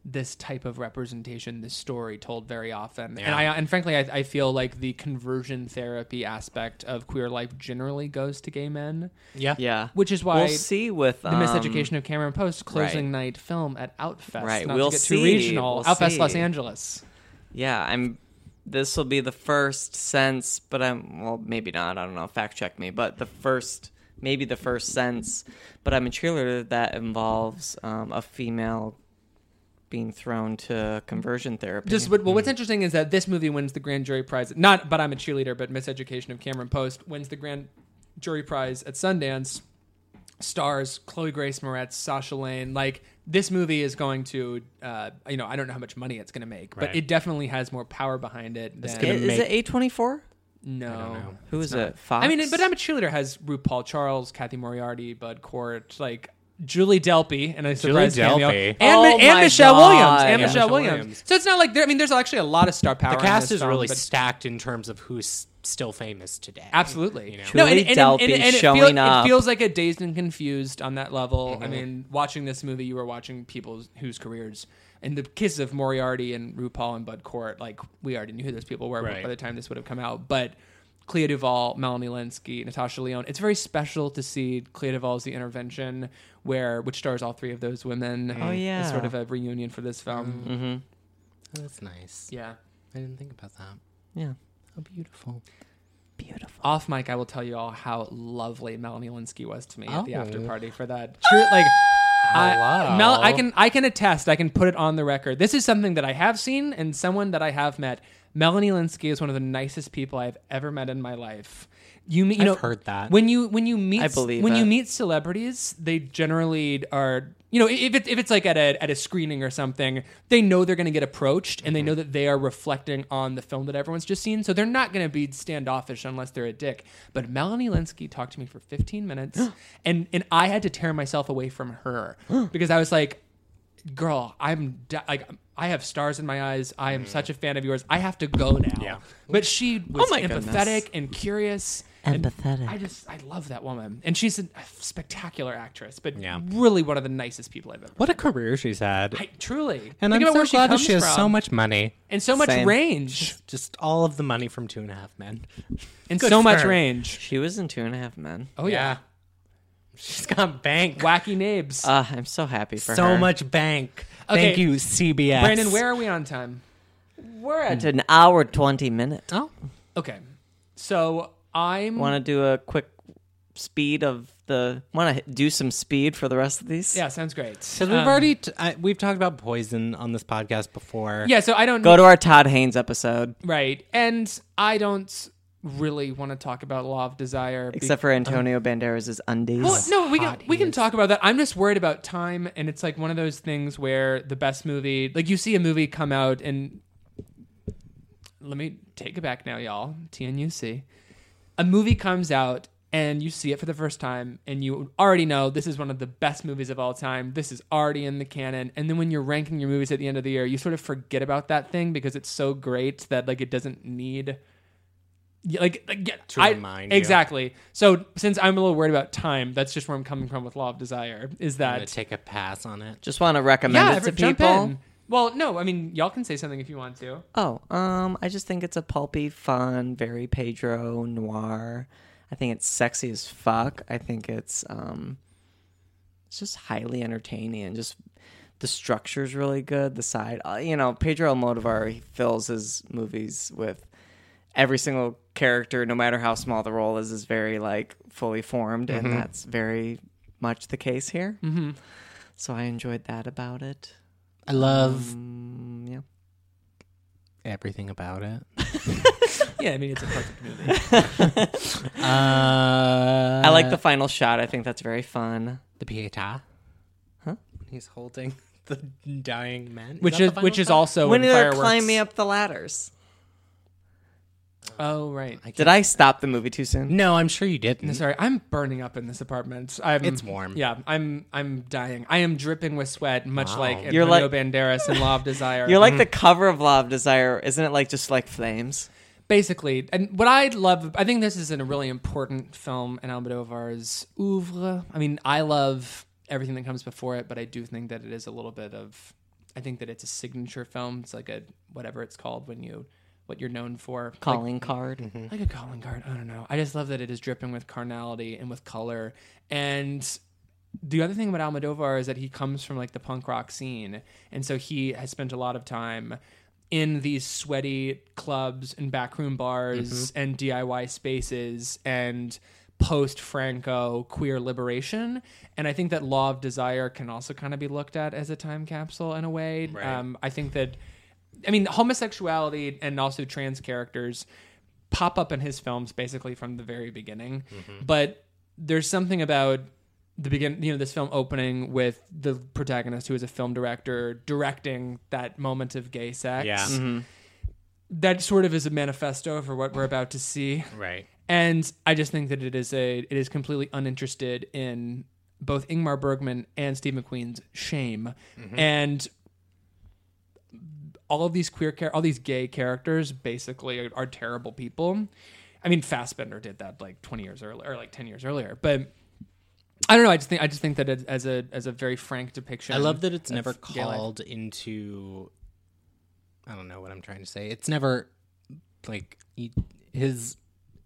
Speaker 1: this type of representation, this story told very often. And I and frankly, I, I feel like the conversion therapy aspect of queer life generally goes to gay men,
Speaker 2: yeah.
Speaker 3: Yeah.
Speaker 1: which is why
Speaker 3: we'll see with
Speaker 1: the
Speaker 3: um,
Speaker 1: miseducation of Cameron Post closing night film at Outfest.
Speaker 3: Right,
Speaker 1: not
Speaker 3: we'll
Speaker 1: to get
Speaker 3: see,
Speaker 1: too regional.
Speaker 3: we'll
Speaker 1: Outfest
Speaker 3: see.
Speaker 1: Los Angeles.
Speaker 3: Yeah, I'm. This will be the first sense, but I'm well, maybe not. I don't know. Fact check me, but the first, maybe the first sense, but I'm a cheerleader that involves um, a female being thrown to conversion therapy.
Speaker 1: Just what, well, what's interesting is that this movie wins the grand jury prize. Not, but I'm a cheerleader. But Miseducation of Cameron Post wins the grand jury prize at Sundance. Stars Chloe Grace Moretz, Sasha Lane. Like this movie is going to, uh, you know, I don't know how much money it's going to make, but
Speaker 2: Right.
Speaker 1: it definitely has more power behind it. Than,
Speaker 3: I-
Speaker 2: gonna-
Speaker 3: is
Speaker 2: make-
Speaker 3: it A twenty four?
Speaker 1: no,
Speaker 3: Who is it? Fox.
Speaker 1: I mean, but I'm a cheerleader has RuPaul Charles, Kathy Moriarty, Bud Court, like Julie Delpy, and a surprise cameo,
Speaker 2: Delpy.
Speaker 1: and,
Speaker 3: Oh
Speaker 1: Mi- and
Speaker 3: my
Speaker 1: Michelle
Speaker 3: God.
Speaker 1: Williams, and Michelle,
Speaker 3: Yeah.
Speaker 2: Michelle
Speaker 1: Williams.
Speaker 2: Williams.
Speaker 1: So it's not like there. I mean, there's actually a lot of star power.
Speaker 2: The
Speaker 1: in
Speaker 2: cast
Speaker 1: this
Speaker 2: is
Speaker 1: film,
Speaker 2: really
Speaker 1: but-
Speaker 2: stacked in terms of who's still famous today.
Speaker 1: absolutely.
Speaker 2: You know?
Speaker 3: Julie Delpy
Speaker 1: it,
Speaker 3: showing
Speaker 1: feels,
Speaker 3: up.
Speaker 1: it feels like a dazed and confused on that level.
Speaker 2: Mm-hmm.
Speaker 1: I mean, watching this movie, you were watching people whose careers. And the kisses of Moriarty and RuPaul and Bud Court, like we already knew who those people were
Speaker 2: Right.
Speaker 1: by the time this would have come out. But Clea Duvall, Melanie Linsky, Natasha Leone. It's very special to see Clea Duvall's The Intervention, where which stars all three of those women. Oh
Speaker 3: yeah.
Speaker 1: it's sort of a reunion for this film.
Speaker 2: Mm-hmm. Oh, that's nice.
Speaker 1: Yeah.
Speaker 2: I didn't think about that.
Speaker 3: yeah.
Speaker 2: How beautiful.
Speaker 1: off mic, I will tell you all how lovely Melanie Linsky was to me at the
Speaker 2: Oh.
Speaker 1: after party for that. True, like. I,
Speaker 2: Hello.
Speaker 1: Mel, I can I can attest. I can put it on the record. This is something that I have seen and someone that I have met. Melanie Linsky is one of the nicest people I've ever met in my life. You, meet- you
Speaker 2: I've
Speaker 1: know,
Speaker 2: heard that.
Speaker 1: when you when you meet
Speaker 3: I believe
Speaker 1: when you
Speaker 3: it.
Speaker 1: meet celebrities, they generally are. You know, if it, if it's like at a at a screening or something, they know they're going to get approached, and they
Speaker 3: Mm-hmm.
Speaker 1: know that they are reflecting on the film that everyone's just seen. So they're not going to be standoffish unless they're a dick. But Melanie Linsky talked to me for 15 minutes, and and I had to tear myself away from her because I was like, girl, I'm di- like I have stars in my eyes. I
Speaker 3: Mm.
Speaker 1: am such a fan of yours. I have to go now.
Speaker 2: Yeah.
Speaker 1: But she was
Speaker 3: Oh my
Speaker 1: empathetic and curious. and
Speaker 3: Empathetic.
Speaker 1: I just I love that woman, and she's a spectacular actress, but
Speaker 2: Yeah.
Speaker 1: really one of the nicest people I've ever.
Speaker 2: What a career she's had.
Speaker 1: I, truly,
Speaker 2: and
Speaker 1: think
Speaker 2: I'm
Speaker 1: about
Speaker 2: so
Speaker 1: where
Speaker 2: glad
Speaker 1: she
Speaker 2: that
Speaker 1: comes
Speaker 2: she has
Speaker 1: from
Speaker 2: so much money.
Speaker 1: and so much
Speaker 3: Same.
Speaker 1: range
Speaker 2: Just all of the money from Two and a Half Men.
Speaker 1: and
Speaker 2: Good
Speaker 1: so
Speaker 2: for
Speaker 1: much
Speaker 2: her.
Speaker 1: range.
Speaker 3: She was in Two and a Half Men.
Speaker 1: Oh yeah,
Speaker 2: She's got bank.
Speaker 1: wacky nabes.
Speaker 3: Uh, I'm so happy for
Speaker 2: so
Speaker 3: her.
Speaker 2: much bank. Thank
Speaker 1: Okay.
Speaker 2: you, CBS.
Speaker 1: Brandon, where are we on time?
Speaker 3: We're at an hour twenty minute.
Speaker 2: Oh,
Speaker 1: Okay, so I'm
Speaker 3: Want to do a quick
Speaker 6: speed of the. Want to do some speed for the rest of these?
Speaker 1: Yeah, sounds great. Um,
Speaker 2: Because we've already t- I, we've talked about poison on this podcast before.
Speaker 1: Yeah, so I don't
Speaker 6: Go to our Todd Haynes episode,
Speaker 1: right, and I don't really want to talk about law of desire. be-
Speaker 6: except for Antonio Banderas' undies.
Speaker 1: Well, no, we can we can talk about that. I'm just worried about time, and it's like one of those things where the best movie, like you see a movie come out, and let me take it back now, y'all. TNUC, a movie comes out, and you see it for the first time, and you already know this is one of the best movies of all time. This is already in the canon, and then when you're ranking your movies at the end of the year, you sort of forget about that thing because it's so great that like it doesn't need. Yeah, like, like yeah,
Speaker 2: To
Speaker 1: I-
Speaker 2: remind you.
Speaker 1: exactly. So since I'm a little worried about time, that's just where I'm coming from with Law of Desire. Is
Speaker 2: I'm gonna
Speaker 1: that
Speaker 2: take a pass on it.
Speaker 6: Just want to recommend
Speaker 1: yeah?
Speaker 6: it
Speaker 1: ever-
Speaker 6: to
Speaker 1: jump
Speaker 6: people.
Speaker 1: in. Well, no, I mean y'all can say something if you want to.
Speaker 6: Oh, um, I just think it's a pulpy, fun, very Pedro noir. I think it's sexy as fuck. I think it's um, it's just highly entertaining and just the structure's really good. The side, uh, you know, Pedro Almodovar he fills his movies with every single character, no matter how small the role is, is very like fully formed, and that's very much the case here. Mm-hmm. So I enjoyed that about it.
Speaker 2: I love
Speaker 6: Mm, yeah.
Speaker 2: everything about it.
Speaker 1: Yeah, I mean it's a perfect movie.
Speaker 2: Uh, I
Speaker 6: I like the final shot. I think that's very fun.
Speaker 2: Uh, the Pietà. Huh? He's holding the dying man, Is
Speaker 1: which
Speaker 2: that the
Speaker 1: is
Speaker 2: final
Speaker 1: which is
Speaker 2: shot?
Speaker 1: also
Speaker 6: when
Speaker 1: in
Speaker 6: did they
Speaker 1: fireworks.
Speaker 6: climb me up the ladders?
Speaker 1: Oh right.
Speaker 6: Did I stop the movie too soon?
Speaker 2: No, I'm sure you didn't.
Speaker 1: Sorry, I'm burning up in this apartment. I'm,
Speaker 2: It's warm.
Speaker 1: Yeah, I'm I'm dying. I am dripping with sweat, much like Antonio
Speaker 6: You're like-
Speaker 1: Banderas in Law of Desire.
Speaker 6: You're like the cover of Law of Desire, isn't it? Like just like flames.
Speaker 1: basically and what i love i think this is a really important film in almodovar's oeuvre i mean i love everything that comes before it but i do think that it is a little bit of i think that it's a signature film it's like a whatever it's called when you what you're known for
Speaker 6: Calling card.
Speaker 1: like, like a calling card i don't know i just love that it is dripping with carnality and with color and the other thing about Almodovar is that he comes from like the punk rock scene, and so he has spent a lot of time in these sweaty clubs and backroom bars and DIY spaces and post Franco queer liberation. And I think that Law of Desire can also kind of be looked at as a time capsule in a way. Um, I think that, I mean, homosexuality and also trans characters pop up in his films basically from the very beginning, but there's something about the begin you know this film opening with the protagonist who is a film director directing that moment of gay sex
Speaker 2: Yeah.
Speaker 1: that sort of is a manifesto for what we're about to see
Speaker 2: Right.
Speaker 1: and i just think that it is a it is completely uninterested in both ingmar bergman and steve mcqueen's shame and all of these queer char- all these gay characters basically are, are terrible people i mean fastbender did that like 20 years earlier or like 10 years earlier but I don't know. I just think I just think that it, as a as a very frank depiction.
Speaker 2: I love that it's
Speaker 1: of
Speaker 2: never
Speaker 1: Um, gay life.
Speaker 2: called into. I don't know what I'm trying to say. It's never like he, his.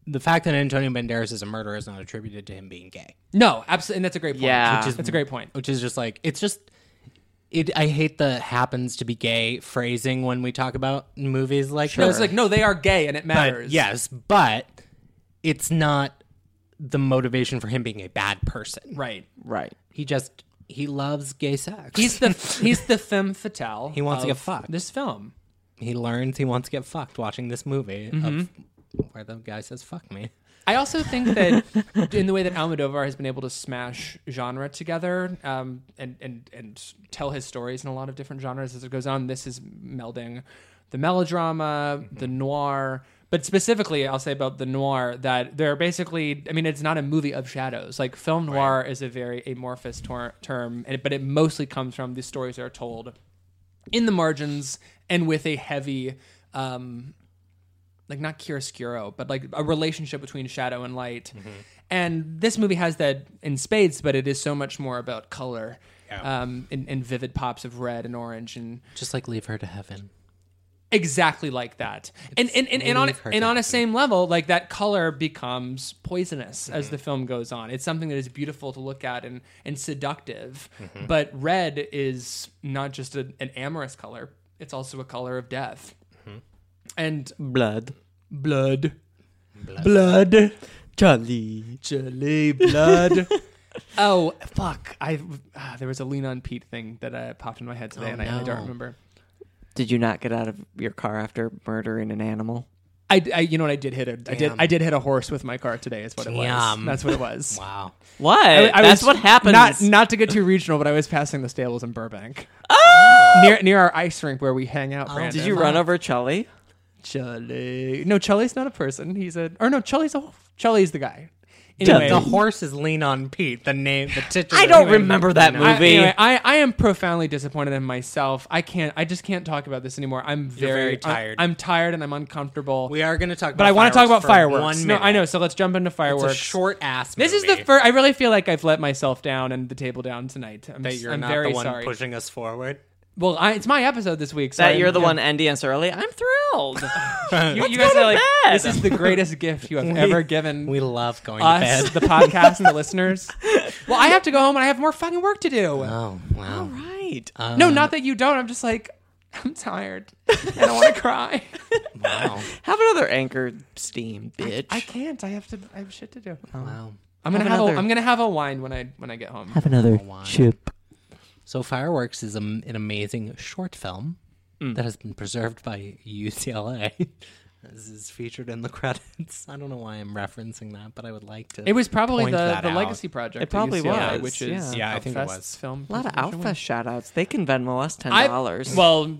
Speaker 2: The fact that Antonio Banderas is a murderer is not attributed to him being gay,
Speaker 1: No, absolutely, and that's a great point.
Speaker 6: Yeah. Which
Speaker 2: is-
Speaker 1: that's a great point.
Speaker 2: which is just like it's just. It. I hate the happens to be gay phrasing when we talk about movies like
Speaker 1: No,
Speaker 2: this.
Speaker 1: it's like no, they are gay, and it matters.
Speaker 2: But yes, but it's not the motivation for him being a bad person.
Speaker 1: right.
Speaker 6: Right.
Speaker 2: He just he loves gay sex.
Speaker 1: He's the he's the femme fatale.
Speaker 2: He wants to
Speaker 1: of
Speaker 2: get fucked.
Speaker 1: This film.
Speaker 2: he learns he wants to get fucked watching this movie
Speaker 1: Mm-hmm.
Speaker 2: of where the guy says "fuck me."
Speaker 1: I also think that in the way that Almodovar has been able to smash genre together um, and and and tell his stories in a lot of different genres as it goes on, this is melding the melodrama, the noir. But specifically, I'll say about the noir that they're basically, I mean, it's not a movie of shadows. Like, film noir is a very amorphous tor- term, and- but it mostly comes from the stories that are told in the margins and with a heavy um like not chiaroscuro but like a relationship between shadow and light and this movie has that in spades but it is so much more about color um and, and vivid pops of red and orange and
Speaker 2: Just like leave her to heaven.
Speaker 1: exactly like that and and, and, and on
Speaker 2: leave her
Speaker 1: and
Speaker 2: to
Speaker 1: on a
Speaker 2: heaven.
Speaker 1: same level like that color becomes poisonous as the film goes on it's something that is beautiful to look at and and seductive but red is not just a, an amorous color it's also a color of death and
Speaker 6: Blood.
Speaker 1: blood
Speaker 2: Blood.
Speaker 6: Charlie.
Speaker 1: Jelly blood. oh fuck! I ah, there was a lean on Pete thing that uh, popped in my head today, and I, I don't
Speaker 2: no.
Speaker 1: remember.
Speaker 6: Did you not get out of your car after murdering an animal?
Speaker 1: I, I you know what I did hit a I did
Speaker 2: Damn.
Speaker 1: I did hit a horse with my car today. Is what it was.
Speaker 2: Damn.
Speaker 1: That's what it was.
Speaker 2: Wow.
Speaker 6: What?
Speaker 1: I- I
Speaker 6: That's
Speaker 1: was-
Speaker 6: what happens.
Speaker 1: Not not to get too regional, but I was passing the stables in Burbank.
Speaker 2: Oh!
Speaker 1: Near near our ice rink where we hang out. Brandon.
Speaker 6: Did you run over Charlie?
Speaker 1: Chully? No, Chully's not a person. He's a or no, Chully's a Chully's the guy. Anyway,
Speaker 2: The horse is Lean on Pete. The name, the titular.
Speaker 6: I don't
Speaker 2: name.
Speaker 6: remember that
Speaker 2: No.
Speaker 1: I,
Speaker 6: movie.
Speaker 1: anyway, I, I am profoundly disappointed in myself. I can't. I just can't talk about this anymore. I'm very,
Speaker 2: very tired.
Speaker 1: I, am tired and I'm uncomfortable.
Speaker 2: We are going to talk.
Speaker 1: but
Speaker 2: about
Speaker 1: I want to talk about
Speaker 2: for
Speaker 1: fireworks.
Speaker 2: One
Speaker 1: No, I know.
Speaker 2: minute.
Speaker 1: So let's jump into
Speaker 2: It's
Speaker 1: fireworks.
Speaker 2: a short ass.
Speaker 1: this is the first. I really feel like I've let myself down and the table down tonight. I'm,
Speaker 2: that
Speaker 1: s-
Speaker 2: you're
Speaker 1: I'm
Speaker 2: not
Speaker 1: very
Speaker 2: the one
Speaker 1: sorry.
Speaker 2: pushing us forward.
Speaker 1: Well, I, it's my episode this week. So
Speaker 3: that
Speaker 1: I'm-
Speaker 3: you're the
Speaker 1: yeah.
Speaker 3: one ending us early. I'm thrilled.
Speaker 1: You, you guys
Speaker 3: go
Speaker 1: are
Speaker 3: to
Speaker 1: like,
Speaker 3: bed.
Speaker 1: this is the greatest gift you have ever given
Speaker 2: We love going
Speaker 1: us,
Speaker 2: to bed.
Speaker 1: the podcast, the listeners. Well, I have to go home and I have more fucking work to do.
Speaker 2: Oh wow.
Speaker 3: right.
Speaker 6: Uh,
Speaker 1: no, not that you don't. I'm just like, I'm tired. I don't want to cry.
Speaker 2: Wow.
Speaker 3: Have another anchor steam, bitch.
Speaker 1: I can't. I have to. I have shit to do.
Speaker 2: wow.
Speaker 1: I'm gonna have.
Speaker 3: Oh, Have
Speaker 1: a,
Speaker 3: another.
Speaker 1: I'm gonna have a wine when I when I get home.
Speaker 6: Have another chip.
Speaker 2: So Fireworks is am- an amazing short film
Speaker 1: Mm.
Speaker 2: that has been preserved by UCLA. this is featured in the credits. I don't know why I'm referencing that, but I would like to.
Speaker 1: It was probably
Speaker 2: Point
Speaker 1: the,
Speaker 2: that
Speaker 1: the
Speaker 2: out.
Speaker 1: legacy project.
Speaker 3: It probably
Speaker 1: at UCLA,
Speaker 3: was,
Speaker 1: which is
Speaker 2: yeah. Yeah, I think it
Speaker 1: Outfest's
Speaker 2: was.
Speaker 1: film.
Speaker 3: A lot of
Speaker 1: preservation
Speaker 3: Alpha
Speaker 1: wing.
Speaker 3: shout outs. They can Venmo us ten
Speaker 1: I-
Speaker 3: dollars.
Speaker 1: Well,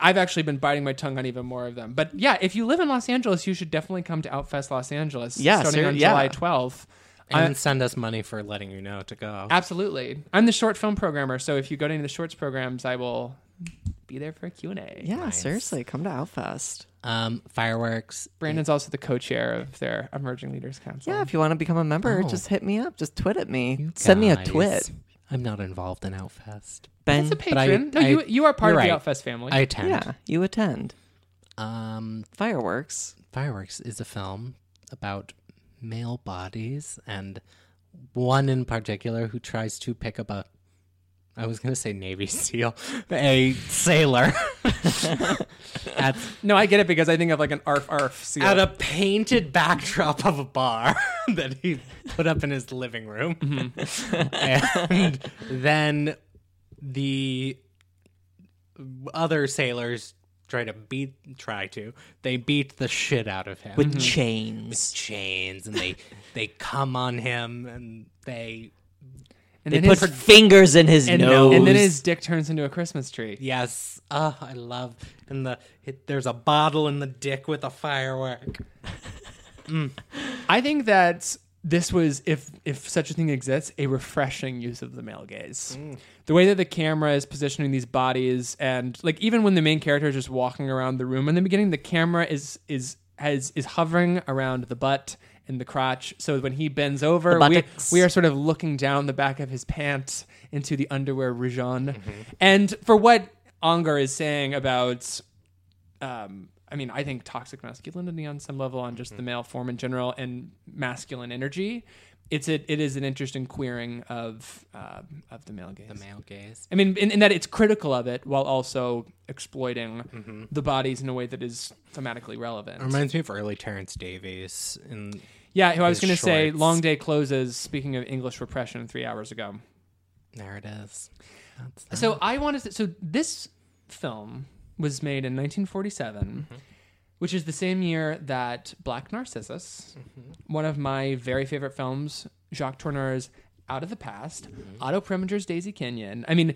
Speaker 1: I've actually been biting my tongue on even more of them. But yeah, if you live in Los Angeles, you should definitely come to Outfest Los Angeles.
Speaker 3: Yeah,
Speaker 1: starting
Speaker 3: ser-
Speaker 1: on
Speaker 3: yeah.
Speaker 1: July 12th.
Speaker 2: and send us money for letting you know to go.
Speaker 1: Absolutely. I'm the short film programmer, so if you go to any of the shorts programs, I will be there for a Q&A.
Speaker 3: yeah, seriously, come to Outfest.
Speaker 2: Um, fireworks.
Speaker 1: Brandon's also the co-chair of their Emerging Leaders Council.
Speaker 3: Yeah, if you want to become a member,
Speaker 1: oh.
Speaker 3: just hit me up. Just twit at me. Send me a
Speaker 2: Guys,
Speaker 3: twit.
Speaker 2: I'm not involved in Outfest.
Speaker 3: Ben,
Speaker 1: It's a
Speaker 2: I-
Speaker 1: patron. no,
Speaker 2: I-
Speaker 1: you, you are part of
Speaker 2: you're
Speaker 1: the
Speaker 2: right.
Speaker 1: Outfest family.
Speaker 2: I attend.
Speaker 3: yeah, you attend.
Speaker 2: Um,
Speaker 3: Fireworks.
Speaker 2: Fireworks is a film about male bodies and one in particular who tries to pick up a I was going to say Navy SEAL, a sailor at,
Speaker 1: no, I get it because I think of like an arf arf seal.
Speaker 2: at a painted backdrop of a bar that he put up in his living room. and then the other sailors try to beat try to they beat the shit out of him
Speaker 3: With
Speaker 1: Mm.
Speaker 3: chains.
Speaker 2: chains and they they come on him and they
Speaker 1: and,
Speaker 3: They
Speaker 1: then
Speaker 3: put
Speaker 1: his,
Speaker 3: fingers in his
Speaker 1: and,
Speaker 3: nose.
Speaker 1: and then his dick turns into a Christmas tree.
Speaker 2: yes oh i love and the it, there's a bottle in the dick with a firework
Speaker 1: I think that this was, if if such a thing exists, a refreshing use of the male gaze. The way that the camera is positioning these bodies, and like even when the main character is just walking around the room in the beginning, the camera is is has is hovering around the butt and the crotch. So when he bends over, we,
Speaker 3: buttocks.
Speaker 1: we are sort of looking down the back of his pants into the underwear region. And for what Ongar is saying about um, I mean, I think toxic masculinity on some level, on just the male form in general, and masculine energy. It's a, it is an interesting queering of um of the male gaze.
Speaker 2: male gaze
Speaker 1: I mean, in, in that it's critical of it while also exploiting the bodies in a way that is thematically relevant.
Speaker 2: reminds me of early terrence davies and
Speaker 1: yeah, who I was
Speaker 2: his
Speaker 1: going to say,
Speaker 2: shorts.
Speaker 1: Long Day Closes, speaking of English repression three hours ago.
Speaker 2: there it is That's that.
Speaker 1: So I wanted to. So this film was made in 1947, which is the same year that Black Narcissus, one of my very favorite films, Jacques Tourneur's Out of the Past, Otto Preminger's Daisy Kenyon. I mean.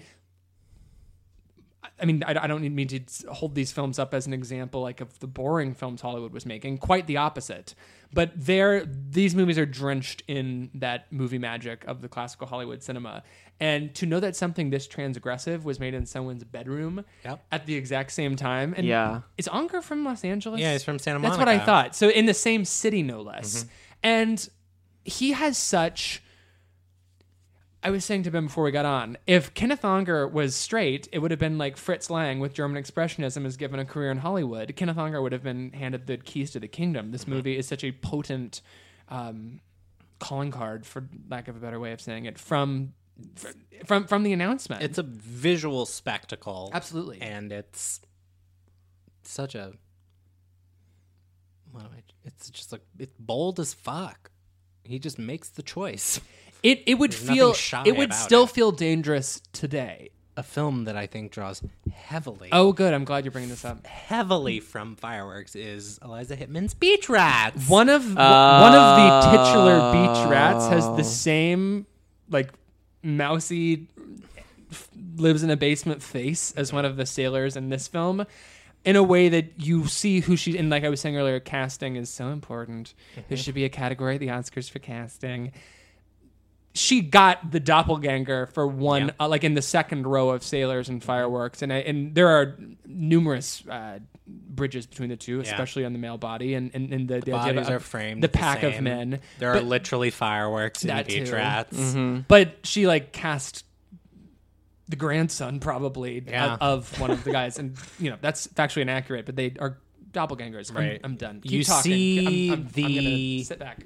Speaker 1: I mean, I I don't need me to hold these films up as an example, like of the boring films Hollywood was making. Quite the opposite. But there, these movies are drenched in that movie magic of the classical Hollywood cinema. And to know that something this transgressive was made in someone's bedroom
Speaker 2: Yep.
Speaker 1: at the exact same time, and
Speaker 3: Yeah.
Speaker 1: is Anker from Los Angeles?
Speaker 2: Yeah, he's from Mm-hmm. Santa
Speaker 1: That's what I
Speaker 2: Monica.
Speaker 1: thought. So in the same city, no less. And he has such. I was saying to Ben before we got on, if Kenneth Onger was straight, it would have been like Fritz Lang with German Expressionism is given a career in Hollywood. Kenneth Onger would have been handed the keys to the kingdom.
Speaker 2: Mm-hmm.
Speaker 1: This movie is such a potent um, calling card, for lack of a better way of saying it, from from from the announcement.
Speaker 2: it's a visual spectacle
Speaker 1: absolutely
Speaker 2: and it's such a what am I, it's just like it's bold as fuck He just makes the choice.
Speaker 1: It it would
Speaker 2: nothing
Speaker 1: feel
Speaker 2: shy
Speaker 1: it would
Speaker 2: about
Speaker 1: still
Speaker 2: it.
Speaker 1: feel dangerous today.
Speaker 2: A film that I think draws heavily,
Speaker 1: Oh, good. I'm glad you're bringing this up.
Speaker 2: heavily from fireworks is Eliza Hittman's Beach Rats.
Speaker 1: One of one of the titular beach rats has the same like mousy f- lives in a basement face as one of the sailors in this film in a way that you see who she and like I was saying earlier casting is so important. There should be a category at the Oscars for casting. She got the doppelganger for one, uh, like in the second row of sailors and fireworks, and I, and there are numerous uh, bridges between the two, especially on the male body and and, and the, the idea
Speaker 2: Bodies
Speaker 1: of-
Speaker 2: are framed.
Speaker 1: the
Speaker 2: the
Speaker 1: pack of
Speaker 2: same.
Speaker 1: men.
Speaker 2: There are
Speaker 1: But-
Speaker 2: literally fireworks in
Speaker 1: That
Speaker 2: Beach
Speaker 1: too. Mm-hmm.
Speaker 2: Rats.
Speaker 1: but she like cast the grandson probably
Speaker 2: Yeah.
Speaker 1: of, of one of the guys, and you know that's factually inaccurate. But they are doppelgangers.
Speaker 2: Right.
Speaker 1: I'm, I'm done. Keep
Speaker 2: You
Speaker 1: talking.
Speaker 2: see
Speaker 1: I'm, I'm, I'm
Speaker 2: the-
Speaker 1: gonna sit back.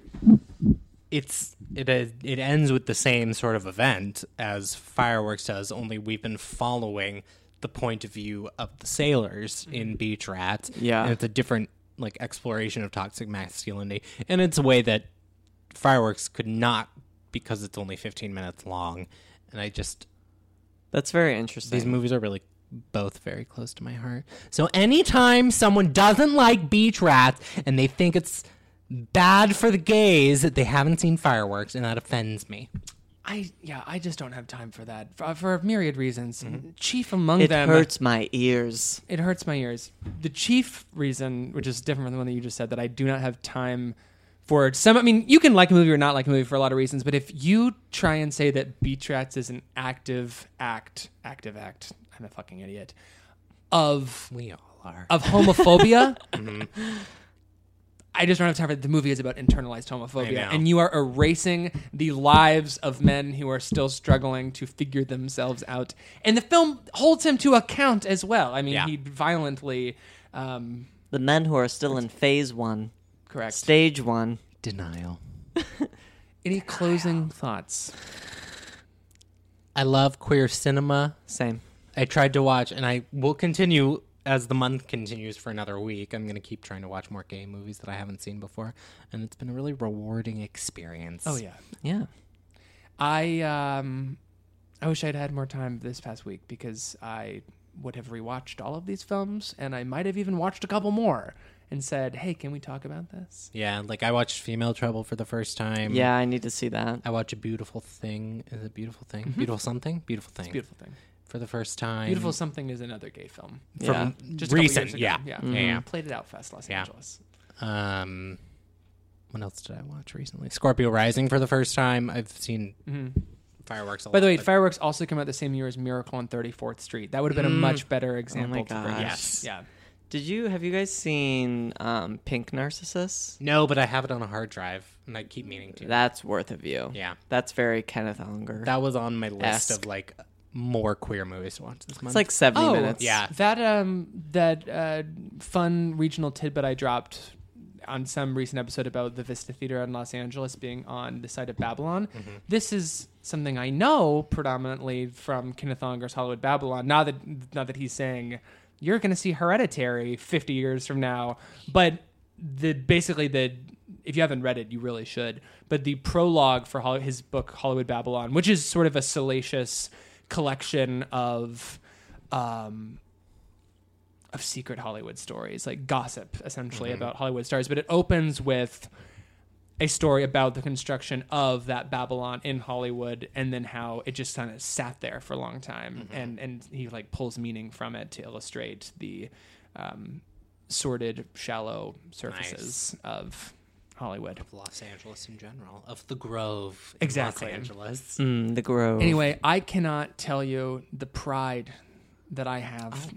Speaker 2: it's it it ends with the same sort of event as fireworks does only we've been following the point of view of the sailors in beach rats
Speaker 3: Yeah.
Speaker 2: and it's a different like exploration of toxic masculinity and it's a way that fireworks could not because it's only 15 minutes long and i just
Speaker 3: That's very
Speaker 2: these
Speaker 3: interesting.
Speaker 2: movies are really both very close to my heart. So anytime someone doesn't like beach rats and they think it's bad for the gays, they haven't seen fireworks, and that offends me.
Speaker 1: I yeah, I just don't have time for that for, for myriad reasons. Chief among
Speaker 3: It
Speaker 1: them,
Speaker 3: hurts my ears.
Speaker 1: it hurts my ears. The chief reason, which is different from the one that you just said, that I do not have time for some. I mean, you can like a movie or not like a movie for a lot of reasons, but if you try and say that Beach Rats is an active act, active act, I'm a fucking idiot, of
Speaker 2: We all are. Uh,
Speaker 1: of homophobia. I just don't have time for that. The movie is about internalized homophobia,
Speaker 2: I know.
Speaker 1: and you are erasing the lives of men who are still struggling to figure themselves out. And the film holds him to account as well. I mean,
Speaker 2: Yeah.
Speaker 1: he violently um,
Speaker 3: The men who are still in phase one,
Speaker 1: correct.
Speaker 3: stage one.
Speaker 2: Denial.
Speaker 1: Any closing thoughts?
Speaker 2: I love queer cinema.
Speaker 3: Same.
Speaker 2: I tried to watch, and I will continue as the month continues for another week. I'm going to keep trying to watch more gay movies that I haven't seen before, and it's been a really rewarding experience.
Speaker 1: Oh yeah,
Speaker 3: Yeah.
Speaker 1: I um, I wish I'd had more time this past week because I would have rewatched all of these films, and I might have even watched a couple more and said, "Hey, can we talk about this?"
Speaker 2: Yeah, like I watched Female Trouble for the first time.
Speaker 3: Yeah, I need to see that.
Speaker 2: I watch a beautiful thing. Is it beautiful thing? Beautiful something. Beautiful thing.
Speaker 1: Mm-hmm. Beautiful thing.
Speaker 2: For the first time.
Speaker 1: Beautiful Something is another gay film.
Speaker 2: From
Speaker 1: Just a couple
Speaker 2: recent.
Speaker 1: years ago.
Speaker 2: Yeah.
Speaker 1: Yeah.
Speaker 2: yeah.
Speaker 1: Played it out fest Los
Speaker 2: Yeah.
Speaker 1: Angeles.
Speaker 2: yeah. Um, what else did I watch recently? Scorpio Rising for the first time. I've seen fireworks. A
Speaker 1: Mm-hmm. By the
Speaker 2: lot,
Speaker 1: way,
Speaker 2: but-
Speaker 1: Fireworks also came out the same year as Miracle on 34th Street. That would have been
Speaker 2: Mm.
Speaker 1: a much
Speaker 2: Oh
Speaker 1: better example to bring.
Speaker 3: Oh gosh.
Speaker 1: Yes. Yeah.
Speaker 3: Did you have you guys seen um, Pink Narcissus?
Speaker 2: no, but I have it on a hard drive, and I keep meaning to.
Speaker 3: That's worth a view.
Speaker 2: yeah,
Speaker 3: That's very Kenneth Unger.
Speaker 2: that was on my list
Speaker 3: Esque.
Speaker 2: of like more queer movies to watch this month.
Speaker 3: it's like
Speaker 1: Oh,
Speaker 3: 70 minutes.
Speaker 2: yeah.
Speaker 1: That um that uh fun regional tidbit I dropped on some recent episode about the Vista Theater in Los Angeles being on the site of Babylon. This is something I know predominantly from Kenneth Onger's Hollywood Babylon. Now that now that he's saying you're going to see Hereditary 50 years from now, but the basically the if you haven't read it, you really should. But the prologue for Hol- his book Hollywood Babylon, which is sort of a salacious collection of um, of secret Hollywood stories, like gossip essentially about Hollywood stars. But it opens with a story about the construction of that Babylon in Hollywood, and then how it just kind of sat there for a long time, and and he like pulls meaning from it to illustrate the um, sordid, shallow surfaces of Hollywood.
Speaker 2: Los Angeles in general, of the Grove, in
Speaker 1: Exactly.
Speaker 2: Los Angeles.
Speaker 3: Mm, the Grove.
Speaker 1: Anyway, I cannot tell you the pride that I have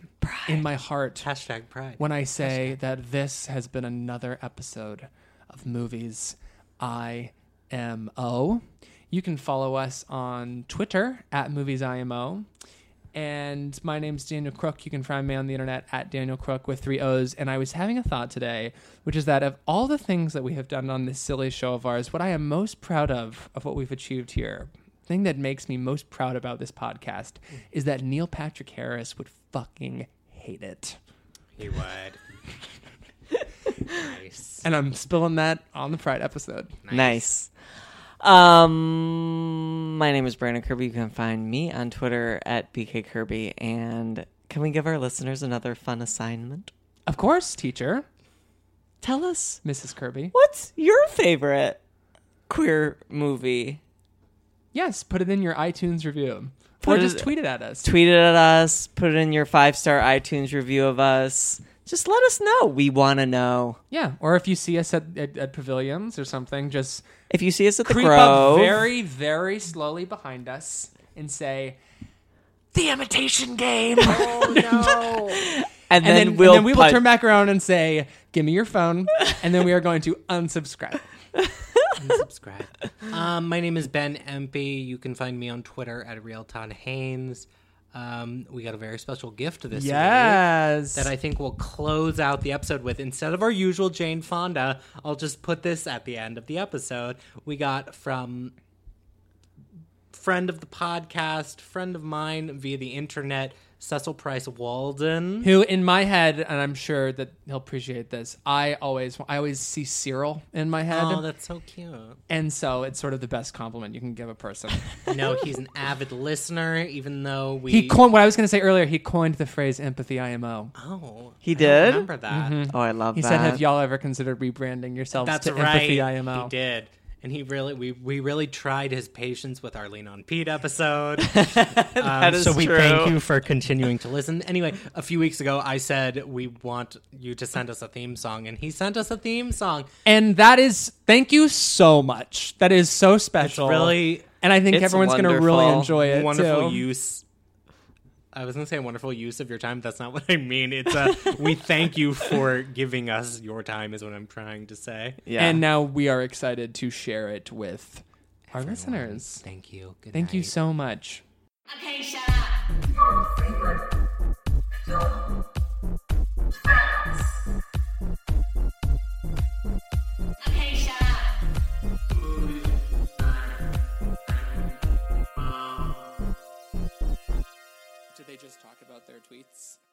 Speaker 1: in my heart
Speaker 2: Hashtag Pride.
Speaker 1: when I say that this has been another episode of Movies IMO. You can follow us on Twitter at Movies IMO. And my name's Daniel Crook. You can find me on the internet at Daniel Crook with three O's. And I was having a thought today, which is that of all the things that we have done on this silly show of ours, what I am most proud of, of what we've achieved here, thing that makes me most proud about this podcast, is that Neil Patrick Harris would fucking hate it.
Speaker 2: He would. nice.
Speaker 1: And I'm spilling that on the Pride episode.
Speaker 3: nice. Um, my name is Brandon Kirby. You can find me on Twitter at BK Kirby. And can we give our listeners another fun assignment?
Speaker 1: Of course, teacher,
Speaker 3: Tell us
Speaker 1: Mrs. Kirby.
Speaker 3: what's your favorite queer movie?
Speaker 1: Yes, put it in your iTunes review.
Speaker 3: Put
Speaker 1: or just
Speaker 3: it-
Speaker 1: tweet it at us.
Speaker 3: Tweet it at us. Put it in your five star iTunes review of us. Just let us know. We want to know.
Speaker 1: yeah, or if you see us at, at, at pavilions or something, just
Speaker 3: If you see us at the
Speaker 1: creep
Speaker 3: Grove,
Speaker 1: up very, very slowly behind us and say, "The imitation game." oh no! And,
Speaker 3: and, then,
Speaker 1: then,
Speaker 3: we'll
Speaker 1: and then we will
Speaker 3: put-
Speaker 1: turn back around and say, "Give me your phone," and then we are going to unsubscribe.
Speaker 2: subscribe. um, my name is Ben Empey. You can find me on Twitter at Realton Haynes. Um, we got a very special gift this week
Speaker 1: Yes.
Speaker 2: that I think will close out the episode with. Instead of our usual Jane Fonda, I'll just put this at the end of the episode. We got from friend of the podcast, friend of mine via the internet, Cecil Price Walden.
Speaker 1: who in my head, and I'm sure that he'll appreciate this. I always, I always see Cyril in my head,
Speaker 2: Oh, that's so cute.
Speaker 1: and so it's sort of the best compliment you can give a person.
Speaker 2: No, he's an avid listener, even though we.
Speaker 1: he coined what I was going to say earlier. He coined the phrase "empathy IMO."
Speaker 2: oh,
Speaker 3: He
Speaker 2: I don't
Speaker 3: did?
Speaker 2: remember that.
Speaker 1: Mm-hmm.
Speaker 3: oh, I love
Speaker 1: He
Speaker 3: that.
Speaker 1: said, "Have y'all ever considered rebranding yourselves
Speaker 2: That's
Speaker 1: to
Speaker 2: right.
Speaker 1: empathy IMO?"
Speaker 2: He did. And he really, we, we really tried his patience with our Lean on Pete episode. Um,
Speaker 3: is
Speaker 2: so we
Speaker 3: true.
Speaker 2: thank you for continuing to listen. Anyway, a few weeks ago, I said we want you to send us a theme song, and he sent us a theme song.
Speaker 1: And that is thank you so much. That is so special.
Speaker 2: Really
Speaker 1: and I think
Speaker 3: It's
Speaker 1: everyone's going to really
Speaker 3: wonderful.
Speaker 1: enjoy it.
Speaker 2: wonderful
Speaker 1: Oh. too.
Speaker 2: use. I was gonna say wonderful use of your time. That's not what I mean. It's a we thank you for giving us your time. Is what I'm trying to say.
Speaker 3: yeah.
Speaker 1: And now we are excited to share it with our listeners.
Speaker 2: Thank you. Good
Speaker 1: Thank you
Speaker 2: night.
Speaker 1: so much.
Speaker 5: Okay, shut up. Okay, shut up.
Speaker 1: Did they just talk about their tweets?